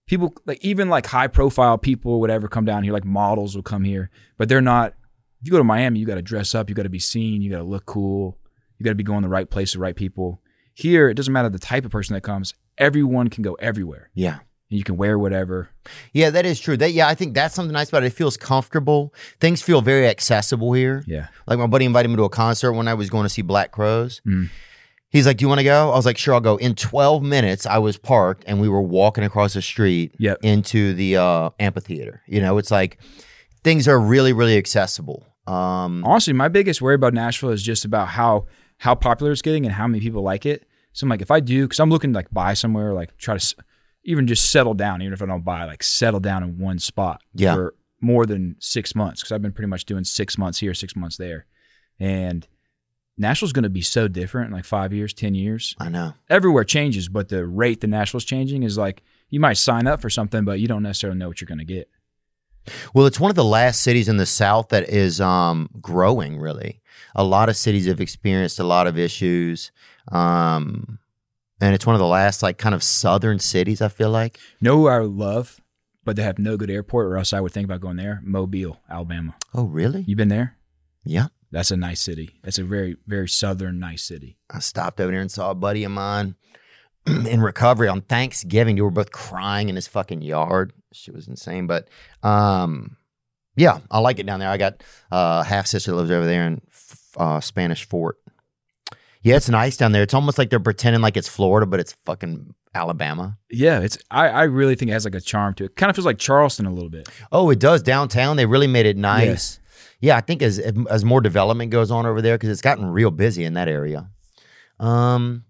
people like even like high profile people or whatever come down here, like models will come here, but they're not if you go to Miami, you gotta dress up, you gotta be seen, you gotta look cool, you gotta be going the right place, the right people. Here, it doesn't matter the type of person that comes, everyone can go everywhere.
Yeah.
And you can wear whatever.
Yeah, that is true. That yeah, I think that's something nice about it. It feels comfortable. Things feel very accessible here.
Yeah.
Like my buddy invited me to a concert when I was going to see Black Crows.
Mm.
He's like, "Do you want to go?" I was like, "Sure, I'll go." In 12 minutes, I was parked and we were walking across the street
Yep.
into the uh, amphitheater. You know, it's like things are really, really accessible. Um,
honestly, my biggest worry about Nashville is just about how how popular it's getting and how many people like it. So I'm like, if I do, because I'm looking to like buy somewhere, like try to s- even just settle down, even if I don't buy, like settle down in one spot
Yeah.
for more than six months, because I've been pretty much doing six months here, six months there, and Nashville's going to be so different in like five years, ten years.
I know.
Everywhere changes, but the rate that Nashville's changing is like you might sign up for something, but you don't necessarily know what you're going to get.
Well, it's one of the last cities in the South that is um, growing, really. A lot of cities have experienced a lot of issues. Um, and it's one of the last, like, kind of southern cities, I feel like.
Know who I would love, but they have no good airport, or else I would think about going there. Mobile, Alabama.
Oh, really?
You been there?
Yeah.
That's a nice city. That's a very, very southern nice city.
I stopped over there and saw a buddy of mine in recovery on Thanksgiving. They were both crying in his fucking yard. Shit was insane. But um, yeah, I like it down there. I got uh, half sister lives over there in f- uh, Spanish Fort. Yeah, it's nice down there. It's almost like they're pretending like it's Florida, but it's fucking Alabama.
Yeah, it's. I, I really think it has like a charm to it. Kind of feels like Charleston a little bit.
Oh, it does downtown. They really made it nice. Yeah, I think as as more development goes on over there, because it's gotten real busy in that area. Um,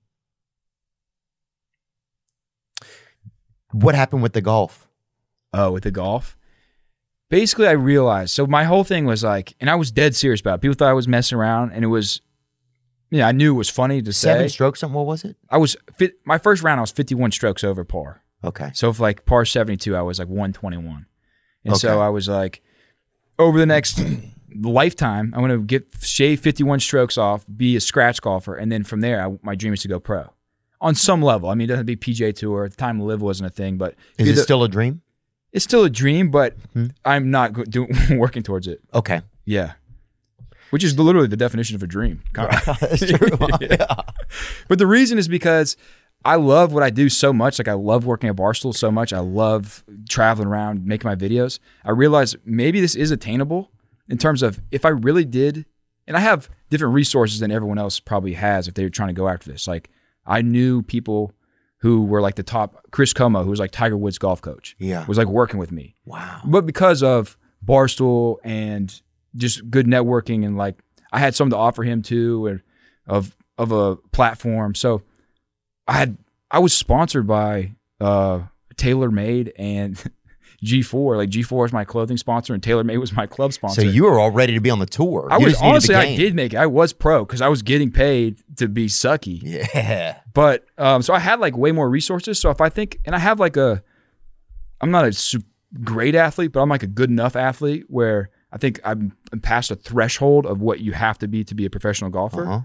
what happened with the golf?
Oh, with the golf. Basically, I realized. So my whole thing was like, and I was dead serious about it. People thought I was messing around, and it was. Yeah, I knew it was funny to say.
Seven strokes? Something? What was it?
I was fit, my first round. I was fifty-one strokes over par.
Okay.
So if like par 72, I was like 121. And so
Okay.
I was like, over the next lifetime, I'm going to get shave 51 strokes off, be a scratch golfer. And then from there, I, my dream is to go pro on some level. I mean, it doesn't have to be PJ Tour. At the time, live wasn't a thing, but
Is
either-
it still Hmm. a dream?
it's still a dream, but I'm not go- do, working towards it.
Okay.
Yeah. Which is literally the definition of a dream. kind of.
That's true. yeah.
But the reason is because I love what I do so much. Like I love working at Barstool so much. I love traveling around, making my videos. I realize maybe this is attainable in terms of if I really did, and I have different resources than everyone else probably has if they're trying to go after this. Like I knew people who were like the top Chris Como, who was like Tiger Woods golf coach.
Yeah.
Was like working with me
Wow.
but because of Barstool and just good networking and like I had something to offer him too and of of a platform. So I had I was sponsored by uh TaylorMade and G4. Like G4 is my clothing sponsor and TaylorMade was my club sponsor.
So you were all ready to be on the tour.
I
You
was
just needed the
honestly I
game.
did make it. I was pro because I was getting paid to be sucky.
Yeah.
But um, so I had like way more resources. So if I think, and I have like a, I'm not a su- great athlete, but I'm like a good enough athlete where I think I'm, I'm past a threshold of what you have to be to be a professional golfer.
Uh-huh.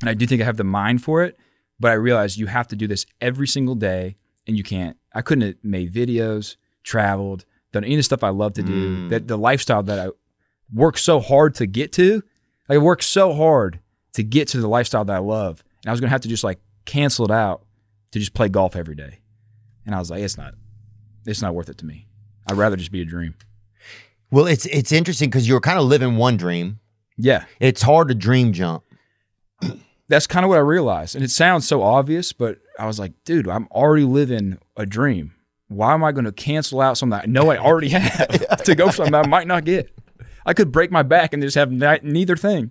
And I do think I have the mind for it, but I realized you have to do this every single day and you can't. I couldn't have made videos, traveled, done any of the stuff I love to do,
Mm.
that the lifestyle that I worked so hard to get to. Like I worked so hard to get to the lifestyle that I love. And I was going to have to just like cancel it out to just play golf every day. And And I was like, it's not, it's not worth it to me. I'd rather just be a dream.
Well, it's it's interesting because you were kind of living one dream.
Yeah,
It's hard to dream jump.
that's kind of what I realized. And it sounds so obvious, but I was like, dude, I'm already living a dream. Why am I going to cancel out something I know I already have to go for something I might not get? I could break my back and just have ni- neither thing.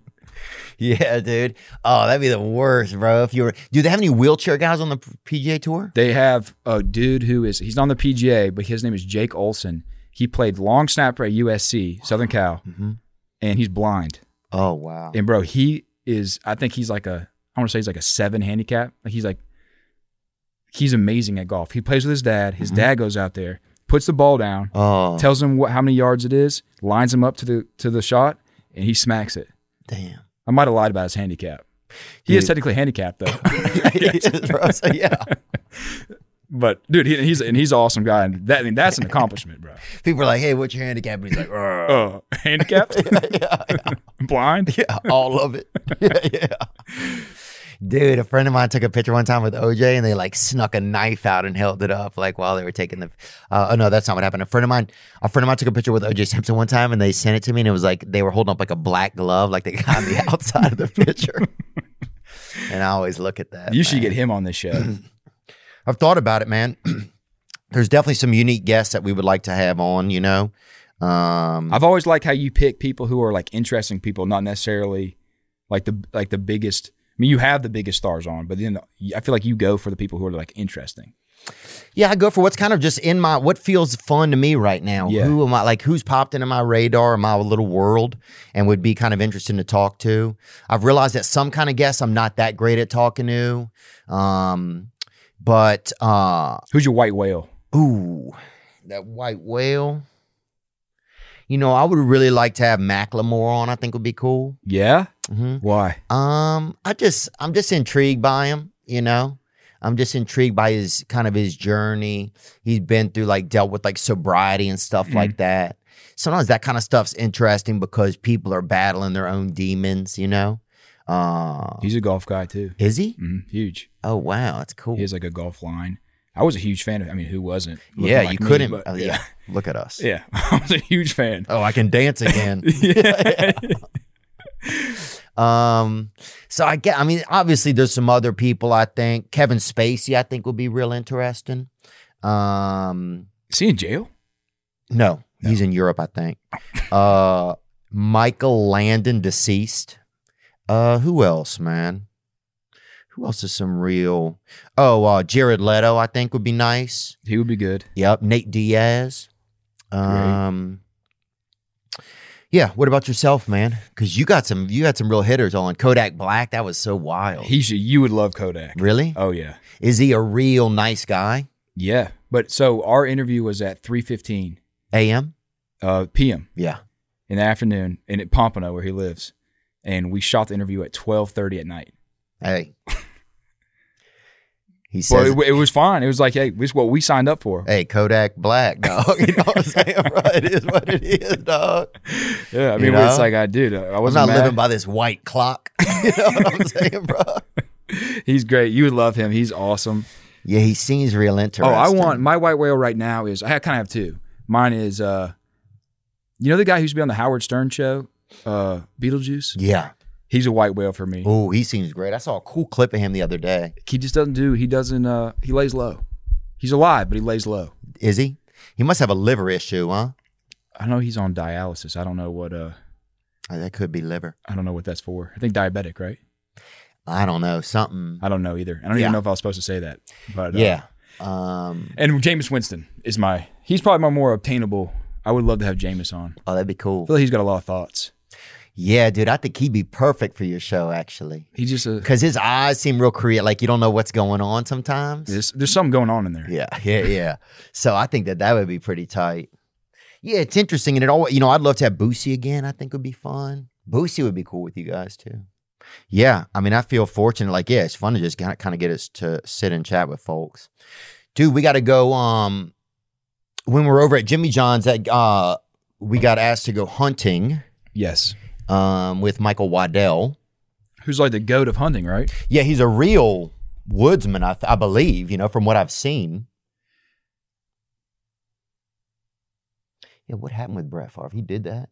Yeah, dude. Oh, that'd be the worst, bro. If you were, do they have any wheelchair guys on the PGA tour?
They have a dude who is he's on the PGA, but his name is Jake Olson. He played long snapper at USC, Southern Cal,
Mhm.
and he's blind.
Oh wow.
And bro, he is. I think he's like a. I want to say he's like a seven handicap. Like he's like. He's amazing at golf. He plays with his dad. His
Mm-hmm.
dad goes out there, puts the ball down,
Oh
tells him what how many yards it is, lines him up to the to the shot, and he smacks it.
damn.
I might have lied about his handicap. He is
Dude.
technically handicapped though.
Bro, so, yeah.
but dude, he, he's and he's an awesome guy, and that I mean, that's an accomplishment, bro.
People are like, "Hey, what's your handicap?" And he's like, "Ugh."
Uh, handicapped,
yeah,
blind.
yeah, all of it. Yeah, yeah. Dude, a friend of mine took a picture one time with OJ, and they like snuck a knife out and held it up, like while they were taking the. Uh, oh no, that's not what happened. A friend of mine, a friend of mine took a picture with OJ Simpson one time, and they sent it to me, and it was like they were holding up like a black glove, like they got on the outside of the picture. and I always look at that.
You should
man.
get him on this show.
I've thought about it, man. There's definitely some unique guests that we would like to have on. You know, um,
I've always liked how you pick people who are like interesting people, not necessarily like the like the biggest. I mean, you have the biggest stars on, but then I feel like you go for the people who are like interesting.
Yeah, I go for what's kind of just in my what feels fun to me right now.
Yeah.
Who am I like who's popped into my radar in my little world and would be kind of interesting to talk to. I've realized that some kind of guests I'm not that great at talking to. Um but uh
Who's your white whale?
ooh, that white whale. You know, I would really like to have Macklemore on. I think would be cool.
Yeah.
hmm
Why?
um, I just I'm just intrigued by him, you know. I'm just intrigued by his kind of his journey. He's been through like dealt with like sobriety and stuff
Mm-hmm.
like that. Sometimes that kind of stuff's interesting because people are battling their own demons, you know. Uh,
He's a golf guy too.
is he?
Mhm, huge.
Oh wow, that's cool.
He has like a golf line. I was a huge fan of. I mean, who wasn't? Looking
yeah,
like
you
me,
couldn't.
but-
oh, yeah.
yeah.
look at us.
Yeah. I was a huge fan.
Oh, I can dance again.
Yeah.
Um, so I get. I mean, obviously, there's some other people. I think Kevin Spacey. I think would be real interesting. Um,
Is he in jail?
no, he's in Europe. I think. Uh, Michael Landon, deceased. Uh, who else, man? Who else is some real? Oh, uh, Jared Leto. I think would be nice.
He would be good.
Yep, Nate Diaz. Um, yeah. What about yourself, man? Because you got some, you had some real hitters on Kodak Black. That was so wild.
He should. You would love Kodak.
really?
Oh yeah.
Is he a real nice guy?
Yeah. But so our interview was at three fifteen
A.M.
uh, p.m.
Yeah.
in the afternoon and at Pompano where he lives. And we shot the interview at twelve thirty at night.
Hey. He
Well,
says,
it, it was fine. It was like, hey, this is what we signed up for.
"Hey, Kodak Black, dog. You know what I'm saying? Bro? It is what it is, dog.
Yeah, I mean,
You know?
it's like I did. I
I'm
wasn't
not
mad.
living by this white clock. you know what I'm saying, bro?
He's great. You would love him. He's awesome.
Yeah, he seems real
Oh,
interesting.
I want my white whale right now is I kind of have two. Mine is, uh you know, the guy who used to be on the Howard Stern show, uh Beetlejuice.
Yeah.
He's a white whale for me.
Oh, he seems great. I saw a cool clip of him the other day.
He just doesn't do. He doesn't. uh He lays low. He's alive, but he lays low.
Is he? He must have a liver issue, huh?
I know he's on dialysis. I don't know what. uh
Uh, That could be liver.
I don't know what that's for. I think diabetic, right?
I don't know. Something.
I don't know either. I don't
Yeah.
even know if I was supposed to say that. But uh,
Yeah. Um,
And Jameis Winston is my. He's probably my more obtainable. I would love to have Jameis on.
oh, that'd be
I
cool.
feel like he's got a lot of thoughts.
Yeah, dude. I think he'd be perfect for your show, actually.
He's just uh, a.
Because his eyes seem real creative. Like you don't know what's going on sometimes.
There's, there's something going on in there.
Yeah, yeah, yeah. so I think that that would be pretty tight. Yeah, it's interesting, and it all you know. I'd love to have Boosie again. I think would be fun. Boosie would be cool with you guys too. Yeah, I mean, I feel fortunate. Like, yeah, it's fun to just kind of, kind of get us to sit and chat with folks. Dude, we got to go. Um, when we're over at Jimmy John's, that uh, we got asked to go hunting.
Yes.
Um, with Michael Waddell.
Who's like the goat of hunting, right?
Yeah, he's a real woodsman, I, th- I believe. You know, from what I've seen. Yeah, what happened with Brett Favre? He did that.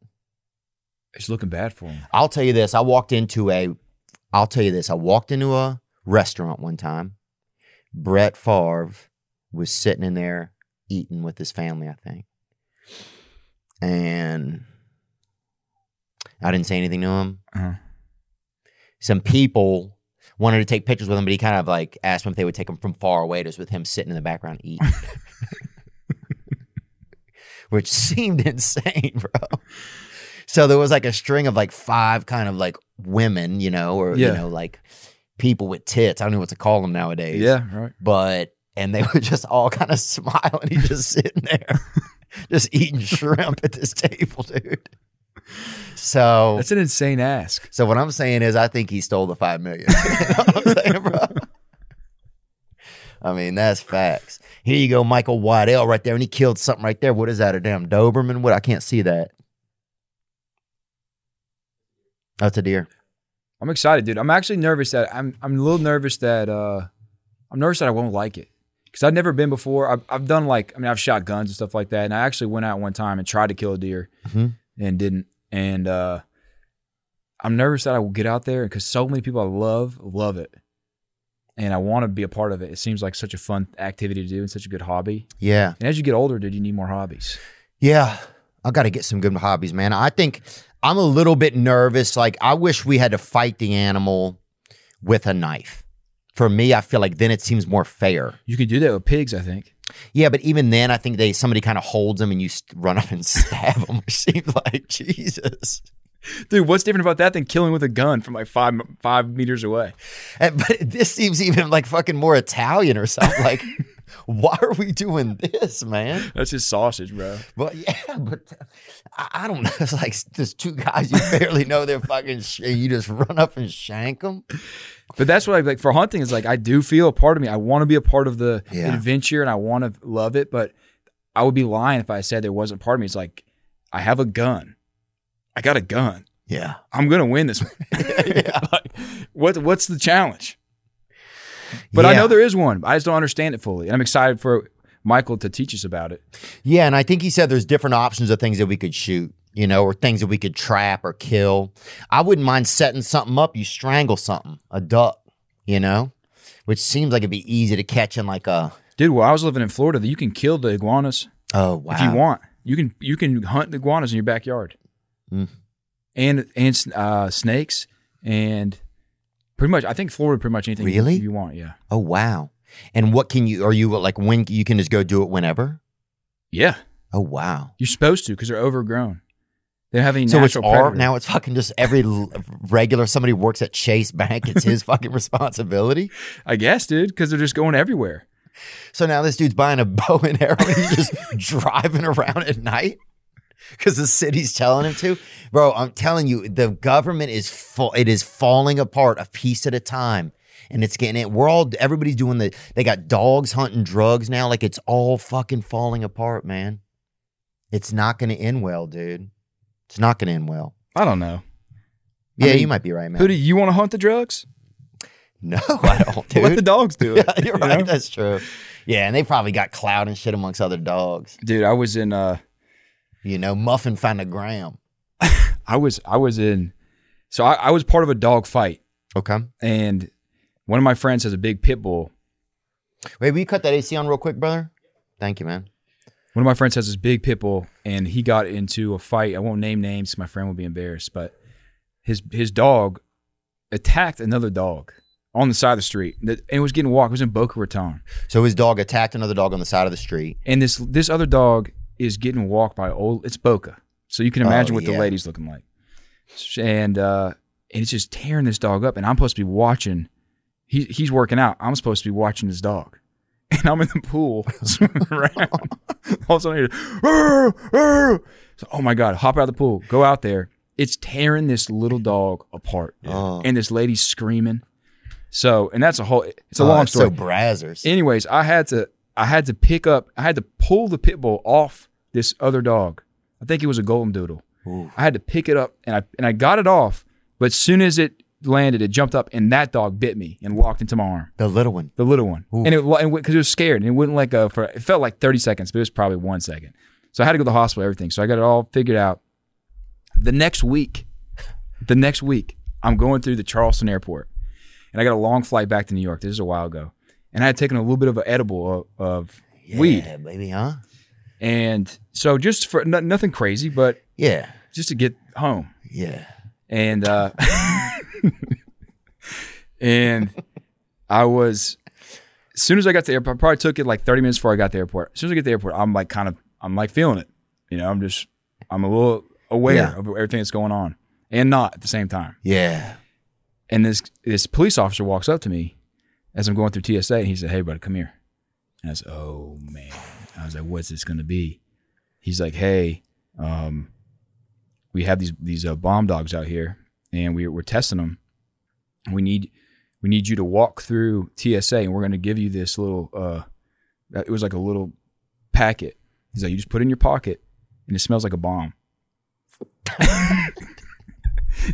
It's looking bad for him.
I'll tell you this. I walked into a. I'll tell you this. I walked into a restaurant one time. Brett Favre was sitting in there eating with his family, I think, and I didn't say anything to him.
Uh-huh.
Some people wanted to take pictures with him, but he kind of like asked them if they would take him from far away, just with him sitting in the background eating. Which seemed insane, bro. So there was like a string of like five kind of like women, you know, or you
Yeah.
know, like people with tits. I don't know what to call them nowadays.
Yeah, right.
But and they were just all kind of smiling. He's just sitting there, just eating shrimp at this table, dude. So
That's an insane ask.
so what I'm saying is, I think he stole the five million. You know what I'm saying, bro? I mean, that's facts. Here you go, Michael Waddell, right there, and he killed something right there. What is that? A damn Doberman? What? I can't see that. That's a deer.
I'm excited, dude. I'm actually nervous that I'm I'm a little nervous that uh I'm nervous that I won't like it. Cause I've never been before. I've, I've done like I mean I've shot guns and stuff like that, and I actually went out one time and tried to kill a deer
Mhm.
and didn't. And uh I'm nervous that I will get out there because so many people I love love it, and I want to be a part of it. It seems like such a fun activity to do and such a good hobby.
Yeah,
And as you get older, dude, you need more hobbies.
yeah. I got to get some good hobbies, man. I think I'm a little bit nervous. Like I wish we had to fight the animal with a knife. For me, I feel like then it seems more fair.
You can do that with pigs, I think.
Yeah, but even then, I think they somebody kind of holds them and you st- run up and stab them. Which seems like Jesus.
Dude, what's different about that than killing with a gun from like five five meters away?
And, but this seems even like fucking more Italian or something. Like, why are we doing this, man?
That's just sausage, bro.
But yeah, but I, I don't know. It's like just two guys you barely know their fucking shit. You just run up and shank them.
But that's what I like for hunting is like I do feel a part of me. I want to be a part of the
Yeah.
adventure and I want to love it, but I would be lying if I said there wasn't part of me. It's like I have a gun. I got a gun.
Yeah.
I'm gonna win this one.
yeah.
like, what what's the challenge? But I
Yeah.
know there is one. I just don't understand it fully. And I'm excited for Michael to teach us about it.
Yeah, and I think he said there's different options of things that we could shoot, you know, or things that we could trap or kill. I wouldn't mind setting something up. You strangle something, a duck, you know, which seems like it'd be easy to catch in like a.
Dude, while I was living in Florida, you can kill the iguanas
Oh wow!
if you want. You can you can hunt the iguanas in your backyard,
Mm.
and and uh, snakes and pretty much. I think Florida pretty much anything
Really?
you want. Yeah,
Oh wow! And what can you? Are you like when you can just go do it whenever?
yeah.
Oh wow!
You're supposed to because they're overgrown. They don't have any
So it's
natural
our,
predator.
now it's fucking just every l- regular somebody who works at Chase Bank. It's his fucking responsibility.
I guess, dude, because they're just going everywhere.
So now this dude's buying a bow and arrow. And he's just driving around at night because the city's telling him to. Bro, I'm telling you, the government is full. It is falling apart a piece at a time, and it's getting it. We're all everybody's doing the. They got dogs hunting drugs now. Like it's all fucking falling apart, man. It's not going to end well, dude. It's not going to end well.
I don't know. I
Yeah,
mean,
you might be right, man.
Who do you want to hunt the drugs?
no, I don't, dude.
Let the dogs do it.
yeah, you're
you know?
right. That's true. Yeah, and they probably got clout and shit amongst other dogs.
dude. I was in. uh
You know, muffin find a gram.
I was. I was in. So I, I was part of a dog fight,
Okay.
and one of my friends has a big pit bull,
Wait, will you cut that AC on real quick, brother? Thank you, man.
one of my friends has this big pit bull and he got into a fight i won't name names my friend will be embarrassed but his his dog attacked another dog on the side of the street and it was getting walked it was in boca raton
So his dog attacked another dog on the side of the street.
and this this other dog is getting walked by old it's boca so you can imagine
Oh,
what
yeah.
the lady's looking like and uh and it's just tearing this dog up and i'm supposed to be watching he, he's working out i'm supposed to be watching this dog and i'm in the pool swimming around all of a sudden I hear, "Arr, arr." so, oh my god hop out of the pool go out there it's tearing this little dog apart
Oh.
and this lady's screaming so and that's a whole it's a
Oh,
long
that's
story
So brazzers.
anyways, I had to I had to pick up I had to pull the pit bull off this other dog. I think it was a golden doodle.
Ooh.
I had to pick it up and I and I got it off, but as soon as it landed, it jumped up and that dog bit me and walked into my arm.
the little one.
uh, The little one. And it because it was scared and it wouldn't let go for it felt like 30 seconds, but it was probably 1 second. So I had to go to the hospital, everything. So I got it all figured out. The next week, the next week, I'm going through the Charleston airport and I got a long flight back to New York. This is a while ago. And I had taken a little bit of an edible of, of weed.
Yeah, baby, huh?
And so just for no, nothing crazy, but
Yeah,
just to get home.
yeah.
and uh and I was as soon as I got to the airport, I probably took it like 30 minutes before I got to the airport. As soon as I get to the airport, I'm like kind of I'm like feeling it. You know, I'm just I'm a little aware
Yeah.
of everything that's going on. And not at the same time.
Yeah.
And this this police officer walks up to me as I'm going through TSA and he said, Hey brother, come here. And I said, Oh man. I was like, What's this gonna be? He's like, Hey, um, we have these these uh, bomb dogs out here and we, we're testing them. We need we need you to walk through TSA and we're gonna give you this little uh it was like a little packet. He's like, You just put it in your pocket and it smells like a bomb.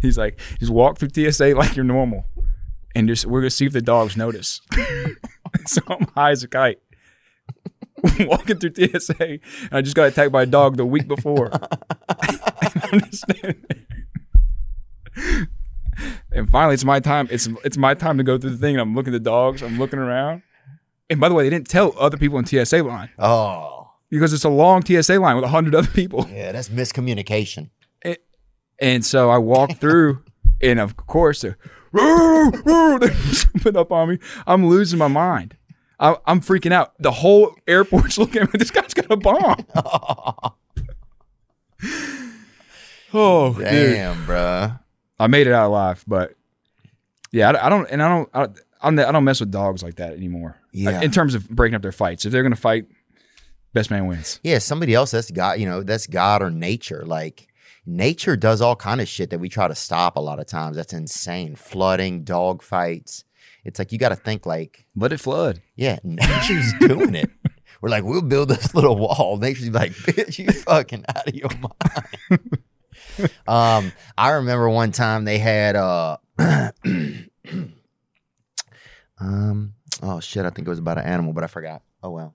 He's like, just walk through TSA like you're normal, and just we're gonna see if the dogs notice. so I'm high as a kite, walking through TSA, and I just got attacked by a dog the week before. and, I'm just standing there. And finally, it's my time. It's it's my time to go through the thing. And I'm looking at the dogs. I'm looking around. And by the way, they didn't tell other people in TSA line
Oh,
because it's a long TSA line with hundred other people.
yeah. That's miscommunication.
And so I walked through, and of course, they're, "Roo, roo," they're jumping up on me. I'm losing my mind. I, I'm freaking out. The whole airport's looking at me. This guy's got a bomb. oh, dude.
Damn, bruh.
I made it out alive, but yeah, I, I don't, and I don't, I, I'm, I don't mess with dogs like that anymore.
Yeah.
In terms of breaking up their fights, if they're gonna fight, best man wins.
Yeah, somebody else. That's God. You know, that's God or nature. Like nature does all kind of shit that we try to stop a lot of times. That's insane. Flooding, dog fights. It's like you got to think like,
Let it flood.
yeah, nature's doing it. We're like, we'll build this little wall. Nature's like, bitch, you fucking out of your mind. um, I remember one time they had uh um oh shit, I think it was about an animal, but I forgot. Oh well.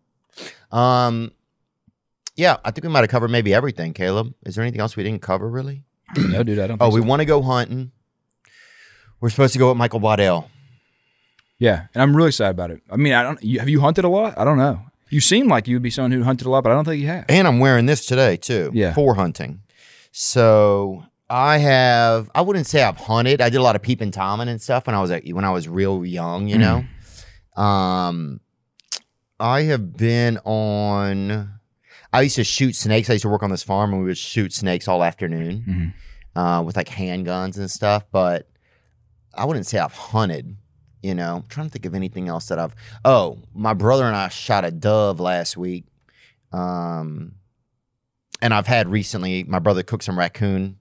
Um yeah, I think we might have covered maybe everything, Caleb. Is there anything else we didn't cover really?
no, dude, I don't.
Oh,
think
we
so.
want to go hunting. We're supposed to go with Michael Waddell.
Yeah, and I'm really excited about it. I mean, I don't. You, have you hunted a lot? I don't know. You seem like you'd be someone who hunted a lot, but I don't think you have.
And I'm wearing this today too.
Yeah.
For hunting. So I have I wouldn't say I've hunted. I did a lot of peeping toming and stuff when I was at, when I was real young, you know. Um I have been on I used to shoot snakes. I used to work on this farm and we would shoot snakes all afternoon
Mhm.
uh, with like handguns and stuff, but I wouldn't say I've hunted. You know, I'm trying to think of anything else that I've. Oh, my brother and I shot a dove last week, um, and I've had recently. My brother cooked some raccoon,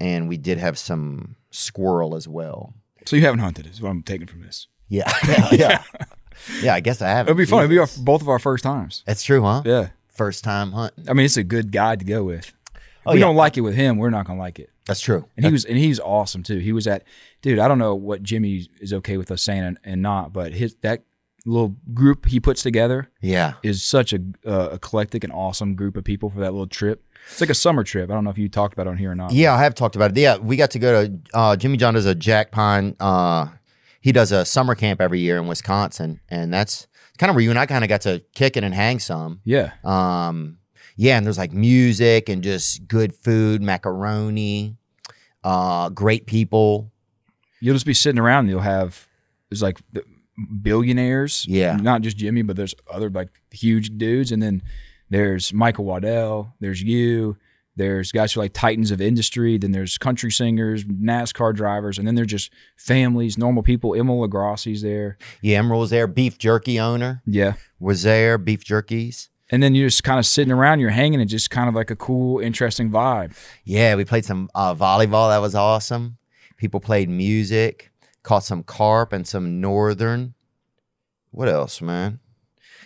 and we did have some squirrel as well.
So you haven't hunted, is what I'm taking from this.
Yeah, yeah, yeah. yeah I guess I have.
It'd be fun. It'd be our, both of our first times.
That's true, huh?
Yeah.
First time hunting.
I mean, it's a good guide to go with. If
Oh,
we
yeah.
don't like it with him, we're not gonna like it.
That's true.
And he was, and he's awesome too. He was at, dude. I don't know what Jimmy is okay with us saying and, and not, but his that little group he puts together
Yeah.
is such a uh, eclectic and awesome group of people for that little trip. It's like a summer trip. I don't know if you talked about it on here or not.
Yeah, I have talked about it. Yeah, we got to go to uh, Jimmy John does a Jack Pine. Uh, he does a summer camp every year in Wisconsin, and that's kind of where you and I kind of got to kick it and hang some.
Yeah.
Um, yeah, and there's like music and just good food, macaroni, uh, great people.
you'll just be sitting around and you'll have there's like the billionaires
Yeah.
not just jimmy but there's other like huge dudes and then there's michael waddell there's you there's guys who are like titans of industry then there's country singers nascar drivers and then they're just families normal people emil lagrassi's there
Yeah, Emerald was there. Beef jerky owner
yeah
was there. Beef jerkies.
and then you're just kind of sitting around you're hanging and just kind of like a cool interesting vibe
Yeah, we played some uh, volleyball. That was awesome. People played music. Caught some carp and some northern. What else, man?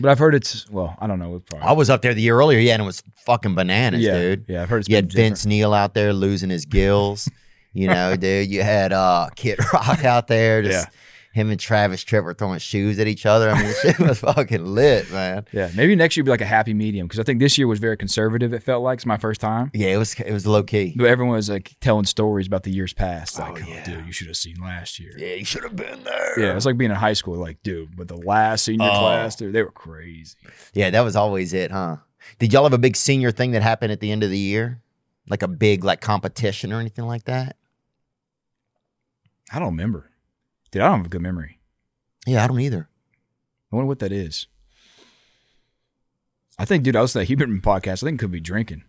but i've heard it's well i don't know it's probably
I was up there the year earlier, yeah, and it was fucking bananas,
yeah
dude.
yeah i've heard it's
You
been
had
different.
Vince Neil out there losing his gills, you know, dude. You had uh Kid Rock out there just him and Travis Tritt were throwing shoes at each other. I mean, shit was fucking lit, man.
Yeah, maybe next year would be like a happy medium because I think this year was very conservative. It felt like it's my first time.
Yeah, it was it was low key.
But everyone was like telling stories about the years past. Like,
Oh,
oh,
yeah.
dude, you should have seen last year.
Yeah, you should have been there.
Yeah, it's like being in high school. Like, dude, but the last senior
Oh.
class, dude, they were crazy.
Yeah, that was always it, huh? Did y'all have a big senior thing that happened at the end of the year? Like a big like competition or anything like that?
I don't remember. Dude, I don't have a good memory.
Yeah, I don't either.
I wonder what that is. I think, dude, I was that Huberman podcast. I think it could be drinking.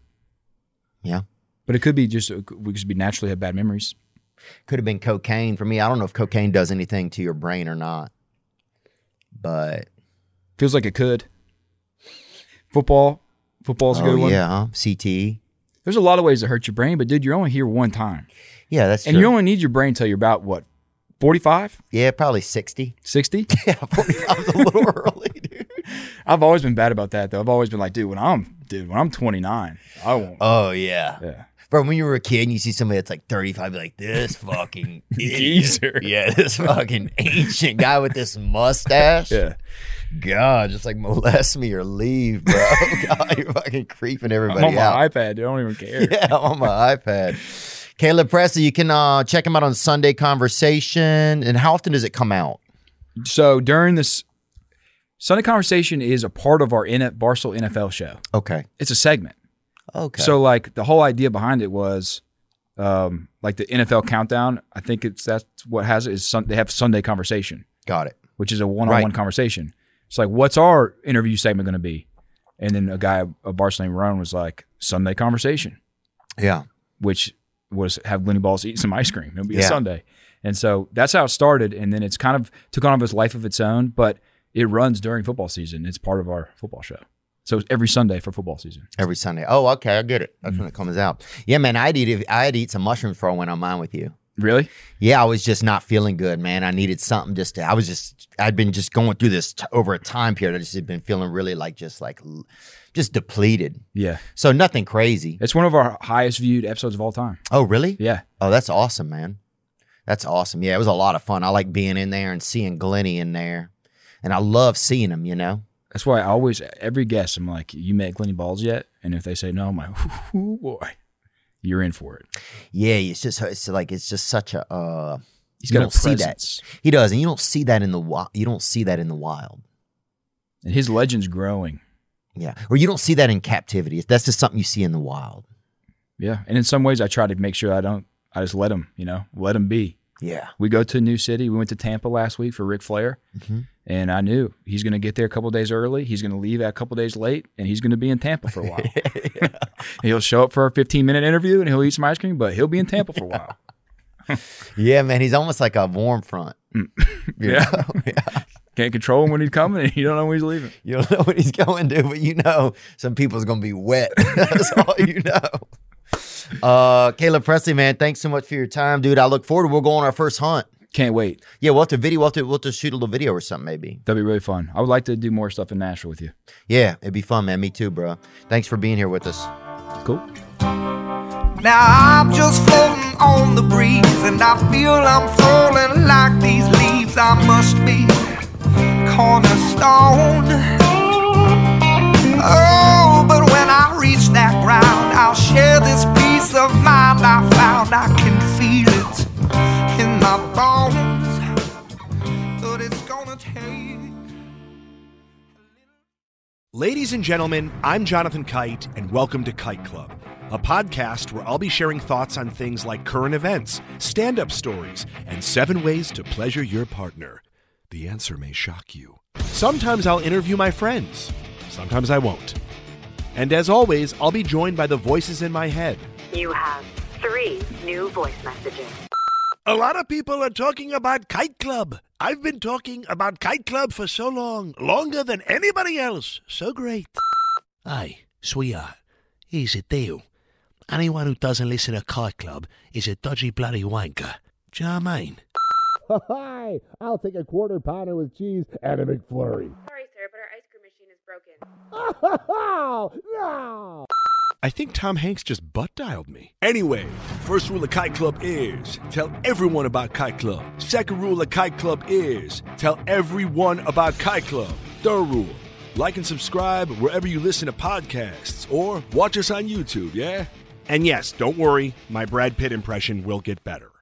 Yeah.
But it could be just, we could just be naturally have bad memories.
Could have been cocaine for me. I don't know if cocaine does anything to your brain or not. But
Feels like it could. Football. Football's a good
oh
one.
yeah, huh? CTE.
There's a lot of ways to hurt your brain, but dude, you're only here one time.
Yeah, that's
And
true.
you only need your brain till you're about, what, 45,
yeah, probably sixty.
60?
Yeah, 45 was a little early, dude.
I've always been bad about that, though. I've always been like, dude, when I'm, dude, when I'm 29, I won't.
Oh yeah.
yeah.
Bro, when you were a kid and you see somebody that's like 35, be like, this fucking idiot.
Geezer.
Yeah, this fucking ancient guy with this mustache.
Yeah.
God, just like molest me or leave, bro. Oh, God, you're fucking creeping
I'm
everybody
on my
out.
iPad, dude. I don't even care.
yeah, I'm on my iPad. Caleb Presley, you can uh, check him out on Sunday Conversation. And how often does it come out?
So during this Sunday conversation is a part of our N- Barcel NFL show.
Okay.
It's a segment.
Okay.
So like the whole idea behind it was um like the NFL countdown. I think it's that's what has it is sun, they have Sunday conversation,
got it.
which is a one-on-one
Right.
conversation. It's like what's our interview segment going to be? And then a guy a Barcel named Ron was like Sunday conversation,
Yeah.
which was have Lenny Balls eat some ice cream. It'll be
Yeah.
a Sunday. And so that's how it started. And then it's kind of took on this life of its own, but it runs during football season. It's part of our football show. So it's every Sunday for football season.
Every Sunday. Oh, okay. I get it. That's when it comes out. Yeah, man. I'd eat, I'd eat some mushrooms for I went on mine with you.
Really?
Yeah, I was just not feeling good, man. I needed something just to, I was just, I'd been just going through this t- over a time period. I just had been feeling really like, just like, l- just depleted.
Yeah.
So nothing crazy.
It's one of our highest viewed episodes of all time.
Oh, really?
Yeah.
Oh, that's awesome, man. That's awesome. Yeah, it was a lot of fun. I like being in there and seeing Glenny in there. And I love seeing him, you know?
That's why I always, every guest, I'm like, you met Glenny Balls yet? And if they say no, I'm like, "Ooh, boy, you're in for it.
Yeah, it's just, it's like, it's just such a, uh,
He's
You
got a
don't see that.
presence.
he does. And you don't see that in the wild. You don't see that in the wild.
And his legend's growing.
Yeah. Or you don't see that in captivity. That's just something you see in the wild.
Yeah. And in some ways, I try to make sure I don't, I just let him, you know, let him be.
Yeah.
We go to a new city. We went to Tampa last week for Ric Flair,
Mhm.
and I knew he's going to get there a couple days early. He's going to leave a couple days late, and he's going to be in Tampa for a while. he'll show up for a 15 minute interview, and he'll eat some ice cream, but he'll be in Tampa for a while.
Yeah, man, he's almost like a warm front. You
Mm. Yeah.
know? yeah.
Can't control him when he's coming, and you don't know when he's leaving.
You don't know what he's going to, but you know some people's going to be wet. That's all you know. Uh, Caleb Presley, man, thanks so much for your time, dude. I look forward. We'll go on our first hunt.
Can't wait.
Yeah, we'll have to video. We'll have to, we'll have to shoot a little video or something, maybe.
That'd be really fun. I would like to do more stuff in Nashville with you.
Yeah, it'd be fun, man. Me too, bro. Thanks for being here with us.
Cool.
Now I'm just floating on the breeze, and I feel I'm falling like these leaves. I must be cornerstoned. Oh, but when I reach that ground, I'll share this piece of mind I found. I can feel it in my bones, but it's gonna take.
Ladies and gentlemen, I'm Jonathan Kite, and welcome to Kite Club, a podcast where I'll be sharing thoughts on things like current events, stand up stories, and seven ways to pleasure your partner. The answer may shock you. Sometimes I'll interview my friends, sometimes I won't. And as always, I'll be joined by the voices in my head.
You have three new voice messages.
A lot of people are talking about Kite Club. I've been talking about Kite Club for so long, longer than anybody else. So great.
Hey, sweetheart, here's the deal. Anyone who doesn't listen to Kite Club is a dodgy bloody wanker. Do you know what I mean?
Hi, I'll take a quarter pounder with cheese and a McFlurry.
Sorry, sir, but our ice cream machine is broken.
Oh, no!
I think Tom Hanks just butt dialed me. Anyway, first rule of Kite Club is tell everyone about Kite Club. Second rule of Kite Club is tell everyone about Kite Club. Third rule like and subscribe wherever you listen to podcasts or watch us on YouTube, yeah? And yes, don't worry, my Brad Pitt impression will get better.